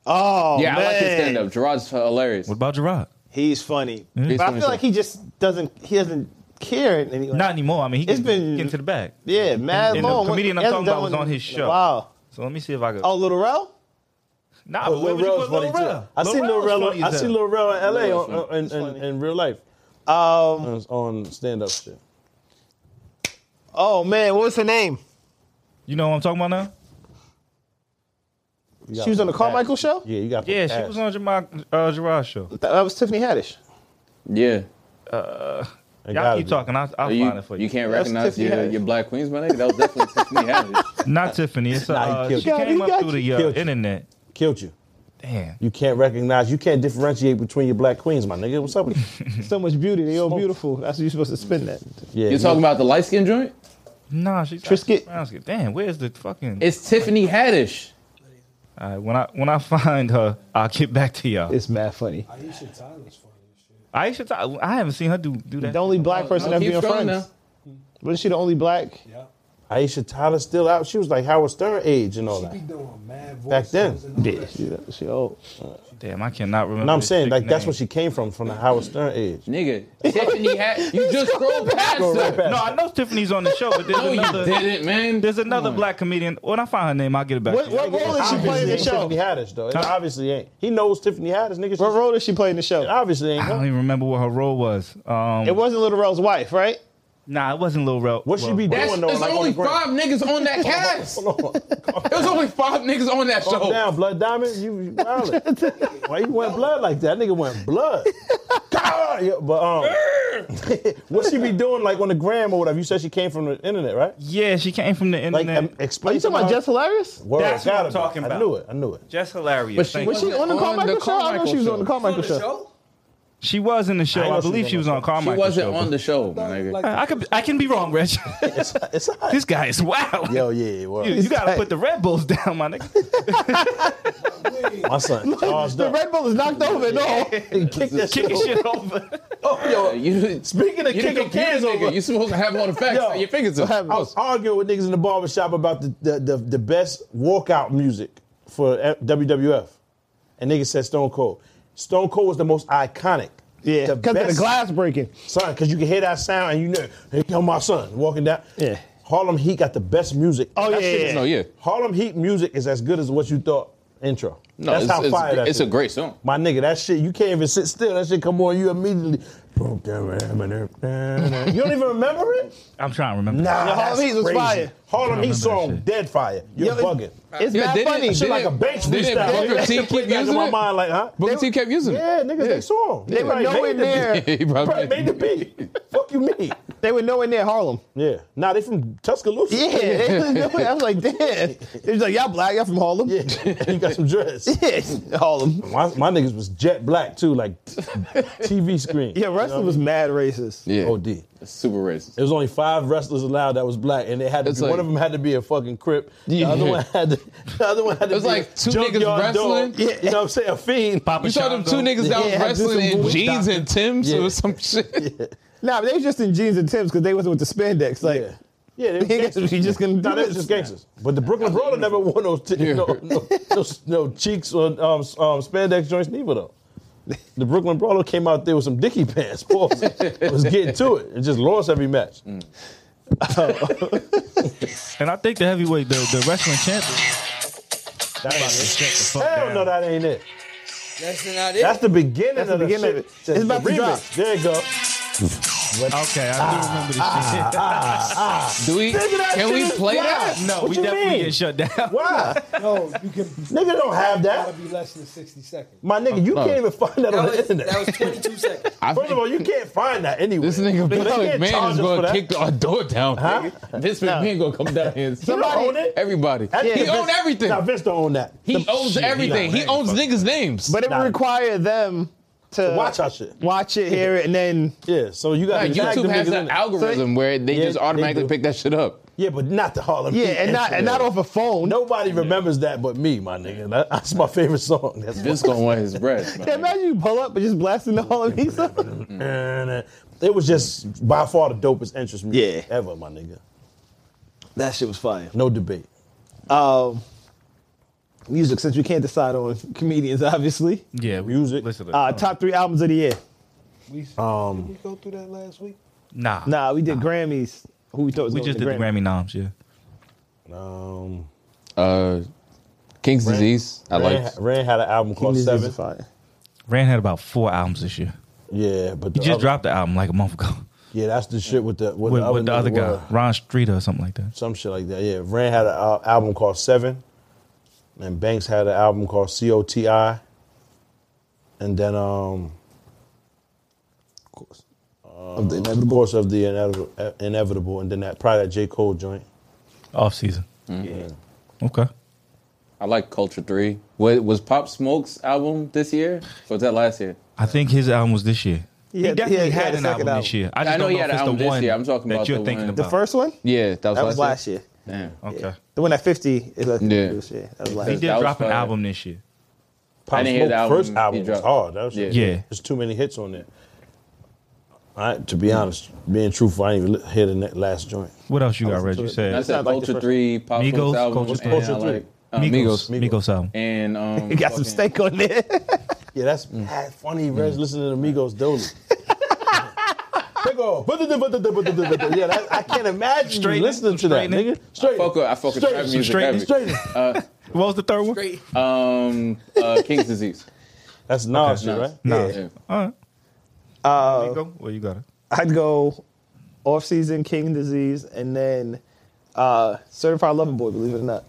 S4: Oh,
S2: yeah, I like his
S4: man.
S2: stand up. Gerard's hilarious.
S6: What about Gerard?
S4: He's funny,
S2: He's
S4: but I
S2: funny
S4: feel
S2: as
S4: like he just doesn't. He doesn't care anymore.
S6: Not anymore. I mean, he
S4: It's
S6: can
S4: been-
S6: get into the bag.
S4: yeah, mad
S6: and the
S4: long.
S6: comedian I'm
S4: He hasn't
S6: talking about
S4: done
S6: was
S4: one
S6: on his
S4: in a
S6: show.
S4: while.
S6: So let me see if I can.
S4: Oh, Little Rel.
S6: nah,
S5: Oh,
S6: but where
S5: Lil
S6: would you
S5: Rel's
S6: put
S5: funny
S6: Lil
S5: too.
S6: Rel?
S5: I seen Lil
S6: Rel's
S5: Rel.
S6: funny
S5: I
S6: as
S5: seen
S6: hell.
S5: Lil Rel in L.A.
S2: Rel's
S5: on- on- in- in in real life
S4: Um.
S5: on- on stand up shit.
S4: Oh man, what was her name?
S6: You know what I'm talking about now?
S5: You gotta
S4: She was on the
S5: put
S4: Carmichael
S5: that-
S4: show.
S5: Yeah, you got.
S6: Yeah, she was on Jamal, uh, Gerard's show.
S4: That that was Tiffany Haddish.
S2: Yeah.
S6: Y'all keep talking. I'll, I'll
S2: You,
S6: find it
S5: [laughs]
S6: for you.
S2: you can't
S4: That's
S2: recognize
S4: Tiffany
S2: your,
S4: Haddish.
S2: your black queens, my nigga. That was definitely Tiffany Haddish.
S6: Not Tiffany. It's, uh,
S5: Nah, he killed
S6: she
S5: you.
S6: came
S4: He
S6: up
S4: got
S6: through the
S5: you.
S6: uh,
S5: Killed you.
S6: internet.
S5: Killed you.
S6: Damn.
S5: You can't recognize. You can't differentiate between your black queens, my nigga. What's up with
S6: [laughs]
S5: you?
S4: So much beauty. They all beautiful. That's what you're supposed to spin that.
S5: Yeah,
S2: You talking about the light skin joint?
S6: Nah, she's
S4: Trisket.
S6: Trisket. Damn, where's the fucking?
S2: It's Tiffany Haddish.
S6: All right, when I when I [laughs] find her, I'll get back to y'all.
S4: It's mad funny.
S9: Aisha Tyler's funny as shit.
S6: I actually thought, I haven't seen her do do that.
S4: The only black person
S2: I'll
S4: ever
S2: Uh, keep
S4: been
S2: trying
S4: friends.
S2: now.
S4: Wasn't she the only black?
S9: Yeah.
S5: Aisha Tyler still out. She was like Howard Stern age and all
S9: She be
S5: that.
S9: doing mad voices.
S5: Back then.
S9: and all that
S4: Yeah, she, she old.
S6: Damn, I cannot remember.
S5: And I'm
S6: this
S5: saying
S6: chick's
S5: like that's
S6: name.
S5: where she came from, from the Howard Stern age.
S2: Nigga, Tiffany Haddish. You just scrolled past
S5: Go right
S2: her.
S5: past.
S6: No, I know Tiffany's on the show, but there's
S2: [laughs] No, you
S6: another
S2: didn't, man.
S6: there's another black comedian. When I find her name, I'll get it back.
S4: What,
S6: to you.
S4: what role did she play in the
S5: It's Tiffany
S4: show?
S5: Haddish though. It obviously ain't. He knows Tiffany Haddish, nigga.
S4: What
S5: She,
S4: role did she play in the
S5: it
S4: show?
S5: obviously ain't.
S6: I
S5: her.
S6: don't even remember what her role was. Um,
S4: It wasn't Little Rel's wife, right?
S6: nah, it wasn't Lil Rel.
S5: What she
S6: well,
S5: be
S2: That's,
S5: doing though?
S2: there's
S5: like, on
S2: only
S5: the ground?
S2: five niggas on that cast.
S5: Hold on.
S2: There's only five niggas on that
S6: Oh.
S5: Calm
S2: show.
S5: down, Blood Diamond. You you violent.
S4: [laughs]
S5: Why you went blood like that? Nigga went blood. God! Yeah, but um, [laughs] what she be doing like on the gram or whatever? You said she came from the internet, right?
S6: Yeah, she came from the
S5: Like,
S6: internet.
S5: um,
S4: Are
S5: explain.
S4: you talking about Jess Hilarious?
S5: Word,
S6: That's what
S5: gotta
S6: I'm
S5: be.
S6: talking
S5: I
S6: about.
S5: knew it. I knew it.
S6: Just hilarious.
S2: But she
S6: Thank
S2: was-
S4: Was
S6: you.
S4: she on the
S2: On
S4: Carmichael
S2: the
S4: show? I know she was
S2: Carmichael
S4: on the
S2: show.
S4: Carmichael
S9: shit.
S4: show.
S6: she was in the show. I,
S5: know she
S6: believe
S5: was
S6: she was on
S2: She
S6: Carmichael.
S2: wasn't
S6: show,
S2: on the show, my
S9: Like,
S2: nigga.
S9: like,
S6: [laughs] I could I can be wrong, Reg.
S5: It's, it's
S6: [laughs]
S5: all right.
S6: this guy is wild.
S5: Yo, yeah, it was.
S6: You, you gotta put the Red Bulls [laughs] down, my
S5: [laughs]
S6: nigga.
S5: My
S4: [laughs]
S5: son charged
S4: The
S5: up.
S4: Red Bull is knocked over and all.
S5: Kick that shit.
S6: Kicking shit over.
S2: Yo, you,
S5: Speaking of
S2: you
S5: kicking
S2: didn't
S5: cans
S2: confuse
S5: over,
S2: nigga. You supposed to have all the facts
S5: Yo.
S2: on your fingers.
S5: I was arguing with niggas in the barbershop about the, the, the, the best walkout music for WWF. And niggas said Stone Cold. Stone Cold was the most iconic.
S4: Yeah,
S5: The
S4: because of the
S5: best-
S4: glass breaking.
S5: Son, because you can hear that sound and you know, here come my son walking down.
S4: Yeah.
S5: Harlem Heat got the best music.
S4: Oh,
S5: That
S4: yeah,
S5: shit
S4: yeah,
S5: is-
S4: yeah. No,
S2: yeah.
S5: Harlem Heat music is as good as what you thought intro.
S2: No,
S5: That's
S2: it's,
S5: how
S2: it's,
S5: fire that
S2: it's
S5: shit
S2: a
S5: is.
S2: great song.
S5: My nigga, that shit, you can't even sit still. That shit come on you immediately. You don't even remember it?
S6: I'm trying to remember.
S5: Nah,
S4: Harlem
S5: that's
S4: Heat was
S5: crazy.
S4: fire.
S5: Harlem Heat
S6: remember that
S5: song,
S6: shit.
S5: dead fire. You're
S4: Yo, it-
S5: bugging.
S4: It's
S2: Yeah,
S4: mad
S2: didn't-
S4: funny.
S5: Shit
S2: didn't-
S5: like a bench
S2: didn't
S5: freestyle.
S2: Booker
S5: That
S2: T
S5: shit
S2: keep
S5: went back
S2: using
S5: in my
S2: it?
S5: mind like, huh?
S2: Booker T kept using it.
S5: Yeah, niggas,
S2: Yeah.
S5: they song.
S4: They were nowhere near.
S2: He
S5: Probably
S2: probably
S5: made the beat. Fuck you, me.
S4: They were nowhere near Harlem.
S5: Yeah. Nah, they from Tuscaloosa.
S4: Yeah, [laughs] they was nowhere. I was like, damn. They was like, y'all black, y'all from Harlem? [laughs]
S5: [laughs] Yeah. you got some dress.
S4: Yeah, Harlem.
S5: My, my niggas was jet black too, like TV screen.
S4: Yeah, wrestling was mad racist.
S2: Yeah.
S5: OD.
S2: It's super racist.
S5: It was only five wrestlers allowed that was black, and they had to
S2: It's
S5: be- one
S2: like-
S5: of them had to be a fucking crip. The
S2: Yeah.
S5: other one had to. The other one had to
S2: It was
S5: be
S2: like two
S5: a
S2: niggas
S5: junkyard
S2: wrestling.
S5: Dog, You know what I'm saying? A fiend.
S6: Papa
S2: You saw them two
S6: Shango.
S2: niggas that
S5: Yeah,
S2: was
S5: do some
S2: wrestling in
S5: bullshit.
S2: jeans and Tim's
S5: Yeah.
S2: or some shit.
S4: Nah, but they was just in jeans and Timbs because they wasn't with the spandex. Like,
S5: Yeah.
S2: [laughs]
S4: [laughs]
S5: Yeah, they were
S4: Niggas,
S5: gangsters.
S4: we just gonna do
S5: nah, they was
S4: this
S5: just gangsters. But the Brooklyn Brawler never wore no, t-
S2: Yeah.
S5: no, no, no, no cheeks or um, s- um, spandex joints neither though. The Brooklyn Brawler came out there with some dicky
S2: [laughs]
S5: pants. Pause. was getting to it. It just lost every match.
S2: Mm.
S6: And I think the heavyweight, the, the wrestling champion.
S5: That's not
S6: Shut the fuck
S5: it. Hell
S6: down.
S5: no, that ain't it.
S11: That's not it.
S5: That's the beginning
S4: That's
S5: of
S4: the
S5: the
S4: beginning
S5: shit.
S4: of it. It's about to
S5: remix.
S4: drop.
S5: There you go.
S6: Okay, I do remember this shit.
S2: Do we?
S5: Nigga, that
S2: Can
S5: shit
S2: we
S5: is
S2: play that?
S5: wild.
S6: no,
S5: What
S6: [laughs] we
S5: you
S6: definitely
S5: mean?
S6: get shut down.
S5: Why?
S2: [laughs]
S9: No, Oh, you can.
S5: Nigga don't have that.
S9: Gotta be less than sixty seconds.
S5: My nigga, you can't even find that, on
S11: That
S5: the
S11: was,
S5: internet.
S11: that was 22 seconds.
S2: I
S5: [laughs] First of all,
S2: think
S5: you can't find that anywhere.
S2: this nigga
S5: They-
S2: Vince
S5: they can't
S2: McMahon
S5: charge
S2: is
S5: us for
S2: gonna
S5: that.
S2: kick our door down.
S5: Huh?
S2: Vince McMahon gonna come down here. and-
S5: don't own it?
S2: Everybody.
S5: That
S2: He
S5: nigga
S2: owned
S5: Vince-
S2: everything.
S5: Nah, Vince don't own that.
S2: He
S5: The-
S2: owns
S6: shit, he
S2: everything.
S6: don't
S2: He owns
S6: fuck.
S2: niggas' names.
S4: But it
S5: Nah.
S4: would require them to
S5: watch our shit.
S4: watch it, hear it, and then
S5: Yeah, so you got
S2: Nah, YouTube has an algorithm where they
S5: Yeah,
S2: just
S5: they
S2: automatically
S5: do.
S2: pick that shit up.
S5: Yeah, but not the Harlem.
S4: yeah,
S5: Heat
S4: and not and
S5: intro.
S4: not off a phone.
S5: Nobody remembers that but me, my nigga. That- that's my favorite song. That's
S2: Vince gonna want his bread.
S4: Yeah,
S2: man.
S4: imagine you pull up and just blasting the whole of these.
S5: And it was just by far the dopest interest music
S10: Yeah.
S5: ever, my nigga.
S10: That shit was fire.
S5: No debate.
S10: Um, music, since we can't decide on comedians, obviously.
S6: Yeah, we
S5: Music. Ah,
S6: Listen to
S4: Uh, top three albums of the year.
S9: We did
S5: Um,
S9: we go through that last week.
S6: nah,
S4: Nah, we did Grammys. Who we thought was
S6: We
S4: gonna
S6: just did
S4: win
S6: the Grammy noms. Yeah,
S5: um,
S2: Uh, King's Disease. I
S5: Ren,
S2: like.
S5: Ren had an album called
S4: This is
S5: Seven.
S4: fire.
S6: Rand had about four albums this year.
S5: Yeah, but the
S6: He just
S5: other-
S6: dropped the album like a month ago
S5: Yeah, that's the shit with the with,
S6: with,
S5: the other,
S6: with the other
S5: nigga
S6: guy,
S5: was.
S6: Ron Streeter or something like that.
S5: some shit like that. Yeah, Ren had an al- album called Seven, and Banks had an album called COTI, and then um,
S10: Of the
S5: um, of course of the inevitable, eh, inevitable, and then that probably that J Cole joint.
S6: Off season.
S5: Mm-hmm.
S6: Okay.
S2: I like Culture Three. What was Pop Smoke's album this year? Or was that last year?
S6: I think his album was this year. He,
S4: had-
S6: definitely
S4: he had- he
S6: had,
S4: had a
S6: an album,
S4: second
S6: this year. I
S2: I
S6: just
S2: know
S6: don't
S2: he
S6: know
S2: had
S6: if
S2: an
S6: it's
S2: album
S6: the
S2: this
S6: one
S2: year. I'm talking
S6: that
S2: about
S6: you're
S2: the
S6: thinking
S2: one-
S4: The
S6: about.
S4: first one,
S2: Yeah, that was,
S10: That was last year.
S2: Damn.
S6: Okay.
S4: the one at fifty, is like
S2: Yeah.
S4: yeah. That was last
S6: He
S4: year.
S2: That
S6: did
S2: was
S6: drop an
S2: fire.
S6: album this year.
S5: Pop
S2: I didn't hear the album
S5: Smoke's first
S2: he
S5: album was
S2: dropped.
S5: hard. That was
S2: Yeah.
S6: Yeah.
S5: There's too many hits on it. I, to be honest, being truthful, I didn't even li- hear the ne- last joint.
S6: What else you got, Reg? You
S2: I
S6: said
S2: said
S4: like the
S2: Culture
S4: first-
S2: Three, Pop
S6: Migos,
S2: Smoke's album,
S6: Culture
S2: and I
S5: Three.
S2: like uh,
S6: Migos.
S2: Migos.
S6: Migos, album.
S2: and
S6: [laughs]
S2: um,
S4: He got some
S2: fucking-
S4: steak on there.
S5: Yeah, that's
S2: Mm.
S5: mad funny, Reg, listening to
S2: [laughs]
S5: Migos Dolly. Pick off. Yeah, that, I can't imagine you
S6: Straight in,
S5: listening to that,
S6: straight in.
S5: nigga. Straight.
S2: Fuck with, I fuck with
S5: Straight-
S2: trap music.
S6: straight-
S2: heavy.
S5: Straight. in.
S6: What was the third one?
S11: Great.
S2: Um, uh, King's Disease.
S5: That's Nas shit,
S2: Nas.
S5: right?
S6: Nah.
S2: Yeah.
S6: All right.
S4: Uh,
S6: Migo, well, you got it.
S4: I'd go off season King Disease, and then uh, Certified Lover Boy. Believe it or not,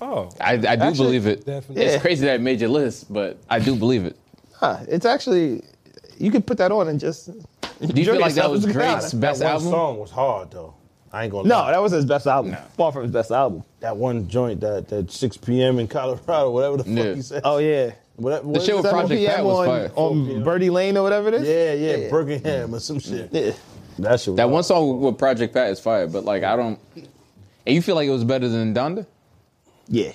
S6: Oh,
S2: I, I do believe it.
S9: definitely.
S2: It's
S4: Yeah.
S2: crazy that it made your list, but I do believe it.
S4: huh? It's actually you could put that on and just.
S2: Do you feel like that was
S4: Drake's
S2: Drake's best
S5: that one
S2: album?
S5: song was hard though. I ain't gonna
S4: No,
S5: lie.
S4: that was his best album. Far from his best album.
S5: that one joint that that 6 p.m. in Colorado, whatever the fuck
S2: Yeah.
S5: he said.
S4: Oh yeah,
S5: Whatever-
S2: The
S5: what
S2: shit
S5: is
S2: with
S5: that?
S2: Project Pat was fire.
S4: on, on Birdie Lane or whatever it is.
S5: Yeah, yeah, Birmingham or some shit.
S4: Yeah.
S5: That shit. was
S2: That
S5: hard.
S2: one song with Project Pat is fire, but like I don't. And you feel like it was better than Donda?
S4: yeah,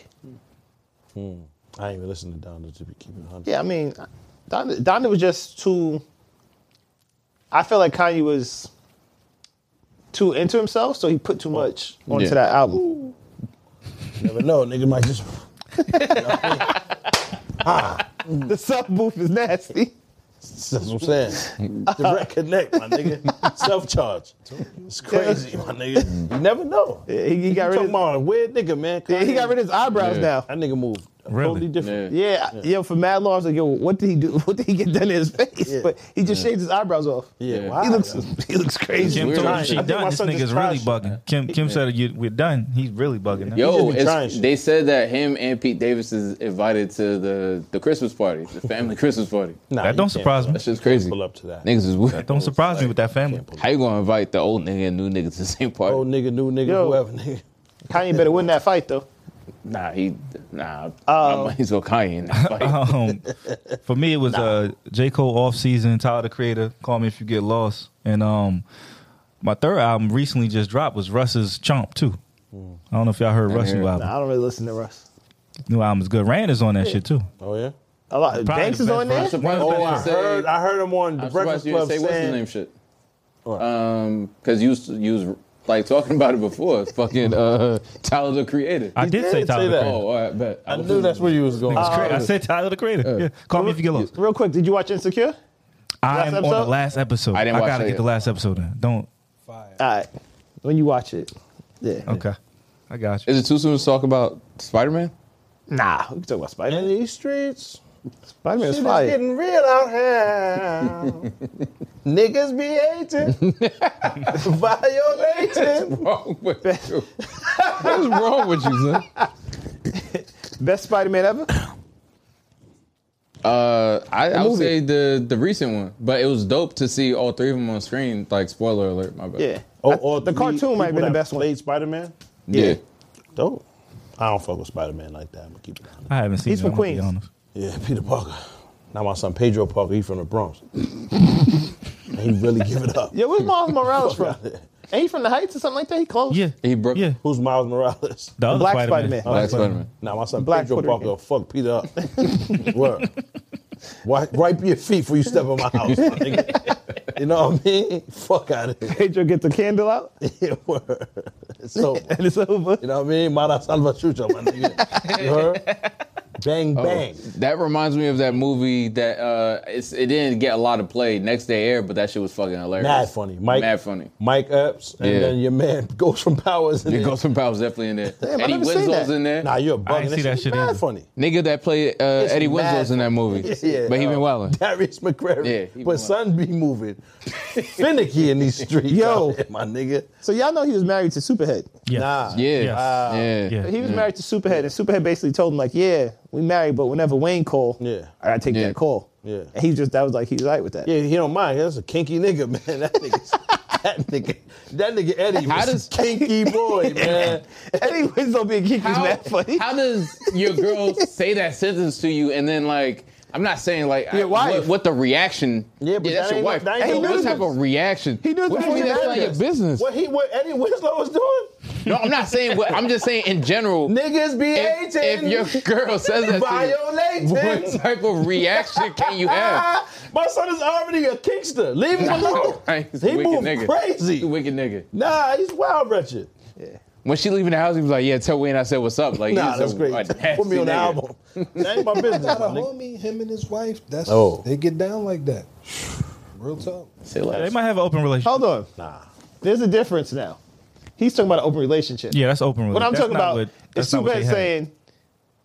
S5: I ain't even listening to Donda to be keeping hundred.
S4: yeah. I mean, Donda, Donda was just too. I feel like Kanye was too into himself, so he put too much onto
S2: Yeah.
S4: that album.
S5: Never know, nigga might just.
S4: [laughs]
S5: [laughs]
S4: The subwoof is nasty.
S5: That's what
S2: [laughs]
S5: I'm saying. Direct connect, my nigga. Self charge. It's crazy, my
S2: Mm.
S5: nigga. You never know.
S4: Yeah, he, he got
S5: Come
S4: rid of.
S5: on, weird nigga, man.
S4: Yeah, he got rid of his eyebrows
S2: Yeah.
S4: now.
S5: That nigga moved
S6: Really?
S5: totally different.
S2: Yeah.
S4: Yeah, yeah, for Mad Law, I was like, yo, what did he do? [laughs] What did he get done in his face?
S5: Yeah.
S4: But he just shaved his eyebrows off.
S5: Yeah,
S2: Yeah.
S5: wow.
S4: He looks, [laughs] he looks crazy.
S6: Kim
S2: Weird.
S6: told
S2: I
S6: him she
S5: think my
S6: done. This
S5: son just
S6: nigga's really
S5: tried shit.
S6: bugging. Kim, Kim said, you, "We're done." He's really bugging. now.
S5: just
S2: Yo,
S5: be trying
S2: it's,
S5: shit.
S2: they said that him and Pete Davis is invited to the, the Christmas party, the family [laughs] Christmas party.
S5: Nah,
S6: that
S5: you
S6: don't
S5: can't
S6: surprise me.
S2: That shit's crazy.
S5: Pull up to that.
S2: Niggas is weird.
S6: Don't surprise me with that family.
S2: How you gonna invite the old nigga and new nigga to the same party?
S5: Old nigga, new nigga,
S4: Yo.
S5: whoever nigga.
S4: Kanye better win that fight, though.
S2: Nah, he nah. I
S5: Oh.
S2: might as well Kanye in [laughs] that fight.
S6: um, for me, it was uh, J. Cole off season, Tyler the Creator, Call Me If You Get Lost. And um, my third album recently just dropped was Russ's Chomp, too. I don't know if y'all heard Russ's
S2: hear
S6: new
S2: it.
S6: album.
S4: Nah, I don't really listen to Russ.
S6: New album's good. Rand is on that shit, too.
S5: Oh yeah.
S4: A lot.
S6: Probably
S4: Banks
S6: the
S4: is
S6: best
S4: on there.
S6: version.
S2: Surprised
S5: Oh,
S2: you
S5: I
S2: didn't say-
S5: heard. I heard him on the
S2: I'm surprised
S5: Breakfast
S2: you didn't
S5: Club
S2: say
S5: saying.
S2: what's his name shit. Um, because you was- you was like talking about it before. fucking uh, [laughs] Tyler the Creator.
S6: I did say
S5: did
S6: Tyler
S5: say
S6: the
S5: that.
S6: Creator.
S2: oh, all right, bet.
S5: I knew that's where you was going.
S6: It's crazy. I said Tyler the Creator. yeah. Call Me If You Get Lost.
S4: Real quick, did you watch Insecure?
S6: I'm on the
S4: episode?
S6: last episode.
S2: I didn't watch
S6: gotta
S2: that
S6: get the
S2: yet.
S6: last episode in. Don't.
S9: Fire.
S4: All right. When you watch it, yeah.
S6: Okay. I got you.
S2: Is it too soon to talk about Spider [laughs] Man?
S4: Nah, we can talk about Spider
S5: In
S4: Man.
S5: these streets,
S4: Spider Man [laughs] was
S5: shit is
S4: fire. [laughs]
S5: getting real out here. Niggas be hating, violating.
S2: wrong with you? What is wrong with you, son?
S4: Best Spider-Man ever.
S2: Uh, I, I would
S4: movie.
S2: say the the recent one, but it was dope to see all three of them on screen. Like spoiler alert, my bad.
S4: Yeah.
S5: Oh,
S4: I-
S5: or
S4: the cartoon might have been the best one.
S5: Played Spider Man.
S2: yeah.
S5: Dope. I don't fuck with Spider Man like that. I'm gonna keep it honest.
S6: I haven't seen
S4: He's
S6: it.
S4: from
S6: I'm gonna be
S4: Queens.
S6: honest.
S5: Yeah, Peter Parker. Now my son Pedro Parker, he from the Bronx. And he really give it up.
S4: Yo, where's Miles Morales [laughs] from?
S5: Fuck outta here.
S4: Ain't he from the Heights or something like that? He close.
S6: Yeah.
S2: He broke.
S6: Yeah.
S5: Who's Miles Morales?
S6: The other
S4: Black
S6: Spider-Man.
S4: Spider-Man.
S2: Black Spider-Man.
S5: Now my son
S4: Black
S5: Pedro
S4: Puerto
S5: Parker,
S4: Rican.
S5: fuck Peter up. Word. Wipe, wipe your feet before you step in my house. my nigga. you know what I mean? Fuck out of here.
S4: Pedro get the candle out
S5: Yeah, word. It's over.
S4: and it's over.
S5: You know what I mean? Mara salva chucha, my nigga. You heard? Bang, bang.
S2: That reminds me of that movie that uh, it's, it didn't get a lot of play. Next day air, but that shit was fucking hilarious.
S5: Mad funny. Mike,
S2: Mad funny.
S5: Mike Epps, and
S2: Yeah.
S5: then your man goes from Powers. And
S2: It goes from Powers definitely in there.
S4: I
S2: Eddie
S4: never seen
S2: Winslow's
S4: that.
S2: in there.
S5: Nah, you're bugging.
S6: I ain't see that
S5: is
S6: shit
S5: mad
S6: either.
S5: funny.
S2: Nigga that played uh, Eddie
S5: mad
S2: Winslow's in that movie,
S5: [laughs] Yeah,
S2: but he been
S5: uh,
S2: wilding.
S5: Darius McCrary.
S2: Yeah, he
S5: but
S2: been
S5: son be moving finicky in these streets.
S4: Yo.
S5: out here, my nigga.
S4: So y'all know he was married to Superhead.
S6: Yeah.
S5: Nah.
S2: Yeah,
S6: Yes.
S5: Wow.
S2: yeah.
S6: Yeah.
S4: He was married to Superhead, and Superhead basically told him like, "Yeah, we married, but whenever Wayne call,
S5: Yeah.
S4: I gotta take
S2: Yeah.
S4: that call."
S5: Yeah.
S4: and he just that was like he's right with that. [laughs]
S5: Yeah, he don't mind. That's a kinky nigga, [laughs] man. That nigga, that nigga, that nigga Eddie
S2: How does-
S5: was
S2: [laughs]
S5: kinky boy, man.
S4: Eddie Winslow being geeky is
S2: How,
S4: mad funny.
S2: how does your girl say that sentence to you and then like? I'm not saying like I-
S4: Your wife.
S2: What, what the reaction.
S5: Yeah, but
S2: that's
S5: that
S2: your
S5: ain't-
S2: wife.
S5: that ain't
S2: Hey,
S5: your
S2: what
S5: business.
S2: type of reaction?
S4: He knew
S2: What
S4: this
S2: do you
S4: was
S2: mean
S4: your
S2: that's not your
S4: business.
S2: business.
S5: What he, what Eddie Winslow was doing?
S2: No, I'm not saying what. I'm just saying in
S5: [laughs]
S2: general.
S5: Niggas be
S2: if, if
S5: hating.
S2: your [laughs] girl says that to
S5: [laughs]
S2: you, what [laughs]
S5: violating.
S2: type of reaction can you
S5: [laughs]
S2: have?
S5: Ah, My son is already a kickster. Leave
S2: [laughs]
S5: him alone.
S2: Right? He's a
S5: He
S2: wicked
S5: moved
S2: nigga. He's a
S5: crazy.
S2: wicked nigga.
S5: Nah, he's wild wretched.
S2: When she leaving the house, he was like, "Yeah, tell Wayne I said what's up." Like,
S5: Nah,
S2: he's
S5: that's
S2: a,
S5: great.
S2: a nasty
S5: [laughs] Put me on the
S2: nigga.
S5: album. That ain't my business.
S9: Got a
S5: my nigga.
S9: homie, him and his wife. That's
S5: Oh.
S9: they get down like that. Real talk.
S2: Say
S6: They
S2: less.
S6: might have an open
S4: [laughs]
S6: relationship.
S4: Hold on,
S5: Nah.
S4: there's a difference now. He's talking about an open relationship.
S6: Yeah, that's open relationship.
S4: What I'm
S6: That's
S4: talking
S6: not
S4: about
S6: what-
S4: is
S6: that's not what
S4: Superhead
S6: they had.
S4: saying,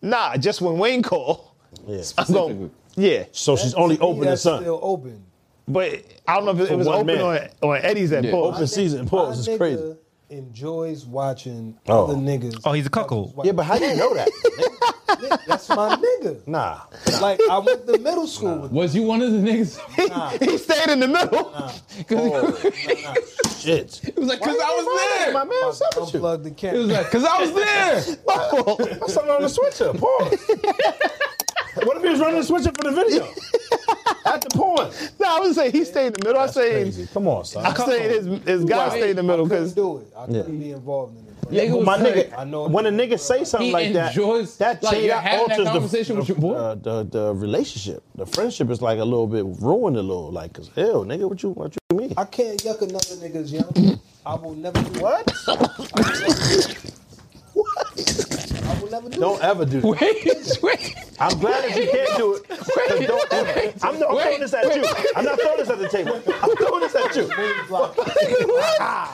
S4: "Nah, just when Wayne call,
S5: Yeah.
S4: [laughs] I'm going." Yeah,
S5: So she's only
S9: To me,
S5: open to
S9: that's
S5: son.
S9: Still open.
S4: but I don't know if it,
S5: For
S4: was
S5: one
S4: open
S5: man.
S4: on, on Eddie's end.
S2: Yeah.
S4: Paul.
S5: Open season. Pause.
S9: My
S5: It's crazy.
S9: nigga Enjoys watching
S5: Oh.
S9: other niggas.
S6: Oh, he's a cuckold.
S9: [laughs]
S5: Yeah, but how do you know
S2: [laughs]
S5: that?
S9: that's my nigga.
S5: nah.
S9: Like I went to middle school with.
S2: Was you one of the niggas?
S4: [laughs]
S2: [laughs]
S4: He stayed in the middle. [laughs]
S2: Oh,
S5: Shit.
S2: He was like, "Cause I was there."
S4: My man, what's up with you?
S9: Unplug
S2: He
S9: the [laughs]
S2: was
S9: camera.
S2: like, "Cause I was there."
S5: I'm something on the switcher. Pause. what if he was running the switcher for the video? At the porn.
S4: No, I was saying he stayed in the middle. I say
S5: Crazy. Come on, son.
S4: I'm saying his, his guy stayed in the middle
S9: Couldn't
S4: because
S9: do it. I couldn't be involved in it. bro.
S2: Nigga was
S5: my
S2: like-
S5: nigga,
S9: I know
S5: when a nigga say something
S2: He
S5: like
S2: enjoys-
S5: that, that
S2: like,
S5: change-
S2: you're
S5: that
S2: having that
S5: alters the-
S2: conversation
S5: the,
S2: with your boy.
S5: uh, the, the relationship, the friendship is like a little bit ruined a little, like, cause hell, nigga, what you what you mean?
S9: I can't yuck another nigga's young. I will never do what. I will never do
S5: Don't ever do that.
S2: Wait, wait.
S5: I'm glad that you can't do it. 'cause don't ever. I'm, not, I'm throwing this at you. I'm not throwing this at the table. I'm throwing this at you.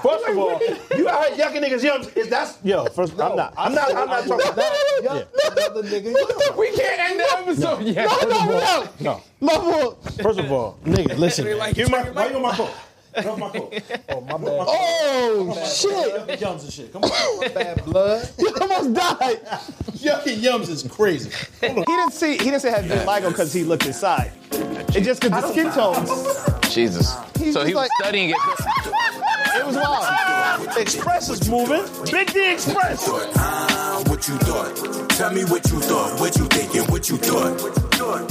S5: First of all, you out here yucking niggas yums. Is that's yo? First, I'm not. I'm not. I'm not talking.
S9: that. Yuck another nigga young.
S2: We can't end the episode yet.
S4: no,
S5: No.
S4: my fault.
S5: First of all,
S9: [laughs]
S5: nigga, listen. Give me my. Why you on my phone? Get off my phone.
S9: Oh my bad.
S4: [laughs] Oh shit!
S5: Yucking yums and shit. Come
S9: [laughs]
S5: on.
S9: Bad blood.
S4: [laughs] You almost died.
S5: Yucking yums is crazy.
S4: He didn't see. He didn't say had vitiligo because he looked inside. It just because the skin tones.
S2: Jesus.
S4: He's
S2: so
S4: just
S2: he was
S4: like-
S2: studying it.
S4: It was wild.
S5: Express is moving. Big D Express.
S1: thought? Ah, what you thought? Tell me what you thought. What you thinking? What you thought?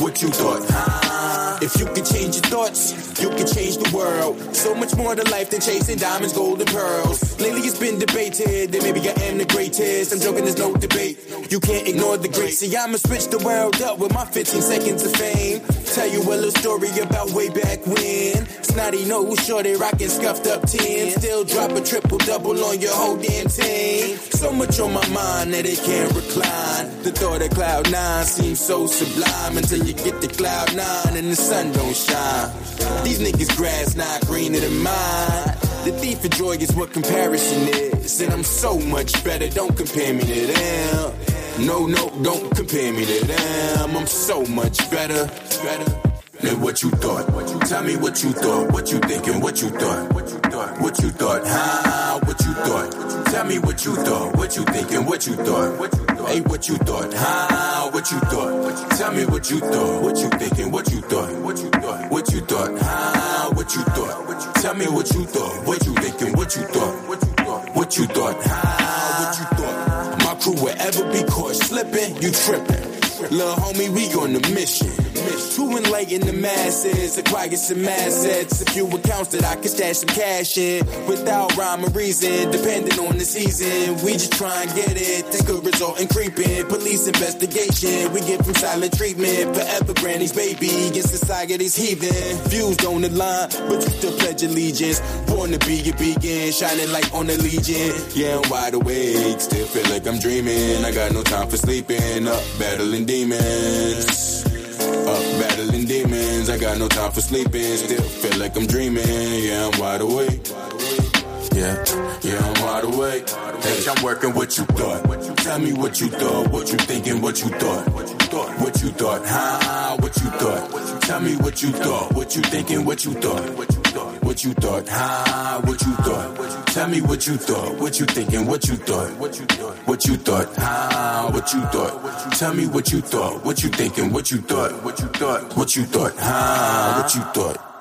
S1: What you thought? Ah, if you could change your thoughts, you could change the world. So much more to life than chasing diamonds, gold, and pearls. Lately it's been debated that maybe I am the greatest. I'm joking, there's no debate. You can't ignore the great. See, I'ma switch the world up with my 15 seconds of fame. Tell you a little story about way back when. Snotty nose, shorty rockin' scuffed up 10. Still drop a triple double on your whole damn team. So much on my mind that it can't recline. The thought of cloud nine seems so sublime until you get to cloud nine and the sun don't shine. These niggas grass not greener than mine. The thief of joy is what comparison is. And I'm so much better, don't compare me to them. No, no, don't compare me to them. I'm so much better, better. and what you thought. What you tell me what you thought, what you thinking, what you thought, what you thought, what you thought, huh? What you thought? Tell me what you thought, what you thinking, what you thought, what you thought, hey, what you thought, huh? What you thought? Tell me what you thought, what you thinking, what you thought, what you thought, what you thought, huh? What you thought? Tell me what you thought, what you thinking, what you thought, what you thought, what you thought, huh? What you thought? My crew will ever be caught slipping, you tripping. Lil' homie, we on the mission. To enlighten the masses, acquire some assets. A few accounts that I can stash some cash in. Without rhyme or reason, depending on the season. We just try and get it. That could result in creeping. Police investigation, we get from silent treatment. Forever Brandy's baby, get society's heathen. Views don't align, but you still pledge allegiance. Born to be a beacon, shining light on the legion. Yeah, I'm wide awake, still feel like I'm dreaming. I got no time for sleeping, up battling demons. Up battling demons, I got no time for sleeping. Still feel like I'm dreaming, yeah, I'm wide awake. Yeah, yeah, I'm wide awake. Bitch, I'm working what you thought. Tell me what you thought, what you thinking, what you thought. What you thought, huh? What you thought. Tell me what you thought, what you thinking, what you thought. What you thought, huh? What you thought. Tell me what you thought, what you thinking, what you thought. What you thought, huh? What you thought. Tell me what you thought, what you thinking, what you thought. What you thought, huh? What you thought.